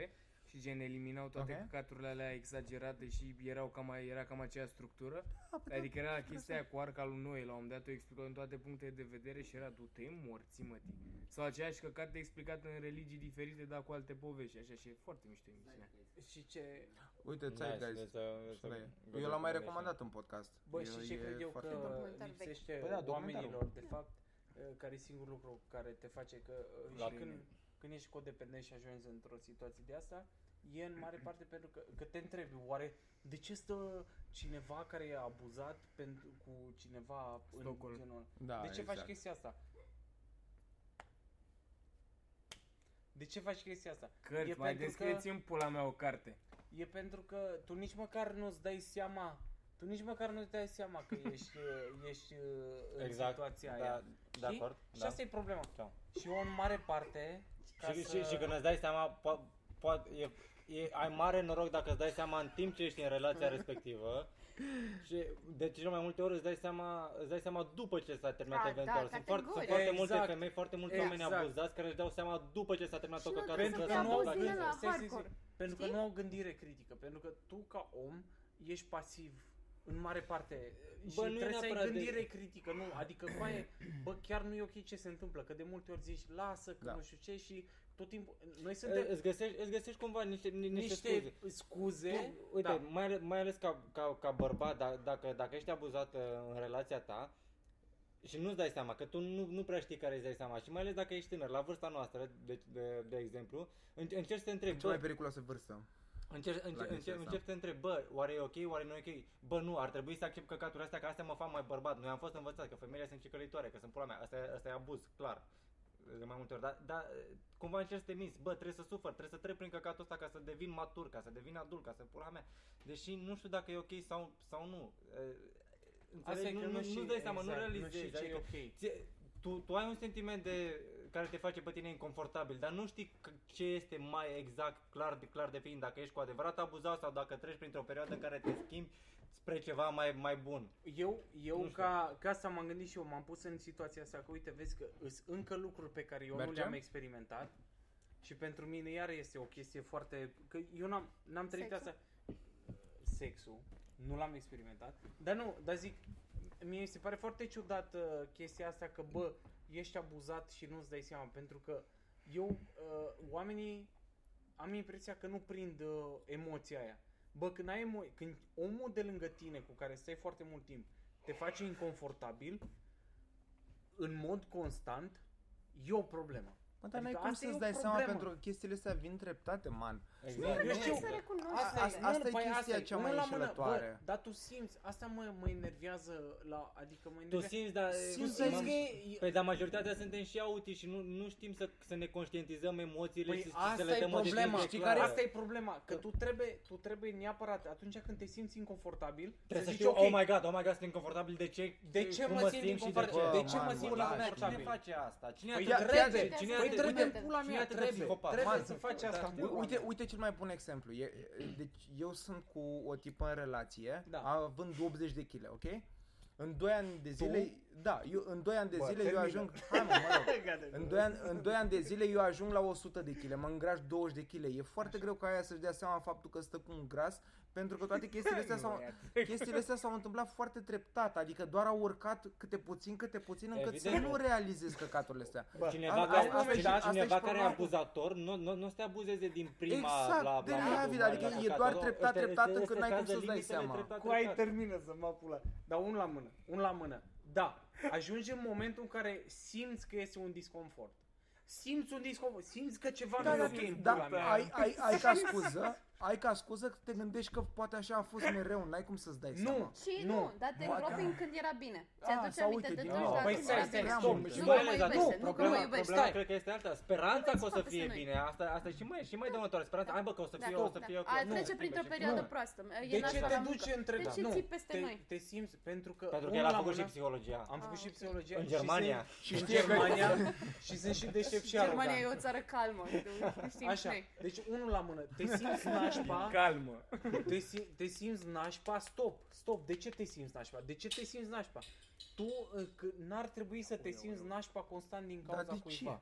Speaker 1: și gen eliminau toate
Speaker 3: Ok.
Speaker 1: căcaturile alea exagerate și erau cam, a- era cam aceea structură.
Speaker 6: Da,
Speaker 1: adică era la chestia aia cu arca lui Noe, la un moment dat o explicau în toate punctele de vedere și era du-te morții mătii. Sau aceeași căcat explicat în religii diferite, dar cu alte povești, așa și e foarte mișto emisiunea.
Speaker 6: Și ce...
Speaker 3: Uite,
Speaker 4: Nice,
Speaker 3: ți-ai guys.
Speaker 4: it's a-
Speaker 6: uh,
Speaker 4: it's a
Speaker 3: Asta e.
Speaker 4: good
Speaker 3: Eu l-am
Speaker 4: recommendation.
Speaker 3: mai recomandat în podcast.
Speaker 6: Bă, știi ce
Speaker 3: e
Speaker 6: cred eu
Speaker 3: foarte
Speaker 2: E
Speaker 3: bun.
Speaker 6: că
Speaker 2: documentar vechi.
Speaker 6: lipsește
Speaker 3: Păi da, documentarul.
Speaker 6: oamenilor, de fapt, uh, care e singurul lucru care te face că uh,
Speaker 4: La
Speaker 6: și
Speaker 4: tine.
Speaker 6: când, când ești codependent și ajungi într-o situație de asta, e în
Speaker 3: <clears throat>
Speaker 6: mare parte pentru că, că te întrebi, oare de ce stă cineva care e abuzat pentru, cu cineva
Speaker 1: Stocul.
Speaker 6: în genul
Speaker 3: Da,
Speaker 6: de ce faci
Speaker 3: exact.
Speaker 6: chestia asta? De ce faci chestia asta?
Speaker 1: Cărți,
Speaker 6: E
Speaker 1: mai
Speaker 6: pentru că-
Speaker 1: descrieți în pula mea o carte.
Speaker 6: E pentru că tu nici măcar nu-ți dai seama tu nici măcar nu-ți dai seama
Speaker 4: <laughs>
Speaker 6: că ești, uh, ești uh, în
Speaker 4: Exact,
Speaker 6: situația aia.
Speaker 4: Da, de
Speaker 6: Știi?
Speaker 4: acord.
Speaker 6: Și
Speaker 4: da.
Speaker 6: asta e problema.
Speaker 4: Da.
Speaker 6: Și eu în mare parte... ca
Speaker 4: Și,
Speaker 6: să-
Speaker 4: și, și când îți dai seama, po- po- e, e, ai mare noroc dacă îți dai seama în timp ce ești în relația respectivă și de cele mai multe ori îți dai seama, îți dai seama după ce s-a terminat
Speaker 2: Ah,
Speaker 4: eventual.
Speaker 2: da,
Speaker 4: sunt, foarte, sunt
Speaker 2: categoric.
Speaker 4: foarte
Speaker 6: Exact.
Speaker 4: multe femei, foarte mulți oameni
Speaker 6: Exact.
Speaker 4: abuzați care își dau seama după ce s-a terminat
Speaker 2: Și
Speaker 4: o
Speaker 2: nu
Speaker 4: căcată.
Speaker 2: trebuie să
Speaker 6: Pentru
Speaker 4: că
Speaker 2: te
Speaker 6: că nu au
Speaker 2: abuzi din
Speaker 6: gândit.
Speaker 2: ăla
Speaker 6: Stai să zic.
Speaker 2: hardcore.
Speaker 6: Pentru că
Speaker 2: Știi?
Speaker 6: nu au gândire critică, pentru că tu ca om ești pasiv în mare parte și
Speaker 4: Bă, nu e
Speaker 6: trebuie să ai
Speaker 4: neapărat de-
Speaker 6: gândire critică, nu, adică
Speaker 4: <clears throat>
Speaker 6: bă, e, bă, chiar nu e ok ce se întâmplă, că de multe ori zici lasă, că
Speaker 3: Da.
Speaker 6: nu știu ce și tot timpul, noi
Speaker 4: Î-
Speaker 6: suntem
Speaker 4: Îți găsești, îți găsești cumva niște, ni- Ă, niște,
Speaker 6: niște
Speaker 4: scuze.
Speaker 6: scuze, scuze
Speaker 4: Tu, uite,
Speaker 6: da.
Speaker 4: mai, ale- mai ales ca, ca, ca bărbat, da- dacă, dacă ești abuzat uh, în relația ta și nu-ți dai seama, că tu nu, nu prea știi care îți dai seama și mai ales dacă ești tânăr, la vârsta noastră, de, de, de exemplu, înce- încerci să te întrebi,
Speaker 3: Cea mai
Speaker 4: bă,
Speaker 3: periculoasă vârstă.
Speaker 4: încerci, încerci,
Speaker 3: chestia
Speaker 4: încerci,
Speaker 6: da.
Speaker 3: asta.
Speaker 4: încerci să te întrebi, bă, oare e ok, oare nu e ok, bă, nu, ar trebui să accept căcaturile astea, că astea mă fac mai bărbat, noi am fost învățați că femeile sunt cicălitoare, că sunt pula mea, asta, e- asta e abuz, clar, de mai multe ori, dar, dar cumva încerci să te minți, bă, trebuie să sufăr, trebuie să trec prin căcatul ăsta ca să devin matur, ca să devin adult, ca să pula mea, deși nu știu dacă e ok sau, sau nu. E,
Speaker 6: Asta e
Speaker 4: Înțelegi?
Speaker 6: că
Speaker 4: Nu, nu,
Speaker 6: știi
Speaker 4: nu dai seama, nu
Speaker 6: exact,
Speaker 4: realizezi.
Speaker 6: știi ce e
Speaker 4: adică
Speaker 6: ok.
Speaker 4: ție- tu, tu ai un sentiment de care te face pe tine inconfortabil, dar nu știi c- ce este mai exact clar de, clar de fiind, dacă ești cu adevărat abuzat sau dacă treci printr-o perioadă în care te schimbi spre ceva mai, mai bun.
Speaker 6: Eu,
Speaker 4: Nu
Speaker 6: eu
Speaker 4: știu.
Speaker 6: ca, ca asta m-am gândit și eu, m-am pus în situația asta că uite, vezi că sunt încă lucruri pe care eu nu
Speaker 3: Mergem?
Speaker 6: le-am experimentat și pentru mine iar este o chestie foarte... că eu n-am, n-am trăit
Speaker 2: Sexul?
Speaker 6: asta... Sexul, nu l-am experimentat, dar nu, dar zic, mie mi se pare foarte ciudată uh, chestia asta că bă, ești abuzat și nu-ți dai seama, pentru că eu, uh, oamenii, am impresia că nu prind uh, emoția aia. Bă, când, ai emo- când omul de lângă tine cu care stai foarte mult timp te face inconfortabil, în mod constant, e o problemă.
Speaker 3: Mă, dar n-ai
Speaker 6: Adică
Speaker 3: cum
Speaker 6: asta e
Speaker 3: să-ți
Speaker 6: o
Speaker 3: dai seama
Speaker 6: problemă.
Speaker 3: pentru că chestiile astea vin treptate, man.
Speaker 6: Nu, eu știu.
Speaker 2: Să recunoști.
Speaker 3: Asta-
Speaker 6: Asta,
Speaker 3: asta e chestia cea mai înșelătoare.
Speaker 6: Bă, dar tu simți, asta mă, mă enervează la, adică mă
Speaker 4: Tu
Speaker 6: enervează.
Speaker 4: simți, dar...
Speaker 6: simți
Speaker 4: Mamă,
Speaker 6: că e-
Speaker 4: Păi, dar majoritatea suntem și auti și nu, nu știm să, să ne conștientizăm emoțiile
Speaker 6: Păi
Speaker 4: și să
Speaker 6: asta
Speaker 4: le
Speaker 6: e
Speaker 4: dăm o
Speaker 6: problema,
Speaker 4: definiție
Speaker 6: știi
Speaker 4: clară.
Speaker 6: care asta e problema, că tu trebuie, tu trebuie neapărat atunci când te simți inconfortabil,
Speaker 4: Trebuie să
Speaker 6: zici,
Speaker 4: știu,
Speaker 6: ok,
Speaker 4: oh my god, oh my god, sunt inconfortabil, de ce,
Speaker 6: De ce
Speaker 4: cum
Speaker 6: mă simt inconfortabil?
Speaker 3: De
Speaker 4: De
Speaker 3: ce
Speaker 4: ce
Speaker 3: mă
Speaker 4: mă
Speaker 3: simt
Speaker 4: simt
Speaker 6: inconfortabil?
Speaker 4: Cine face asta? Cine
Speaker 6: Păi
Speaker 4: a
Speaker 3: ia-
Speaker 4: trebuie,
Speaker 3: ia-
Speaker 4: cine
Speaker 2: păi
Speaker 4: a
Speaker 6: Păi
Speaker 4: trebuie,
Speaker 6: trebuie,
Speaker 2: Uite,
Speaker 6: pula
Speaker 4: cine
Speaker 6: mea,
Speaker 4: a trebuie,
Speaker 6: trebuie,
Speaker 4: psihopat?
Speaker 6: trebuie
Speaker 4: Man,
Speaker 6: să faci asta.
Speaker 3: U- Uite, uite cel mai bun exemplu. E, e- deci eu sunt cu o tipă în relație,
Speaker 6: Da.
Speaker 3: având 80 de kg, ok? În 2 ani de zile, da, eu în 2 ani de
Speaker 6: Bă,
Speaker 3: zile eu
Speaker 6: termină.
Speaker 3: ajung, hai mă, mă
Speaker 6: <laughs>
Speaker 3: rog,
Speaker 6: Gata.
Speaker 3: în 2 ani, în 2 ani de zile eu ajung la 100 de kg, mă îngraș 20 de kg. E foarte greu ca aia să-și dea seama faptul că stă cu un gras, pentru că
Speaker 6: <laughs>
Speaker 3: toate chestiile astea s-au chestiile astea s-au întâmplat foarte treptat, adică doar au urcat câte puțin, câte puțin, încât să
Speaker 4: Evident.
Speaker 3: nu realizezi căcaturile astea.
Speaker 4: Cineva,
Speaker 3: asta-
Speaker 4: care,
Speaker 3: asta e-
Speaker 4: cine-
Speaker 3: asta e
Speaker 4: cineva care e
Speaker 3: problema.
Speaker 4: abuzator, nu, nu, nu se abuzeze din prima
Speaker 3: Exact,
Speaker 4: la,
Speaker 3: de
Speaker 4: la,
Speaker 3: la David, adică e
Speaker 4: căcatul.
Speaker 3: doar
Speaker 4: Nu,
Speaker 3: treptat,
Speaker 4: ăsta-
Speaker 3: treptat,
Speaker 4: ăsta-
Speaker 3: încât
Speaker 4: ăsta
Speaker 3: n-ai cum
Speaker 4: creează
Speaker 3: să-ți dai
Speaker 4: limitele
Speaker 3: seama.
Speaker 4: treptat,
Speaker 6: Cu ai
Speaker 4: treptat.
Speaker 6: termină să mă pula. Dar un la mână, un la mână. Da, ajunge în momentul în care simți că este un disconfort. Simți un disconfort, simți că ceva
Speaker 3: Da,
Speaker 6: nu e
Speaker 3: da,
Speaker 6: ok în
Speaker 3: da,
Speaker 6: pula mea.
Speaker 3: ai, ai, ai ca scuză, ai ca scuză că te gândești că poate așa a fost mereu, n-ai cum să-ți dai seama.
Speaker 6: Nu,
Speaker 2: Și
Speaker 6: Nu.
Speaker 2: nu, dar te
Speaker 3: Ba,
Speaker 2: îngropi în când era bine.
Speaker 3: Ah,
Speaker 2: Ți-aduce
Speaker 3: sau
Speaker 2: aminte
Speaker 3: uite,
Speaker 2: de
Speaker 3: din
Speaker 2: atunci,
Speaker 4: Oh,
Speaker 3: nou.
Speaker 2: dar
Speaker 6: Păi
Speaker 2: când
Speaker 6: stai,
Speaker 2: era
Speaker 6: stai,
Speaker 2: bine.
Speaker 3: stai,
Speaker 2: Nu
Speaker 3: stop.
Speaker 2: că
Speaker 4: Și
Speaker 2: mă
Speaker 4: mai ales, dar
Speaker 2: iubește,
Speaker 4: nu,
Speaker 2: nu că mă
Speaker 4: problema, problema
Speaker 2: iubește.
Speaker 4: cred că este alta. Speranța că o să
Speaker 2: Dați-mă
Speaker 4: fie
Speaker 2: peste noi.
Speaker 4: bine. Asta, asta e și mai, și mai dăunătoare. Speranța,
Speaker 2: Da.
Speaker 4: hai bă că o să
Speaker 2: Da,
Speaker 4: fie, o să
Speaker 2: da.
Speaker 4: fie ok.
Speaker 2: A,
Speaker 4: Nu,
Speaker 2: trece
Speaker 4: nu,
Speaker 2: printr-o
Speaker 4: nu.
Speaker 2: perioadă
Speaker 4: Nu.
Speaker 2: proastă. E
Speaker 6: de
Speaker 2: nașpa
Speaker 6: ce
Speaker 2: la
Speaker 6: te
Speaker 2: muncă.
Speaker 6: duci între... da,
Speaker 2: De ce
Speaker 6: nu,
Speaker 2: ții peste
Speaker 6: te,
Speaker 2: noi?
Speaker 6: te simți pentru că...
Speaker 4: Pentru că
Speaker 6: unul
Speaker 4: el a
Speaker 6: la
Speaker 4: făcut și
Speaker 6: mână-
Speaker 4: psihologia.
Speaker 6: Am făcut
Speaker 2: Ah,
Speaker 6: și
Speaker 2: ok.
Speaker 6: psihologie.
Speaker 4: În
Speaker 6: și
Speaker 4: Germania.
Speaker 6: sunt- Și în Germania.
Speaker 4: <laughs>
Speaker 6: și sunt și deștept și
Speaker 2: Germania e
Speaker 6: arogant.
Speaker 2: o țară calmă.
Speaker 6: <laughs>
Speaker 2: nu știm
Speaker 6: Așa,
Speaker 2: noi.
Speaker 6: deci unul la mână, te
Speaker 2: <laughs>
Speaker 6: simți nașpa,
Speaker 1: Calmă.
Speaker 6: te, sim, te simți nașpa, stop, stop, de ce te simți nașpa? De ce te simți nașpa? Tu uh, că n-ar trebui să te
Speaker 1: Oleu,
Speaker 6: simți
Speaker 1: oleu.
Speaker 6: nașpa constant din
Speaker 3: Dar
Speaker 6: cauza
Speaker 3: de
Speaker 6: cuiva.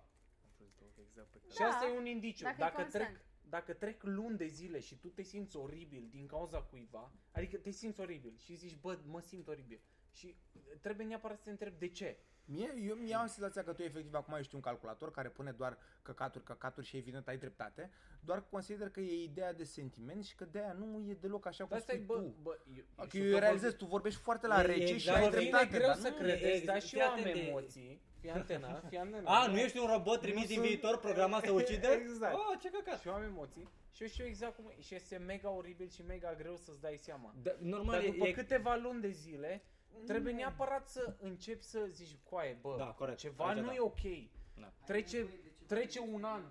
Speaker 1: Exact pe care-
Speaker 6: Și
Speaker 2: Da,
Speaker 6: asta e un indiciu.
Speaker 2: dacă e
Speaker 6: Dacă,
Speaker 2: constant.
Speaker 6: trec, dacă trec luni de zile și tu te simți oribil din cauza cuiva, adică te simți oribil și zici, bă, mă simt oribil. Și uh, trebuie neapărat să te întreb de ce.
Speaker 3: Mie, eu mi am senzația că tu efectiv acum ești un calculator care pune doar căcaturi, căcaturi și evident ai dreptate, doar că consider că e ideea de sentiment și că de aia nu e deloc așa
Speaker 6: Dar
Speaker 3: cum
Speaker 6: asta e,
Speaker 3: spui
Speaker 6: bă,
Speaker 3: tu.
Speaker 6: bă, eu,
Speaker 3: Că
Speaker 6: știu
Speaker 3: eu realizez,
Speaker 6: vorbim-
Speaker 3: tu vorbești foarte la
Speaker 4: E
Speaker 3: rece și
Speaker 4: exact,
Speaker 3: ai
Speaker 4: mă vine
Speaker 3: dreptate,
Speaker 6: E greu
Speaker 3: dar
Speaker 6: să
Speaker 3: nu
Speaker 6: credeți, dar și eu am
Speaker 4: Fii atent de-
Speaker 6: emoții.
Speaker 3: <laughs>
Speaker 6: Fii antena, fii antena.
Speaker 4: A, nu ești un robot trimis
Speaker 6: Nu
Speaker 4: din
Speaker 6: sunt-
Speaker 4: viitor programat să ucidă?
Speaker 6: Exact.
Speaker 4: Oh, ce căcat.
Speaker 6: Și eu am emoții și eu știu exact cum e. Și este mega oribil și mega greu să-ți dai seama.
Speaker 4: Da, normal,
Speaker 6: Dar după
Speaker 4: e, Mm.
Speaker 6: câteva luni de zile, trebuie neapărat să începi să zici, coaie, bă,
Speaker 4: Da, corect.
Speaker 6: ceva
Speaker 4: Aici
Speaker 6: nu
Speaker 4: da.
Speaker 6: e ok.
Speaker 4: Da.
Speaker 6: Trece, trece un an.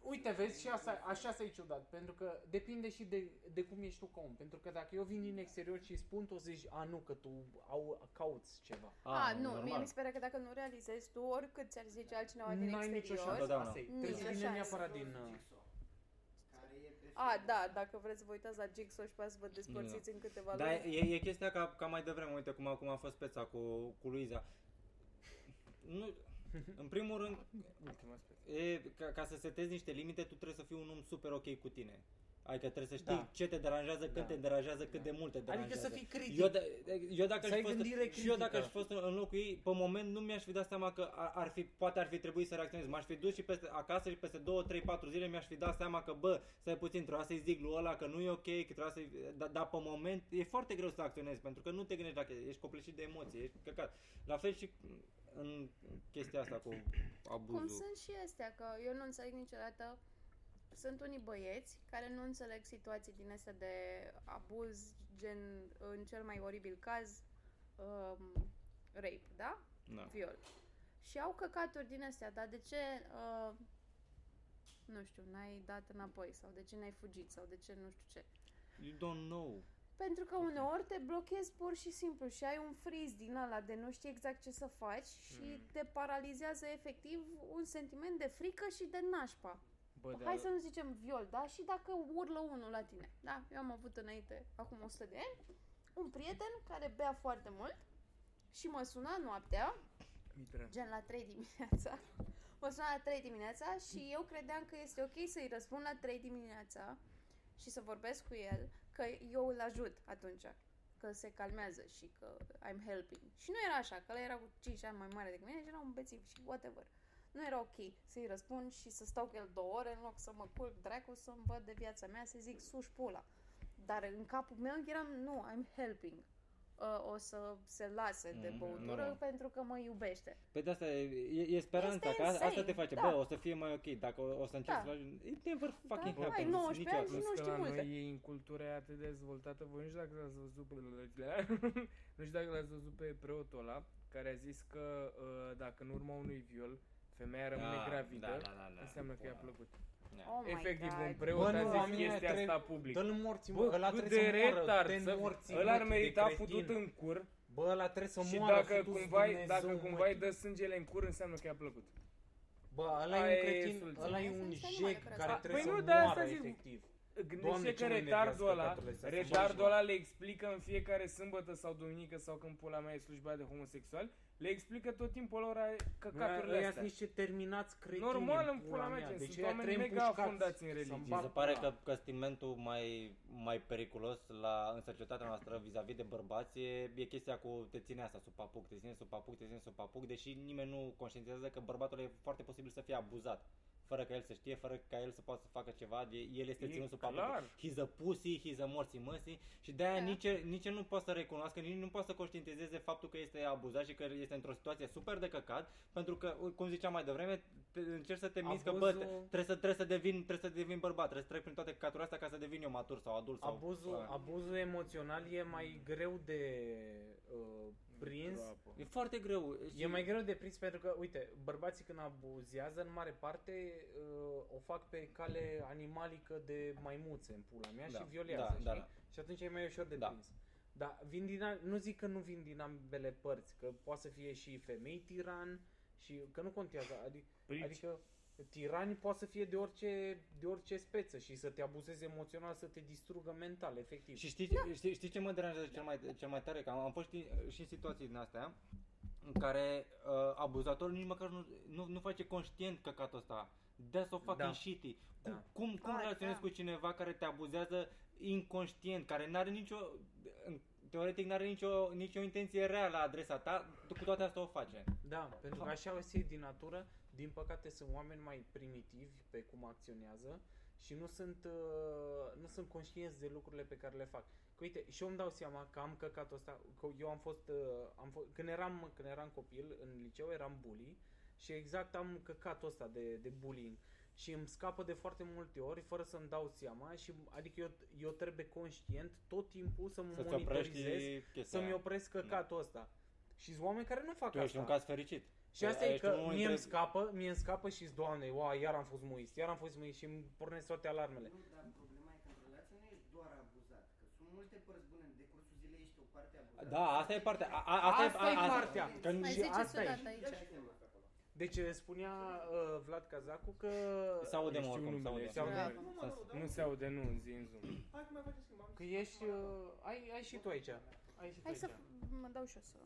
Speaker 6: Uite, vezi, și asta, așa să e ciudat, pentru că depinde și de, de cum ești tu ca om. Pentru că dacă eu vin din exterior și îi spun, tu o să zici, a, nu, că tu au, cauți ceva.
Speaker 2: A, Ah, nu, mie mi se pare că dacă nu realizezi tu, oricât ți-ar zice altcineva din
Speaker 6: N-ai nicio
Speaker 2: exterior...
Speaker 6: șansă,
Speaker 4: Totdeauna.
Speaker 6: asta e.
Speaker 2: Nicio
Speaker 6: Trebuie să vină
Speaker 2: șansă.
Speaker 6: neapărat din... uh,
Speaker 2: A, da, dacă vreți să vă uitați la Jigsaw și pe aia să vă despărțiți în câteva
Speaker 4: Dar
Speaker 2: luni.
Speaker 4: Da, e, e chestia ca, ca mai devreme, uite cum, a- cum a fost peța cu, cu Luiza. Nu, în primul rând,
Speaker 1: Ultima speță.
Speaker 4: e, ca, ca să setezi niște limite, tu trebuie să fii un om super ok cu tine. Adică trebuie să știi
Speaker 6: Da.
Speaker 4: ce te deranjează, când
Speaker 6: Da.
Speaker 4: te deranjează, cât
Speaker 6: Da.
Speaker 4: de mult te deranjează.
Speaker 6: Adică să fii critic.
Speaker 4: Eu, da, eu dacă
Speaker 6: Să
Speaker 4: aș
Speaker 6: ai
Speaker 4: fost,
Speaker 6: gândire
Speaker 4: și eu dacă
Speaker 6: critică.
Speaker 4: aș fost în, în locul ei, pe moment nu mi-aș fi dat seama că ar, ar fi, poate ar fi trebuit să reacționez. M-aș fi dus și peste, acasă și peste 2, 3, 4 zile mi-aș fi dat seama că, bă, stai puțin, trebuia să-i zic lui ăla că nu e ok, că trebuia să-i... Dar da, pe moment e foarte greu să acționezi, pentru că nu te gândești la chestia, ești copleșit de emoții, ești căcat. La fel și în chestia asta cu abuzul.
Speaker 2: Cum sunt și astea, că eu nu înțeleg niciodată... Sunt unii băieți care nu înțeleg situații din astea de abuz, gen, în cel mai oribil caz, um, rape, da?
Speaker 4: Da.
Speaker 2: viol. Și au căcaturi din astea, dar de ce, uh, nu știu, n-ai dat înapoi sau de ce n-ai fugit sau de ce nu știu ce.
Speaker 4: You don't know.
Speaker 2: Pentru că uneori te blochezi pur și simplu și ai un friz din ăla de nu știi exact ce să faci și
Speaker 1: Mm.
Speaker 2: te paralizează efectiv un sentiment de frică și de nașpa.
Speaker 1: Bă,
Speaker 2: Hai
Speaker 1: dar
Speaker 2: să nu zicem viol, da? Și dacă urlă unul la tine. Da, eu am avut înainte, acum 100 de ani, un prieten care bea foarte mult și mă suna noaptea
Speaker 1: Mitra.
Speaker 2: gen la 3 dimineața. <laughs> Mă suna la 3 dimineața și eu credeam că este ok să-i răspund la 3 dimineața și să vorbesc cu el, că eu îl ajut atunci, că se calmează și că I'm helping. Și nu era așa, că el era cu 5 ani mai mare decât mine și era un bețiv și whatever. Nu era ok să-i răspund și să stau cu el două ore în loc să mă culc dracu, să-mi văd de viața mea, să zic suși pula. Dar în capul meu eram, nu, I'm helping. uh, o să se lase de
Speaker 4: Mhm,
Speaker 2: băutură
Speaker 4: normal.
Speaker 2: pentru că mă iubește.
Speaker 4: Pe Păi de asta e, e, e speranța,
Speaker 2: Este
Speaker 4: că asta, asta
Speaker 2: insane,
Speaker 4: te face,
Speaker 2: da.
Speaker 4: bă, o să fie mai ok, dacă o, o să încerci
Speaker 2: Da.
Speaker 4: să ajungi. It never fucking
Speaker 2: Da, ai
Speaker 4: happens,
Speaker 2: 19 ani
Speaker 4: niciodată.
Speaker 2: și nu
Speaker 1: Plus că
Speaker 2: știi
Speaker 1: la
Speaker 2: multe.
Speaker 1: noi e în cultură e atât de dezvoltată, voi nu știu dacă ați văzut pe <laughs> nu știu dacă l-ați văzut pe preotul ăla, care a zis că uh, dacă în urma unui viol femeia rămâne gravidă,
Speaker 4: da,
Speaker 1: înseamnă că i-a
Speaker 4: Wow.
Speaker 1: plăcut.
Speaker 4: Da.
Speaker 2: Oh my
Speaker 1: Efectiv,
Speaker 2: God.
Speaker 1: un preot
Speaker 6: Bă, nu,
Speaker 1: a zis
Speaker 6: oamenii
Speaker 1: chestia
Speaker 6: trebuie-
Speaker 1: asta public.
Speaker 6: Dă-l morți, mă,
Speaker 1: Bă,
Speaker 6: ăla
Speaker 1: cât
Speaker 6: trebuie
Speaker 1: de
Speaker 6: să moară,
Speaker 1: retard
Speaker 6: de
Speaker 1: să...
Speaker 6: morți,
Speaker 1: Ăla ar
Speaker 6: mă, de
Speaker 1: merita
Speaker 6: cretin.
Speaker 1: futut în cur
Speaker 6: Bă, ăla trebuie să
Speaker 1: și
Speaker 6: moară,
Speaker 1: dacă
Speaker 6: futu-ți
Speaker 1: cumva,
Speaker 6: Dumnezeu,
Speaker 1: dacă
Speaker 6: mă.
Speaker 1: cumva îi dă sângele în cur, înseamnă că i-a plăcut.
Speaker 6: Bă, ăla
Speaker 1: Aia
Speaker 6: e
Speaker 1: e
Speaker 6: un cretin,
Speaker 1: soluția.
Speaker 6: ăla e
Speaker 2: Asta
Speaker 6: un
Speaker 2: este
Speaker 6: jec
Speaker 2: numai de
Speaker 6: care
Speaker 1: creație.
Speaker 6: trebuie
Speaker 1: Păi nu,
Speaker 6: să
Speaker 1: dar
Speaker 6: moară,
Speaker 1: asta zic.
Speaker 6: efectiv.
Speaker 1: Gândește că
Speaker 6: ce mâine
Speaker 1: retardul
Speaker 6: viață,
Speaker 1: ăla,
Speaker 6: păcatele astea sunt
Speaker 1: retardul
Speaker 6: mari.
Speaker 1: ăla le explică în fiecare sâmbătă sau duminică sau când pula mea e slujba de homosexual, le explică tot timpul lor ai-
Speaker 6: Ăia
Speaker 1: căcaturile
Speaker 6: ăia sunt
Speaker 1: astea.
Speaker 6: niște terminați cretini. Deci
Speaker 1: Normal, în pula mea, gen, sunt
Speaker 6: ăia
Speaker 1: oameni
Speaker 6: trebuie
Speaker 1: mega
Speaker 6: împușcați
Speaker 1: afundați în
Speaker 6: să-mi
Speaker 1: religie.
Speaker 6: bag
Speaker 1: Mi
Speaker 4: Mi se pare
Speaker 6: pula.
Speaker 4: că căstimentul mai, mai periculos la, în societatea noastră vis-a-vis de bărbați e, e chestia cu te ține asta sub papuc, te ține sub papuc, te ține sub papuc, deși nimeni nu conștientizează că bărbatul e foarte posibil să fie abuzat fără ca el să știe, fără ca el să poată să facă ceva, de, el este
Speaker 1: E
Speaker 4: ținut sub
Speaker 1: clar.
Speaker 4: papuc. He's a pussy, he's a morții măsii și de-aia
Speaker 2: Da.
Speaker 4: nici, nici el nu poate să recunoască, nici nu poate să conștientizeze faptul că este abuzat și că este într-o situație super de căcat, pentru că, cum ziceam mai devreme, te- încerci să te minți că, bă,
Speaker 6: Abuzul-
Speaker 4: Trebuie să, trebuie să devin, trebuie să devin bărbat, trebuie să trec prin toate căcaturile astea ca să devin eu matur sau adult sau...
Speaker 6: Abuzul, abuzul emoțional e mai greu de uh, prins.
Speaker 4: E foarte greu.
Speaker 6: E mai greu de prins pentru că, uite, bărbații când abuzează, în mare parte uh, o fac pe cale animalică de maimuțe în pula mea
Speaker 4: Da,
Speaker 6: și violează,
Speaker 4: da, da,
Speaker 6: știi?
Speaker 4: da.
Speaker 6: Și atunci e mai ușor de
Speaker 4: Da.
Speaker 6: prins. Da, vin din, a- nu zic că nu vin din ambele părți, că poate să fie și femei tiran și că nu contează, adică,
Speaker 1: Păi,
Speaker 6: adică tirani poate să fie de orice, de orice speță și să te abuzeze emoțional, să te distrugă mental, efectiv.
Speaker 4: Și știi, da. știi, știi ce mă deranjează cel mai, cel mai tare? Că am, am fost și, și în situații din astea în care uh, abuzatorul nici măcar nu, nu, nu face conștient căcatul ăsta. That's so fucking
Speaker 6: Da.
Speaker 4: shitty. Cum,
Speaker 6: Da.
Speaker 4: cum, cum
Speaker 2: Ah,
Speaker 4: reacționezi
Speaker 2: da.
Speaker 4: cu cineva care te abuzează inconștient, care n-are nicio... în- Teoretic n-are nicio, nicio intenție rea la adresa ta, tu cu toate astea o face.
Speaker 6: Da, pentru că așa este din natură. Din păcate sunt oameni mai primitivi pe cum acționează și nu sunt, uh, nu sunt conștienți de lucrurile pe care le fac. Că uite, și eu îmi dau seama că am căcat ăsta, că eu am fost, uh, am fost când, eram, când eram copil în liceu, eram bully și exact am căcat ăsta de, de bullying și îmi scapă de foarte multe ori fără să-mi dau seama și adică eu, eu trebuie conștient tot timpul să mă
Speaker 4: Să-ți oprești
Speaker 6: monitorizez,
Speaker 4: chestia
Speaker 6: să-mi
Speaker 4: aia.
Speaker 6: opresc căcatul ăsta. Și sunt oameni care nu fac
Speaker 4: Tu
Speaker 6: asta.
Speaker 4: ești un caz fericit.
Speaker 6: Și asta e
Speaker 4: Ești
Speaker 6: că
Speaker 4: unul
Speaker 6: mie
Speaker 4: dintre-
Speaker 6: îmi scapă, mie îmi scapă și doamne, wow, iar am fost muist, iar am fost muist și îmi pornesc toate alarmele.
Speaker 10: Nu, dar problema e că în relație nu ești doar abuzat, că sunt multe părți bune, în decursul zilei ești o parte abuzată.
Speaker 4: Da, asta e partea. A, a, asta,
Speaker 6: Asta e
Speaker 4: a, asta-
Speaker 6: partea.
Speaker 4: Că nu-
Speaker 2: Mai
Speaker 6: Și
Speaker 2: ziceți
Speaker 6: asta
Speaker 2: o
Speaker 6: e.
Speaker 2: dată aici.
Speaker 6: Deci spunea uh, Vlad Cazacu că...
Speaker 4: Se aude mă
Speaker 1: știu
Speaker 4: oricum, se
Speaker 1: numele,
Speaker 4: aude.
Speaker 1: se aude.
Speaker 2: Da.
Speaker 1: Nu se aude, nu, în zi, în zoom.
Speaker 5: Hai că mai faceți schimb, am
Speaker 6: Că ești... Uh, ai, ai și tu aici. Ai și tu
Speaker 2: Hai
Speaker 6: aici.
Speaker 2: să mă dau și eu să...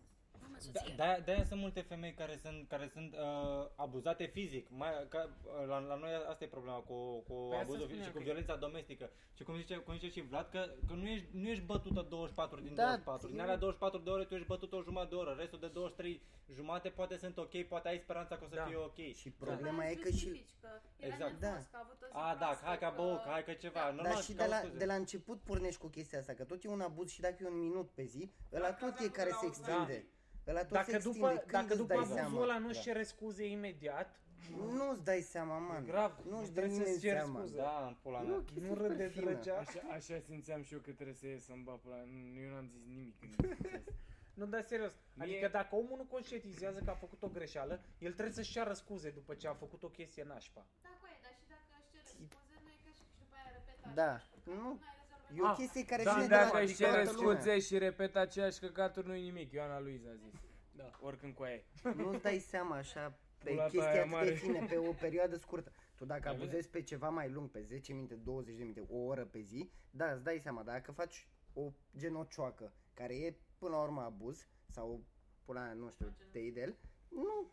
Speaker 4: Da, de-aia sunt multe femei care sunt, care sunt uh, abuzate fizic. Mai, ca, la, la noi asta e problema cu, cu
Speaker 6: Păi asta
Speaker 4: abuzul
Speaker 6: spuneam
Speaker 4: și cu
Speaker 6: că-
Speaker 4: violența domestică. Și cum zice, cum zice și Vlad, că, că nu, ești, nu ești bătută 24 din
Speaker 3: Da,
Speaker 4: 24. Din
Speaker 3: eu-
Speaker 4: alea 24 de ore tu ești bătută o jumătate de oră. Restul de 23 jumate poate sunt ok, poate ai speranța că o să
Speaker 6: Da.
Speaker 4: fie ok.
Speaker 3: Și problema e că și...
Speaker 4: Exact.
Speaker 9: Da.
Speaker 3: Da.
Speaker 9: Că a avut o zi
Speaker 4: A, da,
Speaker 9: proastă,
Speaker 4: hai că băuc, hai că ceva.
Speaker 9: Da.
Speaker 4: Normal,
Speaker 3: Dar și
Speaker 4: că
Speaker 3: de
Speaker 4: au
Speaker 3: la,
Speaker 4: scuze.
Speaker 3: de la început pornești cu chestia asta, că tot e un abuz și dacă e un minut pe zi, ăla tot e care se extinde. Ăla tot se
Speaker 6: Da. Dacă
Speaker 3: extinde.
Speaker 6: după,
Speaker 3: Când
Speaker 6: dacă
Speaker 3: îți
Speaker 6: după
Speaker 3: dai
Speaker 6: abuzul
Speaker 3: seama?
Speaker 6: ăla nu-și
Speaker 4: Da.
Speaker 6: cere scuze imediat,
Speaker 3: Nu-ți dai seama,
Speaker 6: e
Speaker 3: man.
Speaker 6: grav,
Speaker 3: Nu-și dă
Speaker 6: trebuie să-ți
Speaker 3: nimeni
Speaker 6: ceri
Speaker 3: seama.
Speaker 6: scuze.
Speaker 4: Da, în pula mea.
Speaker 6: Nu râde
Speaker 3: superfină.
Speaker 6: drăgea.
Speaker 1: Așa, așa simțeam și eu că trebuie să ies să-mi bag pula. Nu, eu n-am zis nimic. când am
Speaker 3: Păi,
Speaker 1: zis asta.
Speaker 6: Nu, dar serios. Adică
Speaker 1: Mie-
Speaker 6: dacă omul nu conștientizează că a făcut o greșeală, el trebuie să-și ceară scuze după ce a făcut o chestie nașpa.
Speaker 9: Da, cu aia, dar și dacă își cere scuze, nu e ca și și după aia repetă
Speaker 3: Da.
Speaker 9: același lucru,
Speaker 3: Nu.
Speaker 9: n-ai rezolvat
Speaker 3: E o
Speaker 6: Ah,
Speaker 3: chestie care
Speaker 6: da,
Speaker 3: vine
Speaker 1: Și
Speaker 3: de la
Speaker 1: dacă își cere
Speaker 3: adică toată lumea.
Speaker 1: scuze și repetă aceeași căcaturi, nu-i nimic. Ioana Luiza a zis.
Speaker 6: Da.
Speaker 1: Oricând cu aia.
Speaker 3: Nu-ți dai seama așa pe
Speaker 1: Pula ta aia
Speaker 3: chestia atât
Speaker 1: mare.
Speaker 3: de fine, pe o perioadă scurtă. Tu dacă
Speaker 4: Ai văzut?
Speaker 3: abuzezi pe ceva mai lung, pe 10 minute, 20 de minute, o oră pe zi, da, îți dai seama, dacă faci o genocioacă, care e până la urmă abuz, sau pula aia, nu știu, te iei de el, nu,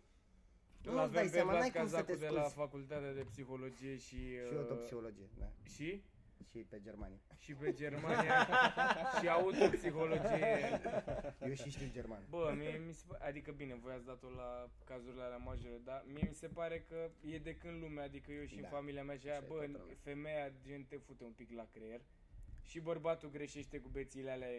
Speaker 1: Îl
Speaker 3: nu-ți
Speaker 1: avem
Speaker 3: dai
Speaker 1: pe
Speaker 3: seama,
Speaker 1: Vlad
Speaker 3: n-ai cum să te
Speaker 1: Cazacu de la
Speaker 3: scuzi.
Speaker 1: Facultatea de Psihologie și...
Speaker 3: Și
Speaker 1: uh,
Speaker 3: eu tot psihologie, da,
Speaker 1: Și?
Speaker 3: și pe Germania.
Speaker 1: Și pe
Speaker 3: <laughs>
Speaker 1: Germania. și autopsihologie.
Speaker 3: Eu și știu
Speaker 6: <laughs>
Speaker 3: germană.
Speaker 1: Bă, mie mi se pare, adică bine, voi ați dat-o la cazurile alea majore, dar mie mi se pare că e de când lumea, adică eu și în
Speaker 3: Da.
Speaker 1: familia mea și aia,
Speaker 3: Așa e
Speaker 1: bă,
Speaker 3: toată lumea.
Speaker 1: femeia gen te fute un pic la creier și bărbatul greșește cu bețiile alea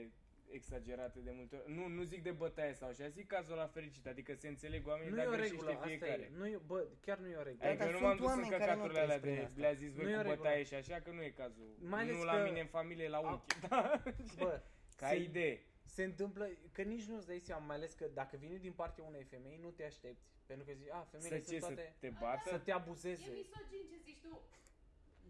Speaker 1: exagerate de multe ori. Nu, nu zic de bătaie sau așa, zic cazul la fericit, adică se înțeleg
Speaker 4: Păi
Speaker 1: oamenii,
Speaker 6: Nu e
Speaker 1: dar
Speaker 6: o
Speaker 1: greșește
Speaker 6: regulă, asta
Speaker 1: fiecare.
Speaker 6: e. Nu e, bă, chiar nu e o regulă.
Speaker 1: Adică
Speaker 7: dar
Speaker 1: eu nu
Speaker 7: sunt
Speaker 1: m-am dus în
Speaker 7: oameni care nu
Speaker 1: căcaturile alea
Speaker 7: trăiesc
Speaker 1: de
Speaker 7: prin
Speaker 1: le-a zis
Speaker 6: Nu e
Speaker 1: voi
Speaker 6: o
Speaker 1: cu
Speaker 6: regulă.
Speaker 1: bătaie și așa, că nu e cazul.
Speaker 6: Mai ales
Speaker 1: nu la
Speaker 6: că-
Speaker 1: mine în familie, la
Speaker 6: Au-
Speaker 1: unchi. <laughs> Da.
Speaker 6: Bă,
Speaker 1: Ca
Speaker 6: se-
Speaker 1: idee.
Speaker 6: se întâmplă, că nici nu-ți dai seama, mai ales că dacă vine din partea unei femei, nu te aștepți. Pentru că zici, a, femeile
Speaker 1: Să
Speaker 6: sunt
Speaker 1: ce, să
Speaker 6: toate...
Speaker 1: te
Speaker 6: Să
Speaker 1: bată?
Speaker 6: te
Speaker 9: E
Speaker 6: abuzeze.
Speaker 9: misogin ce zici tu.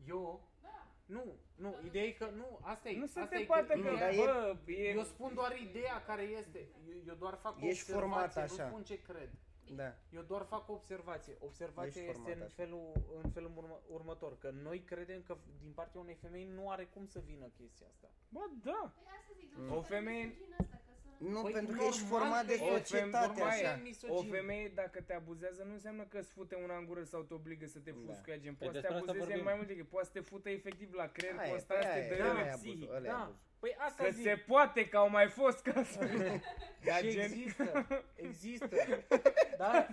Speaker 6: Eu?
Speaker 9: Da.
Speaker 6: Nu, nu, ideea e că nu, asta e.
Speaker 1: Nu să
Speaker 6: asta
Speaker 1: te
Speaker 6: e
Speaker 1: bată că,
Speaker 6: nu, dar e-
Speaker 1: bă, e...
Speaker 6: Eu spun doar ideea care este. Eu, eu doar fac o
Speaker 7: Ești format
Speaker 6: observație,
Speaker 7: așa.
Speaker 6: nu spun ce cred.
Speaker 7: Da.
Speaker 6: Eu doar fac o observație. Observația
Speaker 7: Ești
Speaker 6: este
Speaker 7: format
Speaker 6: în
Speaker 7: așa.
Speaker 6: felul, în felul urmă, următor, că noi credem că din partea unei femei nu are cum să vină chestia asta.
Speaker 1: Bă, da.
Speaker 9: Păi asta zic,
Speaker 7: Mm.
Speaker 9: domnul,
Speaker 1: O femeie-
Speaker 9: misogin ăsta, că sunt-
Speaker 7: Nu,
Speaker 6: Păi,
Speaker 7: pentru că
Speaker 6: normal
Speaker 7: ești format
Speaker 6: că
Speaker 7: de
Speaker 6: e.
Speaker 1: O
Speaker 7: societate
Speaker 1: femeie-
Speaker 7: așa.
Speaker 1: O femeie, dacă te abuzează, nu înseamnă că îți fute una în gură sau te obligă să te fuzi
Speaker 7: Da.
Speaker 1: cu ea, gen,
Speaker 4: Păi
Speaker 1: poate să te
Speaker 4: despre asta
Speaker 1: abuzeze
Speaker 4: vorbim.
Speaker 1: mai mult decât, poate să te fută efectiv la creier
Speaker 7: Aia e,
Speaker 1: constant, să
Speaker 7: aia
Speaker 1: te
Speaker 7: e,
Speaker 1: dărâme
Speaker 7: ăla e
Speaker 1: psihic.
Speaker 7: abuzul, ăla e
Speaker 6: Da.
Speaker 7: abuzul.
Speaker 6: Păi asta
Speaker 1: Că
Speaker 6: zic.
Speaker 1: se poate că au mai fost cazuri.
Speaker 7: <laughs>
Speaker 6: Da,
Speaker 1: Dar
Speaker 6: și
Speaker 1: gen,
Speaker 6: există,
Speaker 1: <laughs>
Speaker 6: există. da?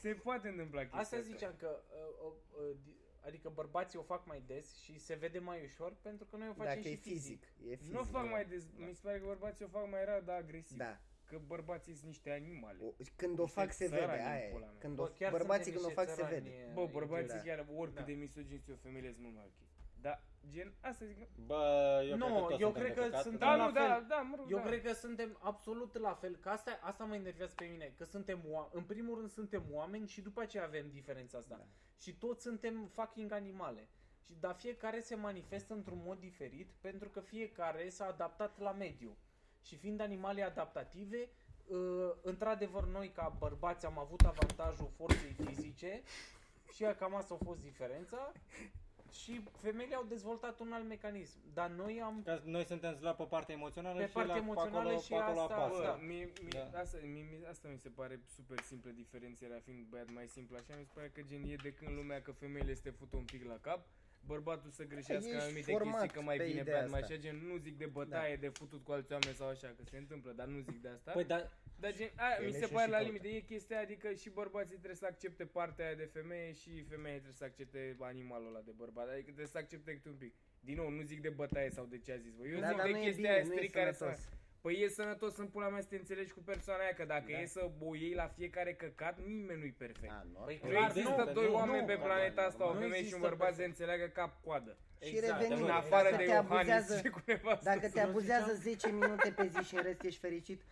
Speaker 1: se poate întâmpla chestia
Speaker 6: Asta ziceam că, uh, uh, uh, di- adică bărbații o fac mai des și se vede mai ușor pentru că noi o facem
Speaker 7: Dacă
Speaker 6: și
Speaker 7: e fizic. E fizic.
Speaker 1: Nu fac
Speaker 7: da.
Speaker 1: mai des, mi se pare că bărbații o fac mai rar, dar agresiv.
Speaker 7: Da.
Speaker 1: Că bărbații sunt niște animale.
Speaker 7: O- Când o
Speaker 1: Niște
Speaker 7: fac se vede,
Speaker 1: țărani în
Speaker 7: aia e.
Speaker 1: pula mea.
Speaker 7: Când
Speaker 6: Bă,
Speaker 7: o,
Speaker 6: chiar
Speaker 7: bărbații
Speaker 6: suntem
Speaker 7: când
Speaker 6: niște
Speaker 7: o fac se
Speaker 6: țărani,
Speaker 7: vede.
Speaker 6: e-
Speaker 1: Bă,
Speaker 6: e
Speaker 1: bărbații
Speaker 6: genul.
Speaker 1: chiar, oricât
Speaker 6: Da.
Speaker 1: de misogini sunt o femeile sunt mult mai ok. Da, gen, asta zic. că-
Speaker 4: Bă, eu
Speaker 6: Nu,
Speaker 4: cred că toți
Speaker 6: eu
Speaker 4: suntem
Speaker 6: cred că
Speaker 4: căcat,
Speaker 6: sunt-
Speaker 1: Da,
Speaker 6: Da,
Speaker 1: nu,
Speaker 6: la
Speaker 1: da,
Speaker 6: fel.
Speaker 1: da, mă rog,
Speaker 6: Eu
Speaker 1: da.
Speaker 6: cred că suntem absolut la fel, că asta, asta mă enervează pe mine, că suntem, oa- în primul rând suntem oameni și după aceea avem diferența asta.
Speaker 7: Da.
Speaker 6: Și toți suntem fucking animale. Și, dar fiecare se manifestă într-un mod diferit pentru că fiecare s-a adaptat la mediu. Și fiind animale adaptative, ă, într-adevăr noi ca bărbați am avut avantajul forței fizice și cam asta a fost diferența. Și femeile au dezvoltat un alt mecanism, dar noi am...
Speaker 4: Că noi suntem slabi pe partea emoțională
Speaker 6: Pe
Speaker 4: și
Speaker 6: partea
Speaker 4: la,
Speaker 6: emoțională
Speaker 4: acolo,
Speaker 6: și
Speaker 4: pe acolo
Speaker 6: asta-
Speaker 4: apasă.
Speaker 1: Bă,
Speaker 6: Da.
Speaker 1: mie, mie,
Speaker 4: Da.
Speaker 1: asta, mie, mie, asta mi se pare super simplă diferențierea, fiind băiat mai simplu așa, mi se pare că gen e de când lumea că femeile este fută un pic la cap, bărbatul să greșească în
Speaker 7: ești
Speaker 1: anumite
Speaker 7: format
Speaker 1: chestii, că mai
Speaker 7: pe
Speaker 1: vine
Speaker 7: ideea
Speaker 1: băiat mai
Speaker 7: asta.
Speaker 1: așa, gen nu zic de bătaie, de futut cu alți oameni sau așa, că se întâmplă, dar nu zic de asta.
Speaker 4: Păi, dar
Speaker 1: Dar gen, aia, mi
Speaker 7: Ele
Speaker 1: se
Speaker 7: și
Speaker 1: pare
Speaker 7: și
Speaker 1: la
Speaker 7: caută.
Speaker 1: limite, e chestia, adică și bărbații trebuie să accepte partea aia de femeie și femeia trebuie să accepte animalul ăla de bărbat, adică trebuie să accepte câte un pic. Din nou, nu zic de bătaie sau de ce a zis voi, eu
Speaker 7: Da,
Speaker 1: zic
Speaker 7: dar
Speaker 1: de
Speaker 7: nu e
Speaker 1: chestia
Speaker 7: bine,
Speaker 1: aia
Speaker 7: nu e
Speaker 1: strict care să...
Speaker 7: sănătos.
Speaker 1: Păi e sănătos în pula mea să te înțelegi cu persoana aia, că dacă
Speaker 7: Da.
Speaker 1: e să o iei la fiecare căcat, nimeni nu-i perfect.
Speaker 7: A, nu.
Speaker 6: Păi
Speaker 1: Nu
Speaker 4: clar,
Speaker 1: există
Speaker 4: nu,
Speaker 1: doi
Speaker 4: nu,
Speaker 1: oameni
Speaker 4: nu,
Speaker 1: pe
Speaker 4: nu,
Speaker 1: planeta
Speaker 4: nu,
Speaker 1: asta, o
Speaker 6: nu
Speaker 1: femeie și
Speaker 6: există
Speaker 1: un bărbat să
Speaker 6: perfect. Da,
Speaker 1: înțeleagă cap-coadă.
Speaker 7: Și
Speaker 6: Exact,
Speaker 7: revenim.
Speaker 1: În
Speaker 4: dacă
Speaker 1: afară
Speaker 7: te
Speaker 1: de Iohannis
Speaker 7: abuzează-
Speaker 1: și cu nevastă.
Speaker 7: Dacă te
Speaker 6: nu
Speaker 7: abuzează 10 minute pe zi și în rest ești fericit,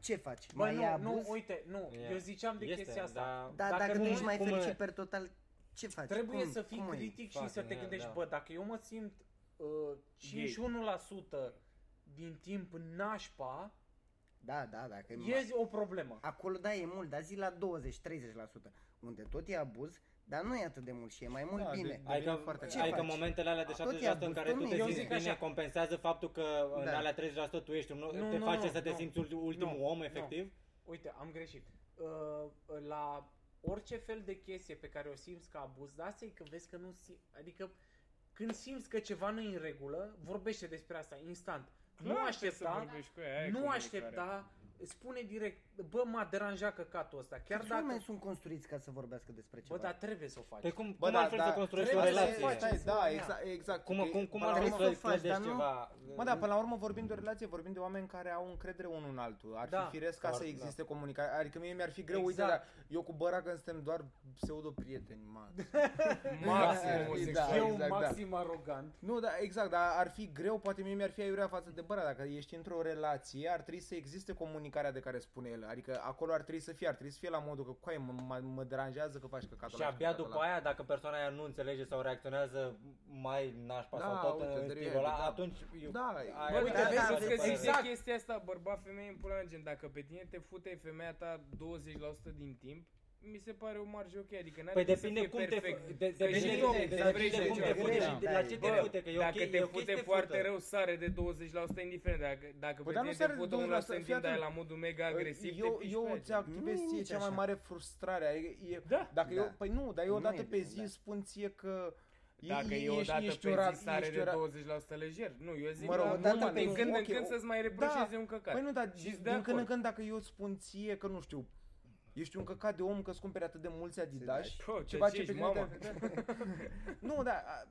Speaker 7: ce faci?
Speaker 6: Bă,
Speaker 7: Mai e
Speaker 6: nu,
Speaker 7: abuz?
Speaker 6: nu, uite, nu,
Speaker 4: E,
Speaker 6: eu ziceam de
Speaker 4: este, da.
Speaker 6: chestia asta.
Speaker 4: dar-
Speaker 7: Dar
Speaker 6: dacă
Speaker 7: dacă,
Speaker 6: nu-
Speaker 7: nu ești mai
Speaker 4: cum e?
Speaker 7: fericit per total, ce faci?
Speaker 6: Trebuie
Speaker 7: Cum-
Speaker 6: să fii
Speaker 7: cum e?
Speaker 6: critic și
Speaker 4: Fac,
Speaker 6: să te
Speaker 4: da,
Speaker 6: gândești,
Speaker 4: da.
Speaker 6: bă, dacă eu mă simt uh, 51% din timp nașpa,
Speaker 7: Da, da, dacă e
Speaker 6: e o problemă.
Speaker 7: Acolo da e mult, dar zi la 20-30%, unde tot e abuz, dar nu e atât de mult și e mai mult
Speaker 3: Da,
Speaker 7: bine.
Speaker 3: de- de-
Speaker 4: Adică,
Speaker 3: Devine foarte
Speaker 7: Ce
Speaker 4: adică
Speaker 7: faci?
Speaker 4: momentele alea de
Speaker 7: Tot
Speaker 4: 70% în
Speaker 7: i-a
Speaker 4: care tu
Speaker 7: dus,
Speaker 4: te
Speaker 7: nu, eu
Speaker 4: simți
Speaker 6: zic
Speaker 4: bine
Speaker 6: așa.
Speaker 4: compensează faptul că în
Speaker 7: Da.
Speaker 4: alea 30% tu ești un
Speaker 6: Nu,
Speaker 4: nu, te
Speaker 6: nu,
Speaker 4: face
Speaker 6: nu,
Speaker 4: să te
Speaker 6: nu.
Speaker 4: simți ulti- ultimul
Speaker 6: Nu,
Speaker 4: om
Speaker 6: nu.
Speaker 4: efectiv.
Speaker 6: Uite, am greșit. Uh, la orice fel de chestie pe care o simți ca abuz, da, asta e că vezi că nu simți, adică când simți că ceva nu e în regulă, vorbește despre asta instant. nu aștepta, nu aștepta, spune direct, bă, m-a deranjat căcatul ăsta, chiar
Speaker 7: Câți
Speaker 6: dacă...
Speaker 7: oameni sunt construiți ca să vorbească despre
Speaker 6: Bă,
Speaker 7: ceva?
Speaker 6: dar trebuie să o faci.
Speaker 4: Pe cum,
Speaker 3: Bă,
Speaker 4: cum
Speaker 3: da,
Speaker 4: altfel
Speaker 3: da.
Speaker 4: să construiești o
Speaker 6: Trebuie să
Speaker 4: relație?
Speaker 6: faci.
Speaker 3: Stai, da,
Speaker 6: Stai,
Speaker 3: exact, exact.
Speaker 4: Cum,
Speaker 3: că-
Speaker 4: cum, cum
Speaker 3: până la
Speaker 4: altfel să
Speaker 7: urmă- Trebuie să o faci,
Speaker 4: clădești
Speaker 7: dar nu-
Speaker 4: ceva?
Speaker 3: Mă, da, până la urmă vorbim de o relație, vorbim de oameni care au încredere unul în altul. Ar
Speaker 6: Da.
Speaker 3: fi firesc ca
Speaker 4: Ar-
Speaker 3: să
Speaker 4: da.
Speaker 3: existe comunicare. Adică mie mi-ar fi greu,
Speaker 6: Exact.
Speaker 3: uite, dar eu cu Băra când suntem doar pseudo-prieteni, mă.
Speaker 1: Maxim
Speaker 3: Da,
Speaker 1: homosexual.
Speaker 3: da,
Speaker 6: eu
Speaker 3: exact, da.
Speaker 6: maxim arogant.
Speaker 3: Nu, da, exact, dar ar fi greu, poate mie mi-ar fi aiurea față de Băra. Dacă ești într-o relație, ar trebui să existe comunicarea de care spune el. Adică acolo ar trebui să fie, ar trebui să fie la modul că, coai, mă, mă, mă deranjează că faci căcatul
Speaker 4: Și
Speaker 3: ăla,
Speaker 4: abia
Speaker 3: căcatul
Speaker 4: după
Speaker 3: ăla.
Speaker 4: aia, dacă persoana aia nu înțelege sau reacționează mai nașpa
Speaker 3: Da,
Speaker 4: sau tot
Speaker 3: uite,
Speaker 4: în
Speaker 3: direct,
Speaker 4: stilul ăla,
Speaker 3: da.
Speaker 4: atunci... eu-
Speaker 3: Da,
Speaker 4: aia-
Speaker 1: Bă,
Speaker 6: Bă,
Speaker 1: uite,
Speaker 6: da,
Speaker 1: vezi
Speaker 6: da,
Speaker 1: că
Speaker 6: da,
Speaker 1: zic
Speaker 6: exact.
Speaker 1: de chestia asta, bărbat, femeie, în pula mea, gen, dacă pe tine te fute femeia ta 20% din timp, mi se pare o marjă ok, adică n-ar
Speaker 4: Păi
Speaker 1: trebui să
Speaker 4: depinde
Speaker 1: fie
Speaker 4: cum te
Speaker 1: perfect.
Speaker 4: fu- de-
Speaker 1: Că și
Speaker 4: depinde
Speaker 1: eu,
Speaker 4: de-
Speaker 1: de-
Speaker 4: depinde de cum te
Speaker 1: de-
Speaker 4: fute și de la ce te
Speaker 1: Bă,
Speaker 4: fute, că e
Speaker 1: dacă
Speaker 4: ok,
Speaker 1: te
Speaker 4: e ok să
Speaker 1: fute
Speaker 4: te
Speaker 1: foarte
Speaker 4: fută.
Speaker 1: rău, sare de 20% indiferent. Dacă, dacă pe
Speaker 3: Păi,
Speaker 1: tine
Speaker 3: dar nu
Speaker 1: te
Speaker 3: sare de
Speaker 1: fută
Speaker 3: 20%,
Speaker 1: 1%
Speaker 3: fii
Speaker 1: din aia
Speaker 3: atent.
Speaker 1: la modul mega agresiv,
Speaker 3: eu,
Speaker 1: te
Speaker 3: eu
Speaker 1: piști
Speaker 3: ți
Speaker 1: pe aia,
Speaker 3: activez
Speaker 7: Nu e
Speaker 3: ție
Speaker 7: nici
Speaker 3: cea mai
Speaker 7: așa.
Speaker 3: mare frustrare. adică E,
Speaker 1: gen. Da.
Speaker 3: Dacă
Speaker 7: Da.
Speaker 3: eu, păi nu, dar eu
Speaker 7: Nu
Speaker 3: odată
Speaker 7: e
Speaker 3: pe
Speaker 7: bine,
Speaker 3: zi
Speaker 7: da.
Speaker 3: spun ție că e-
Speaker 1: Dacă
Speaker 3: e-
Speaker 1: e o dată
Speaker 3: ești
Speaker 1: pe
Speaker 3: ora-
Speaker 1: zi sare
Speaker 3: ești
Speaker 1: de
Speaker 3: ora-
Speaker 1: 20% lejer. Nu, eu zic
Speaker 3: Mă rog,
Speaker 1: la
Speaker 3: o dată
Speaker 1: mult,
Speaker 3: pe
Speaker 1: din
Speaker 3: zi,
Speaker 1: da, când în
Speaker 3: ok,
Speaker 1: când
Speaker 3: o-
Speaker 1: să-ți mai reproșeze un căcat.
Speaker 3: Păi nu, dar
Speaker 1: Și-s de
Speaker 3: din, din când
Speaker 1: acord.
Speaker 3: în când dacă eu îți spun ție că nu știu, ești un căcat de om că-ți cumperi atât de mulți Adidas,
Speaker 7: Adidas.
Speaker 1: Bă,
Speaker 3: ce
Speaker 1: Păi, ce
Speaker 3: face
Speaker 1: zici,
Speaker 3: pe tine
Speaker 1: mama?
Speaker 3: te- <laughs> Nu, dar a,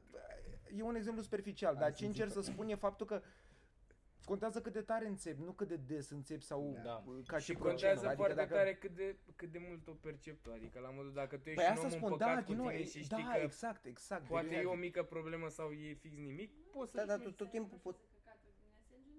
Speaker 3: e un exemplu superficial,
Speaker 7: Am
Speaker 3: dar ce
Speaker 7: simțit-o.
Speaker 3: încerc să spun e faptul că Contează cât de tare înțepi, nu cât de des înțepi sau
Speaker 4: Da.
Speaker 3: ca
Speaker 1: Și
Speaker 3: și Adică
Speaker 1: contează foarte tare cât de, cât de mult o percep tu, adică la modul dacă tu ești
Speaker 3: Păi
Speaker 1: un
Speaker 3: asta
Speaker 1: om
Speaker 3: spun, da,
Speaker 1: împăcat cu
Speaker 3: din nou,
Speaker 1: tine
Speaker 3: e-
Speaker 1: și știi
Speaker 3: da,
Speaker 1: că
Speaker 3: exact, exact.
Speaker 1: poate
Speaker 3: deci-
Speaker 1: e o mică problemă sau e fix nimic, poți să...
Speaker 7: Da, dar tu tot timpul pot...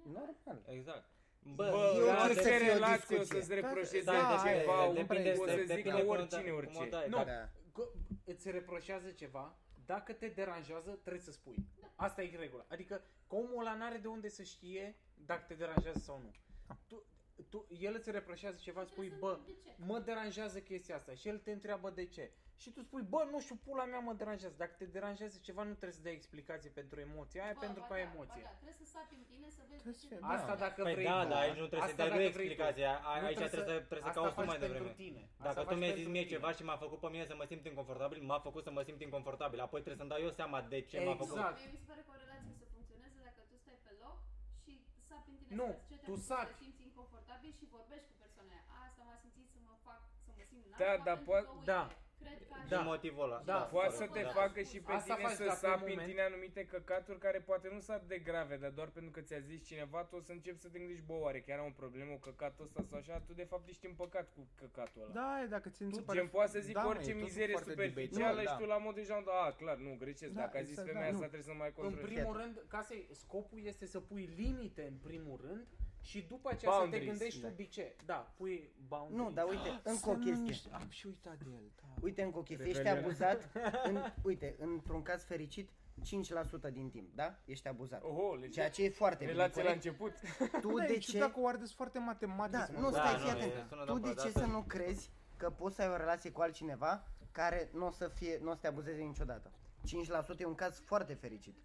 Speaker 7: Normal.
Speaker 4: Exact.
Speaker 1: Bă,
Speaker 3: eu
Speaker 1: la
Speaker 3: cred să
Speaker 1: orice
Speaker 3: fie o
Speaker 1: relație o
Speaker 3: discuție.
Speaker 1: să-ți reproșezi
Speaker 4: da,
Speaker 1: de
Speaker 4: da,
Speaker 1: ceva,
Speaker 4: e,
Speaker 1: un
Speaker 4: depinde-
Speaker 1: pic, o să
Speaker 4: depinde
Speaker 1: zică
Speaker 4: cum o
Speaker 1: oricine
Speaker 4: dai, cum o
Speaker 1: orice.
Speaker 4: dai,
Speaker 6: Nu.
Speaker 4: da.
Speaker 7: Da.
Speaker 6: Că îți reproșează ceva, dacă te deranjează, trebuie să spui. Asta e regula. Adică, că omul ăla n-are de unde să știe dacă te deranjează sau nu.
Speaker 3: Ah.
Speaker 6: Tu, tu, el îți reproșează ceva, spui, bă, mă deranjează chestia asta și el te întreabă de ce. Și tu spui, bă, nu știu, pula mea mă deranjează. Dacă te deranjează ceva, nu trebuie să dai explicație pentru emoția aia, pentru că ai
Speaker 9: da,
Speaker 6: emoție.
Speaker 9: Trebuie să sapi în tine să vezi de
Speaker 7: Trebuie
Speaker 9: ce
Speaker 7: să fie-
Speaker 9: te-
Speaker 7: da.
Speaker 6: Asta dacă
Speaker 4: Păi
Speaker 6: vrei
Speaker 4: da,
Speaker 6: tu.
Speaker 4: da, aici nu trebuie să
Speaker 6: Asta
Speaker 4: dai nu
Speaker 6: dacă vrei tu.
Speaker 4: explicație, a- a-
Speaker 6: Nu
Speaker 4: aici trebuie să, trebuie să
Speaker 6: asta
Speaker 4: cauți tu
Speaker 6: faci
Speaker 4: mai
Speaker 6: pentru
Speaker 4: devreme.
Speaker 6: Tine.
Speaker 4: Dacă
Speaker 6: Asta
Speaker 4: tu
Speaker 6: faci
Speaker 4: mi-ai zis
Speaker 6: pentru
Speaker 4: mie
Speaker 6: tine.
Speaker 4: ceva și m-a făcut pe mine să mă simt inconfortabil, m-a făcut să mă simt inconfortabil. Apoi trebuie să-mi dau eu seama de ce m-a făcut.
Speaker 6: Exact.
Speaker 9: Mie mi se pare că o relație să funcționeze dacă tu stai pe loc și sapi în tine
Speaker 6: Nu,
Speaker 9: să vezi ce te
Speaker 6: tu
Speaker 9: face
Speaker 6: sapi.
Speaker 9: să te simți inconfortabil și vorbești cu persoana aia. Asta m-a simțit să mă fac, să mă simt nașpa
Speaker 1: Da, dar
Speaker 9: pentru
Speaker 1: poate-
Speaker 9: că, uite,
Speaker 6: da.
Speaker 9: Cred că
Speaker 4: Din
Speaker 9: așa-
Speaker 4: motivul ăla.
Speaker 6: Da,
Speaker 1: Poate să
Speaker 9: Sau
Speaker 1: te
Speaker 9: da.
Speaker 1: facă și pe
Speaker 6: Asta
Speaker 1: tine
Speaker 6: faci
Speaker 1: să
Speaker 6: dacă un
Speaker 1: sapi în
Speaker 6: moment-
Speaker 1: tine anumite căcaturi care poate nu sunt de grave, dar doar pentru că ți-a zis cineva, tu o să începi să te gândești, bă, oare chiar am o problemă cu căcatul ăsta sau așa, tu de fapt ești împăcat cu căcatul ăla.
Speaker 3: Da, e, dacă ți se
Speaker 1: Tu,
Speaker 3: pare... Da,
Speaker 1: gen, poate să
Speaker 8: Da,
Speaker 1: zic
Speaker 3: mă, e
Speaker 1: orice
Speaker 3: totul
Speaker 1: mizerie
Speaker 3: foarte
Speaker 1: superficială
Speaker 3: debatable,
Speaker 1: și
Speaker 3: da.
Speaker 1: tu la modul deja, da, clar, nu, greșesc,
Speaker 3: Da,
Speaker 1: dacă a zis
Speaker 3: exact,
Speaker 1: femeia
Speaker 3: da, nu.
Speaker 1: asta trebuie să mai
Speaker 6: În
Speaker 1: controlezi.
Speaker 6: primul rând, ca să scopul este să pui limite în primul rând și după aceea să te
Speaker 1: Boundaries,
Speaker 6: gândești
Speaker 7: da.
Speaker 6: tu de ce. Da, pui boundaries.
Speaker 7: Nu, dar uite, încă o
Speaker 3: Să nu
Speaker 7: chestie.
Speaker 3: Ah, niște- Am și uitat de el, da.
Speaker 7: Uite încă o chestie, ești
Speaker 1: Rebelion.
Speaker 4: <laughs>
Speaker 7: abuzat, în, uite, într-un caz fericit, 5% din timp, da? Ești abuzat.
Speaker 4: Oh,
Speaker 1: Oho,
Speaker 4: deci
Speaker 1: legit.
Speaker 7: Ceea ce e foarte bine,
Speaker 1: deci Relația la
Speaker 7: corect?
Speaker 1: început.
Speaker 7: Tu
Speaker 3: Da, e
Speaker 7: de
Speaker 3: ciudat
Speaker 7: ce?
Speaker 3: că o ardeți foarte matematic.
Speaker 7: Da,
Speaker 3: să mă
Speaker 7: nu,
Speaker 3: gândesc.
Speaker 7: stai,
Speaker 4: Da,
Speaker 7: fii
Speaker 4: nu, e-
Speaker 7: atent.
Speaker 4: sună
Speaker 7: Tu de
Speaker 4: după,
Speaker 7: ce
Speaker 4: da,
Speaker 7: să nu crezi că poți să ai o relație cu altcineva care nu o să, fie, nu o să te abuzeze niciodată? 5% e un caz foarte fericit.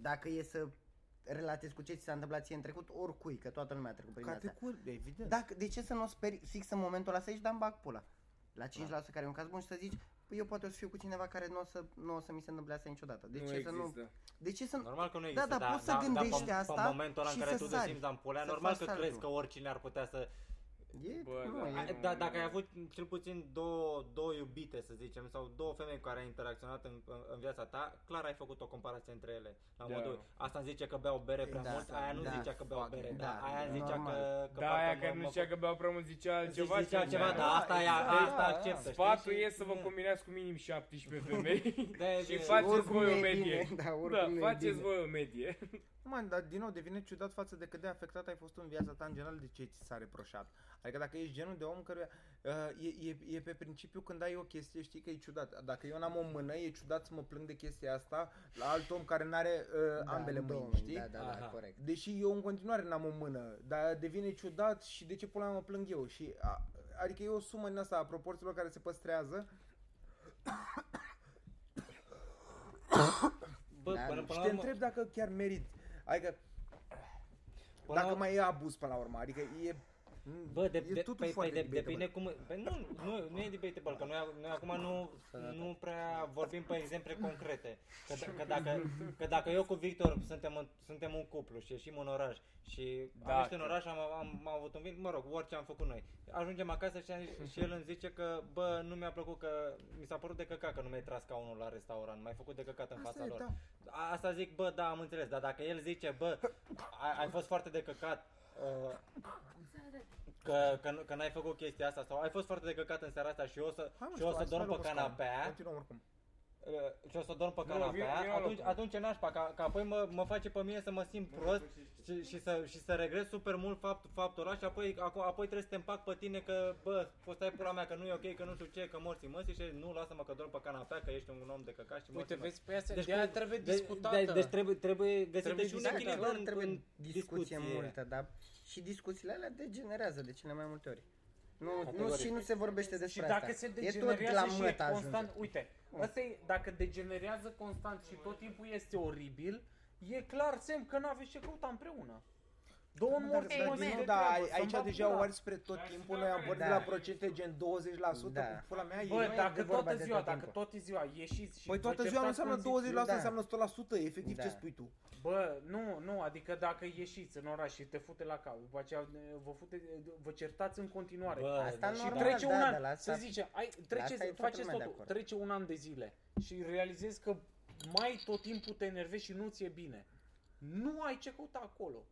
Speaker 7: Dacă e să relatezi cu ce ți s-a întâmplat ție în trecut, oricui, că toată lumea a trecut prin asta.
Speaker 3: Categoric, evident.
Speaker 7: Dacă, de ce să nu o speri fix în momentul ăla să ieși, dar îmi bag pula? La 5% care e un caz bun și să zici, păi eu poate o să fiu cu cineva care nu o să, nu o să mi se întâmple asta niciodată. De
Speaker 1: Nu
Speaker 7: ce să nu...
Speaker 1: există.
Speaker 7: De ce să nu...
Speaker 4: Normal că nu există,
Speaker 7: Da,
Speaker 4: da,
Speaker 7: dar poți să gândești
Speaker 4: pe-
Speaker 7: asta
Speaker 4: pe momentul ăla în
Speaker 7: și
Speaker 4: care
Speaker 7: să
Speaker 4: tu te
Speaker 7: sari,
Speaker 4: simți în pulea,
Speaker 7: să
Speaker 4: normal
Speaker 7: faci
Speaker 4: că
Speaker 7: saltul.
Speaker 4: crezi că oricine ar putea să...
Speaker 7: E,
Speaker 1: Bă,
Speaker 7: nu,
Speaker 1: da.
Speaker 7: e,
Speaker 4: A,
Speaker 1: nu,
Speaker 4: Da,
Speaker 1: nu,
Speaker 4: dacă
Speaker 1: nu.
Speaker 4: ai avut cel puțin două, două iubite, să zicem, sau două femei cu care ai interacționat în, în, în viața ta, clar ai făcut o comparație între ele. La
Speaker 1: Da.
Speaker 4: modul, asta îmi zicea că beau bere prea
Speaker 7: Da,
Speaker 4: mult, aia nu
Speaker 7: da,
Speaker 4: zicea că beau bere,
Speaker 7: fucking,
Speaker 4: da,
Speaker 7: da,
Speaker 4: aia îmi zicea că...
Speaker 7: normal.
Speaker 4: că
Speaker 1: Da,
Speaker 4: parcă
Speaker 1: aia
Speaker 4: mă-
Speaker 1: care nu
Speaker 4: mă-
Speaker 1: șecea că beau prea mult, zicea altceva.
Speaker 4: zicea
Speaker 1: și-
Speaker 4: ceva, da, asta e,
Speaker 7: exact,
Speaker 4: asta
Speaker 7: da,
Speaker 4: acceptă,
Speaker 1: Sfatul
Speaker 4: știi?
Speaker 1: e să vă combinați cu minim 17 femei.
Speaker 4: Da,
Speaker 1: Și
Speaker 4: e-
Speaker 1: faceți
Speaker 7: oricum
Speaker 1: voi o
Speaker 7: e
Speaker 1: medie.
Speaker 7: bine, <laughs> da,
Speaker 1: Da,
Speaker 7: oricum e
Speaker 1: faceți
Speaker 7: bine.
Speaker 1: voi o medie.
Speaker 3: Man, dar din nou devine ciudat față de cât de afectat ai fost tu în viața ta în general de ce ți s-a reproșat. Adică dacă ești genul de om care uh, e, e, e, pe principiu când ai o chestie știi că e ciudat. Dacă eu n-am o mână e ciudat să mă plâng de chestia asta la alt om care n-are uh,
Speaker 7: Da,
Speaker 3: ambele
Speaker 7: două
Speaker 3: mâini,
Speaker 7: mâini,
Speaker 3: știi?
Speaker 7: Da, da, da,
Speaker 4: Aha.
Speaker 7: corect.
Speaker 3: Deși eu în continuare n-am o mână, dar devine ciudat și de ce pula mea mă plâng eu și a, adică e o sumă din asta a proporțiilor care se păstrează
Speaker 4: Bă,
Speaker 7: Da,
Speaker 4: până,
Speaker 7: nu.
Speaker 4: până
Speaker 3: și
Speaker 4: la
Speaker 3: te
Speaker 4: urmă,
Speaker 3: întreb dacă chiar merit. Adică
Speaker 4: până la
Speaker 3: dacă
Speaker 4: urmă-
Speaker 3: mai e abuz până la urmă, adică e
Speaker 4: Bă, de,
Speaker 3: e
Speaker 4: de,
Speaker 3: totul
Speaker 4: păi- păi
Speaker 3: foarte
Speaker 4: de,
Speaker 3: debatable.
Speaker 4: depinde cum... Păi nu, nu, nu e debatable, că noi, noi acum nu, nu prea vorbim pe exemple concrete. Că, d- că,
Speaker 3: <laughs>
Speaker 4: dacă, că dacă eu cu Victor suntem, în, suntem un cuplu și ieșim în oraș și am
Speaker 1: Da,
Speaker 4: ieșit în
Speaker 1: că-
Speaker 4: oraș, am, am, am avut un vin, mă rog, orice am făcut noi. Ajungem acasă și, am- și el îmi zice că, bă, nu mi-a plăcut că... Mi s-a părut de căcat că nu mi-ai tras unul la restaurant, m-ai făcut de căcat în fața
Speaker 3: e,
Speaker 4: lor.
Speaker 3: da.
Speaker 4: A- Asta zic, bă, da, am înțeles, dar dacă el zice, bă, ai, ai fost foarte de căcat, uh, că, că, nu- că n-ai făcut chestia asta sau ai fost foarte de căcat în seara asta și eu o să,
Speaker 3: Hai, mă,
Speaker 4: și eu o
Speaker 3: știu,
Speaker 4: să
Speaker 3: hai
Speaker 4: dorm
Speaker 3: luăm
Speaker 4: pe
Speaker 3: o scaună.
Speaker 4: canapea
Speaker 3: Continuăm oricum.
Speaker 4: uh, și o să dorm pe
Speaker 1: Nu, vin- vin
Speaker 4: canapea,
Speaker 1: la
Speaker 4: atunci,
Speaker 1: locul.
Speaker 4: atunci e nașpa, că, că apoi mă, mă face pe mine să mă simt prost și, și, să, și să regret super mult fapt, faptul ăla și apoi, acu, apoi trebuie să te împac pe tine că, bă, poți stai pula mea că nu e ok, că nu știu ce, că morții măsii și nu, lasă-mă că dorm pe canapea, că ești un om de căcat și morții
Speaker 6: Uite,
Speaker 4: măsii.
Speaker 6: vezi, pe asta
Speaker 4: Deci
Speaker 6: deci, de aia
Speaker 4: cum-
Speaker 6: trebuie
Speaker 4: de-
Speaker 6: discutată.
Speaker 4: de- Deci trebuie, trebuie găsită
Speaker 6: Trebuie
Speaker 4: și un
Speaker 6: discutat.
Speaker 4: echilibru
Speaker 7: Clar,
Speaker 4: în,
Speaker 7: trebuie
Speaker 4: în
Speaker 7: discuție, multă, dar și discuțiile alea degenerează de cele mai multe ori. Nu, nu și nu se vorbește
Speaker 6: și
Speaker 7: despre
Speaker 6: dacă
Speaker 7: asta.
Speaker 6: se
Speaker 7: e tot
Speaker 6: degenerează și e
Speaker 7: glamăt
Speaker 6: constant,
Speaker 7: ajunge.
Speaker 6: uite, asta e, dacă degenerează constant și tot timpul este oribil, e clar semn că n-aveți ce căuta împreună. Două
Speaker 3: Dar,
Speaker 6: morți
Speaker 3: dar,
Speaker 6: mă
Speaker 3: din
Speaker 2: Amen.
Speaker 3: nou,
Speaker 6: de
Speaker 3: da,
Speaker 6: treabă,
Speaker 3: ai-
Speaker 6: să-mi
Speaker 3: aici
Speaker 6: bag
Speaker 3: deja
Speaker 6: pula.
Speaker 3: ori spre tot timpul, noi am vorbit
Speaker 7: Da.
Speaker 3: la procente gen 20%,
Speaker 7: Da.
Speaker 3: cu pula mea,
Speaker 6: Bă,
Speaker 3: e
Speaker 6: dacă
Speaker 3: vorba
Speaker 6: toată
Speaker 3: de
Speaker 6: ziua,
Speaker 3: tot
Speaker 6: dacă
Speaker 3: timpul.
Speaker 6: toată ziua ieșiți și
Speaker 3: Păi toată
Speaker 8: Deci,
Speaker 6: vă
Speaker 3: ziua nu
Speaker 6: certați
Speaker 3: înseamnă
Speaker 6: cum zici,
Speaker 3: 20%,
Speaker 7: da.
Speaker 3: înseamnă 100%, efectiv
Speaker 7: Da.
Speaker 3: ce spui tu.
Speaker 6: Bă, nu, nu, adică dacă ieșiți în oraș și te fute la cap, după aceea e, vă, fute, vă certați în continuare.
Speaker 4: Bă,
Speaker 7: Asta
Speaker 4: și
Speaker 6: deci și
Speaker 7: normal,
Speaker 6: trece
Speaker 7: da,
Speaker 6: un
Speaker 7: da,
Speaker 6: an,
Speaker 7: la asta-
Speaker 6: să zice, ai, trece,
Speaker 7: asta e toată
Speaker 6: faceți
Speaker 7: lumea de
Speaker 6: totul,
Speaker 7: acord.
Speaker 6: trece un an de zile și realizezi că mai tot timpul te enervezi și nu ți-e bine. Nu ai ce căuta acolo.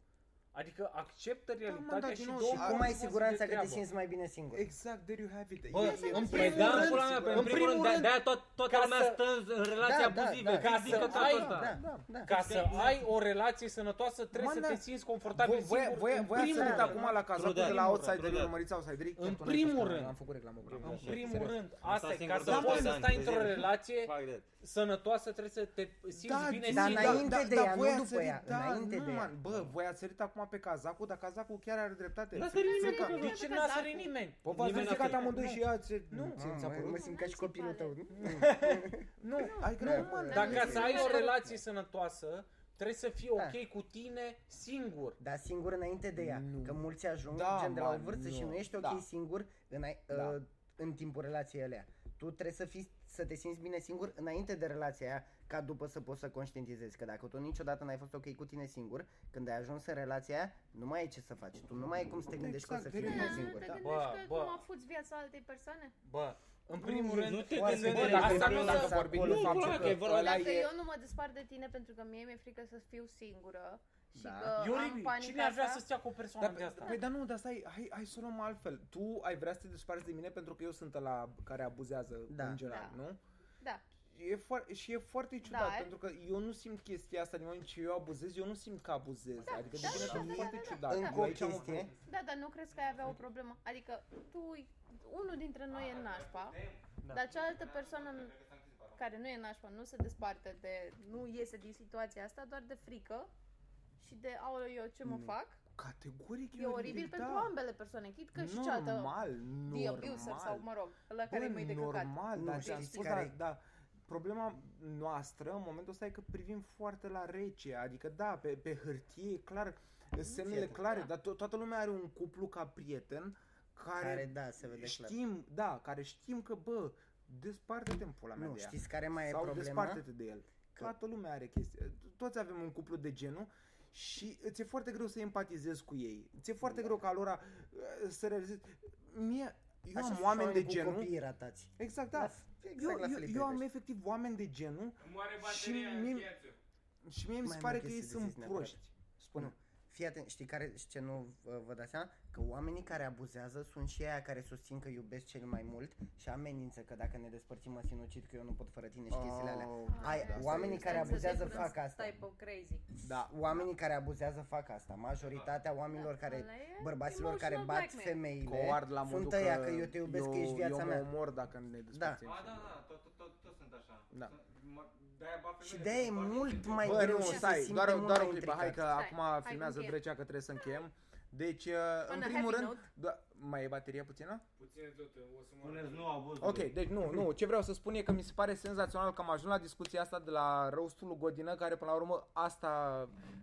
Speaker 6: Adică acceptă realitatea dar și da, din nou, două și moduri
Speaker 7: Acum ai
Speaker 6: poți să
Speaker 7: siguranța că
Speaker 6: treabă.
Speaker 7: te simți mai bine singur.
Speaker 8: Exact, there you have it.
Speaker 4: Bă,
Speaker 8: E-
Speaker 4: în
Speaker 8: e-
Speaker 4: primul da, rând, pula mea,
Speaker 8: sigur.
Speaker 4: în primul rând, de- de-aia tot, toată
Speaker 6: ca
Speaker 4: lumea
Speaker 6: să- Da,
Speaker 4: stă în, în
Speaker 3: Da,
Speaker 4: relații abuzive,
Speaker 6: ca
Speaker 4: ca
Speaker 6: să
Speaker 4: să
Speaker 6: ai-
Speaker 4: asta.
Speaker 7: da, da, da.
Speaker 6: Ca să ai o relație sănătoasă, trebuie
Speaker 8: Man,
Speaker 6: să
Speaker 8: da.
Speaker 6: te simți confortabil
Speaker 8: Voi- voi-
Speaker 6: singur.
Speaker 8: voi-
Speaker 6: în
Speaker 8: voi ați
Speaker 6: primul
Speaker 8: sărit
Speaker 6: rând.
Speaker 8: acum la cazacul de
Speaker 4: Trudea.
Speaker 8: la outsiderii,
Speaker 4: Trudea.
Speaker 8: urmăriți outsiderii.
Speaker 6: În
Speaker 8: Cartonașul
Speaker 6: primul
Speaker 8: ăsta,
Speaker 6: rând.
Speaker 8: Am făcut reclamă. cu
Speaker 6: În
Speaker 8: reclamă.
Speaker 6: primul
Speaker 8: Serios.
Speaker 6: rând,
Speaker 4: Am
Speaker 6: asta
Speaker 4: stat
Speaker 6: e,
Speaker 4: singur
Speaker 6: ca să
Speaker 4: două
Speaker 6: poți să
Speaker 4: ani,
Speaker 6: stai
Speaker 4: de
Speaker 6: într-o
Speaker 4: zile.
Speaker 6: relație
Speaker 4: Fuck that.
Speaker 6: sănătoasă, trebuie să te simți bine
Speaker 7: da,
Speaker 6: singur.
Speaker 7: înainte de ea,
Speaker 8: voi
Speaker 7: nu
Speaker 8: ați
Speaker 7: după ea,
Speaker 8: sărit, da,
Speaker 7: înainte
Speaker 8: nu,
Speaker 7: de ea.
Speaker 8: man, Bă, voi ați sărit acum pe cazacul, dar cazacul chiar are dreptate.
Speaker 7: Da,
Speaker 4: N-a sărit nimeni
Speaker 8: Sunt
Speaker 4: pe
Speaker 8: ca-
Speaker 4: cazul.
Speaker 6: De ce n-a sărit nimeni?
Speaker 8: Bă, v-ați
Speaker 4: Nimeni n-a
Speaker 8: ridicat
Speaker 4: sărit.
Speaker 8: amândoi
Speaker 6: Nu.
Speaker 8: și ea ți-
Speaker 6: Nu.
Speaker 8: Nu, ți-a
Speaker 7: Mamă, mă
Speaker 8: părut?
Speaker 7: simt ca și copilul tău. nu?
Speaker 6: Nu,
Speaker 8: Ai
Speaker 7: Nu,
Speaker 8: greu,
Speaker 7: mă,
Speaker 8: mă.
Speaker 6: dar ca
Speaker 7: nu,
Speaker 6: să
Speaker 7: nu,
Speaker 6: ai
Speaker 7: nu,
Speaker 6: o
Speaker 7: nu.
Speaker 6: relație sănătoasă, trebuie să fii
Speaker 7: Da.
Speaker 6: ok cu tine singur.
Speaker 7: Dar singur înainte de ea.
Speaker 8: Nu.
Speaker 7: Că mulți ajung
Speaker 8: Da,
Speaker 7: gen de la o
Speaker 8: man,
Speaker 7: vârstă și
Speaker 8: nu.
Speaker 7: nu ești ok
Speaker 8: Da.
Speaker 7: singur în,
Speaker 8: Da.
Speaker 7: în timpul relației alea. Tu trebuie să, fii, să te simți bine singur înainte de relația aia, ca după să poți să conștientizezi. Că dacă tu niciodată n-ai fost ok cu tine singur, când ai ajuns în relația aia, nu mai ai ce să faci. Tu nu mai ai cum să te gândești că o să
Speaker 8: Exact,
Speaker 7: fii bine
Speaker 8: direct.
Speaker 7: singur.
Speaker 2: te
Speaker 7: Da.
Speaker 2: gândești
Speaker 6: Bă,
Speaker 2: că
Speaker 6: bă.
Speaker 2: cum afuți viața altei persoane?
Speaker 6: Bă, în primul rând,
Speaker 4: Nu te
Speaker 6: poate
Speaker 4: gândești,
Speaker 6: să-
Speaker 4: bă, dacă
Speaker 6: asta nu
Speaker 4: vorbim
Speaker 6: o să-
Speaker 7: dacă vorbim
Speaker 4: Nu, pula mea, că e vorba
Speaker 2: Dacă
Speaker 8: e-
Speaker 2: eu nu mă despart de tine pentru că mie mi-e frică să fiu singură și
Speaker 7: Da.
Speaker 2: că am
Speaker 6: Iuri,
Speaker 2: panica
Speaker 6: cine ar vrea
Speaker 2: asta-
Speaker 6: să stea cu o persoană
Speaker 8: Dar,
Speaker 6: de asta?
Speaker 8: păi, dar nu, dar stai, hai, hai să o luăm altfel. Tu ai vrea să te desparți de mine pentru că eu sunt la care abuzează
Speaker 7: Da.
Speaker 8: în general,
Speaker 2: Da.
Speaker 8: nu?
Speaker 2: Da.
Speaker 8: E foar- și e foarte ciudat,
Speaker 2: Dar-
Speaker 8: pentru că eu nu simt chestia asta din moment ce eu abuzez, eu nu simt că abuzez. adică
Speaker 2: da,
Speaker 8: devine
Speaker 2: da, da,
Speaker 8: foarte
Speaker 2: da, da,
Speaker 8: ciudat.
Speaker 7: Încă
Speaker 8: Eu
Speaker 7: o
Speaker 8: aici am
Speaker 7: chestie.
Speaker 2: Da, dar nu crezi că ai avea o problemă? Adică tu, unul dintre noi e nașpa,
Speaker 8: Da.
Speaker 2: dar cealaltă persoană care nu e nașpa, nu se desparte de, nu iese din situația asta doar de frică și de, aoleu, eu ce mă
Speaker 8: Nu.
Speaker 2: fac?
Speaker 8: Categoric da.
Speaker 2: E oribil pentru ambele persoane, chit că și cealaltă
Speaker 8: Normal,
Speaker 2: e
Speaker 8: normal.
Speaker 2: abuser sau, mă rog, la care
Speaker 8: Bă,
Speaker 2: îi de căcat.
Speaker 8: normal,
Speaker 7: Nu,
Speaker 8: dar
Speaker 7: știi
Speaker 8: ți-am spus,
Speaker 7: care
Speaker 8: da,
Speaker 7: e?
Speaker 8: da, problema noastră în momentul ăsta e că privim foarte la rece, adică da, pe, pe hârtie e clar, semnele
Speaker 7: Fiecare.
Speaker 8: clare,
Speaker 2: Da.
Speaker 8: dar to- toată lumea are un cuplu ca prieten care,
Speaker 7: Care, da, se vede clar.
Speaker 8: știm, da, care știm că, bă, desparte-te în pula mea
Speaker 7: Nu,
Speaker 8: de ea.
Speaker 7: știți care mai e
Speaker 8: Sau
Speaker 7: problema?
Speaker 8: desparte-te de el.
Speaker 7: Că-
Speaker 8: Toată lumea are chestii. Toți avem un cuplu de genul și îți e foarte greu să empatizezi cu ei. Ți e
Speaker 7: Da.
Speaker 8: foarte greu ca lora uh, să realizezi. Mie, eu
Speaker 7: Așa
Speaker 8: am
Speaker 7: sunt
Speaker 8: oameni de
Speaker 7: cu
Speaker 8: genul.
Speaker 7: copiii ratați.
Speaker 8: Exact,
Speaker 7: La
Speaker 8: da.
Speaker 7: f-
Speaker 8: Eu,
Speaker 7: Exact la
Speaker 8: eu,
Speaker 7: Felipe
Speaker 8: eu am
Speaker 7: Iubești.
Speaker 8: efectiv oameni de genul
Speaker 1: Moare
Speaker 8: bateria, Și mie- și mie mi se
Speaker 7: Mai am
Speaker 8: pare
Speaker 7: o
Speaker 8: că
Speaker 7: chestie
Speaker 8: ei
Speaker 7: de
Speaker 8: sunt
Speaker 7: zis neapărat.
Speaker 8: proști. Spune.
Speaker 7: Nu. Fii atent, știi care, știi ce nu uh, vă dați seama? Că oamenii care abuzează sunt și aia care susțin că iubesc cel mai mult și amenință că dacă ne despărțim mă sinucid că eu nu pot fără tine și
Speaker 2: Oh.
Speaker 7: chestiile alea. Ai,
Speaker 8: da,
Speaker 7: oamenii
Speaker 8: asta
Speaker 7: care
Speaker 8: e-
Speaker 7: abuzează fac asta.
Speaker 11: Stai pe crazy.
Speaker 8: Da.
Speaker 7: Oamenii care abuzează fac asta. Majoritatea oamenilor care,
Speaker 2: Ăla e
Speaker 7: bărbaților care
Speaker 2: emotional
Speaker 7: bat
Speaker 2: blackmail.
Speaker 7: femeile,
Speaker 8: Covard la modul
Speaker 7: sunt ăia că eu te iubesc, că ești
Speaker 8: eu
Speaker 7: viața
Speaker 8: mă
Speaker 7: mea.
Speaker 8: omor dacă ne despărțim.
Speaker 4: Ba, da, da, tot, tot, tot, tot sunt așa.
Speaker 8: Da.
Speaker 4: Sunt- mă- de-aia bat
Speaker 7: Și
Speaker 4: femeile,
Speaker 7: de e
Speaker 4: sunt foarte
Speaker 7: mult
Speaker 4: inteligente.
Speaker 7: mai
Speaker 8: Bă,
Speaker 7: greu
Speaker 8: nu,
Speaker 7: și se
Speaker 8: stai,
Speaker 7: simte
Speaker 8: doar, o-
Speaker 7: mult
Speaker 8: doar o
Speaker 7: mai
Speaker 8: clipă, hai
Speaker 7: intricat.
Speaker 8: că acum filmează
Speaker 2: încheiem.
Speaker 8: Drecea că trebuie să încheiem. Deci, uh, în
Speaker 11: On a
Speaker 8: primul
Speaker 11: happy
Speaker 8: rând,
Speaker 11: note.
Speaker 8: da, mai e bateria puțină?
Speaker 1: Puține tot, o să mă...
Speaker 4: Spuneți nu abuz.
Speaker 8: Ok, deci nu, nu, ce vreau să spun e că mi se pare senzațional că am ajuns la discuția asta de la roastul lui Godină, care până la urmă asta,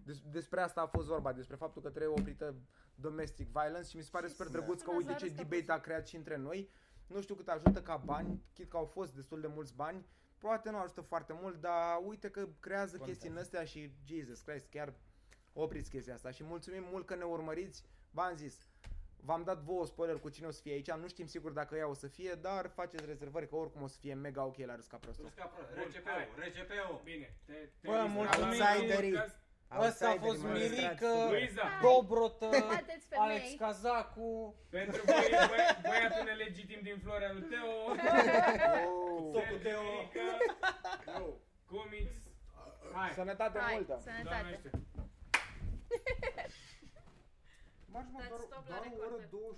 Speaker 8: des- despre asta a fost vorba, despre faptul că trebuie oprită domestic violence și mi se pare super drăguț că
Speaker 2: Până
Speaker 8: uite
Speaker 2: azi
Speaker 8: ce
Speaker 2: arăți că
Speaker 8: debate a creat și între noi. Nu știu cât ajută ca bani, chit că au fost destul de mulți bani, poate nu ajută foarte mult, dar uite că creează chestii în astea și Jesus Christ, chiar opriți chestia asta și mulțumim mult că ne urmăriți. V-am zis, V-am dat vouă spoiler cu cine o să fie aici, nu știm sigur dacă ea o să fie, dar faceți rezervări că oricum o să fie mega ok la Râsca Prostul.
Speaker 4: Râs ca prost.
Speaker 1: Bun, hai.
Speaker 4: RCP-ul, RCP-ul.
Speaker 1: Bine, te... te
Speaker 6: Bă,
Speaker 1: lista-
Speaker 6: mulțumim.
Speaker 1: Outsiderii.
Speaker 6: Asta a fost
Speaker 7: Outsiderii, mă,
Speaker 6: Mirica,
Speaker 1: Luiza,
Speaker 6: Dobrotă,
Speaker 2: Bateți
Speaker 6: Alex
Speaker 2: femei.
Speaker 6: Cazacu,
Speaker 1: pentru voi, bă- băiatul nelegitim din Florea lui Teo,
Speaker 4: Socul Teo.
Speaker 1: Teo, Comics, hai,
Speaker 8: Sănătate
Speaker 2: Hai,
Speaker 8: multă!
Speaker 2: sănătate.
Speaker 1: doamnește.
Speaker 8: Marci, mă,
Speaker 2: Dați
Speaker 8: doar,
Speaker 2: stop la
Speaker 8: doar o oră
Speaker 2: recorder.
Speaker 8: 20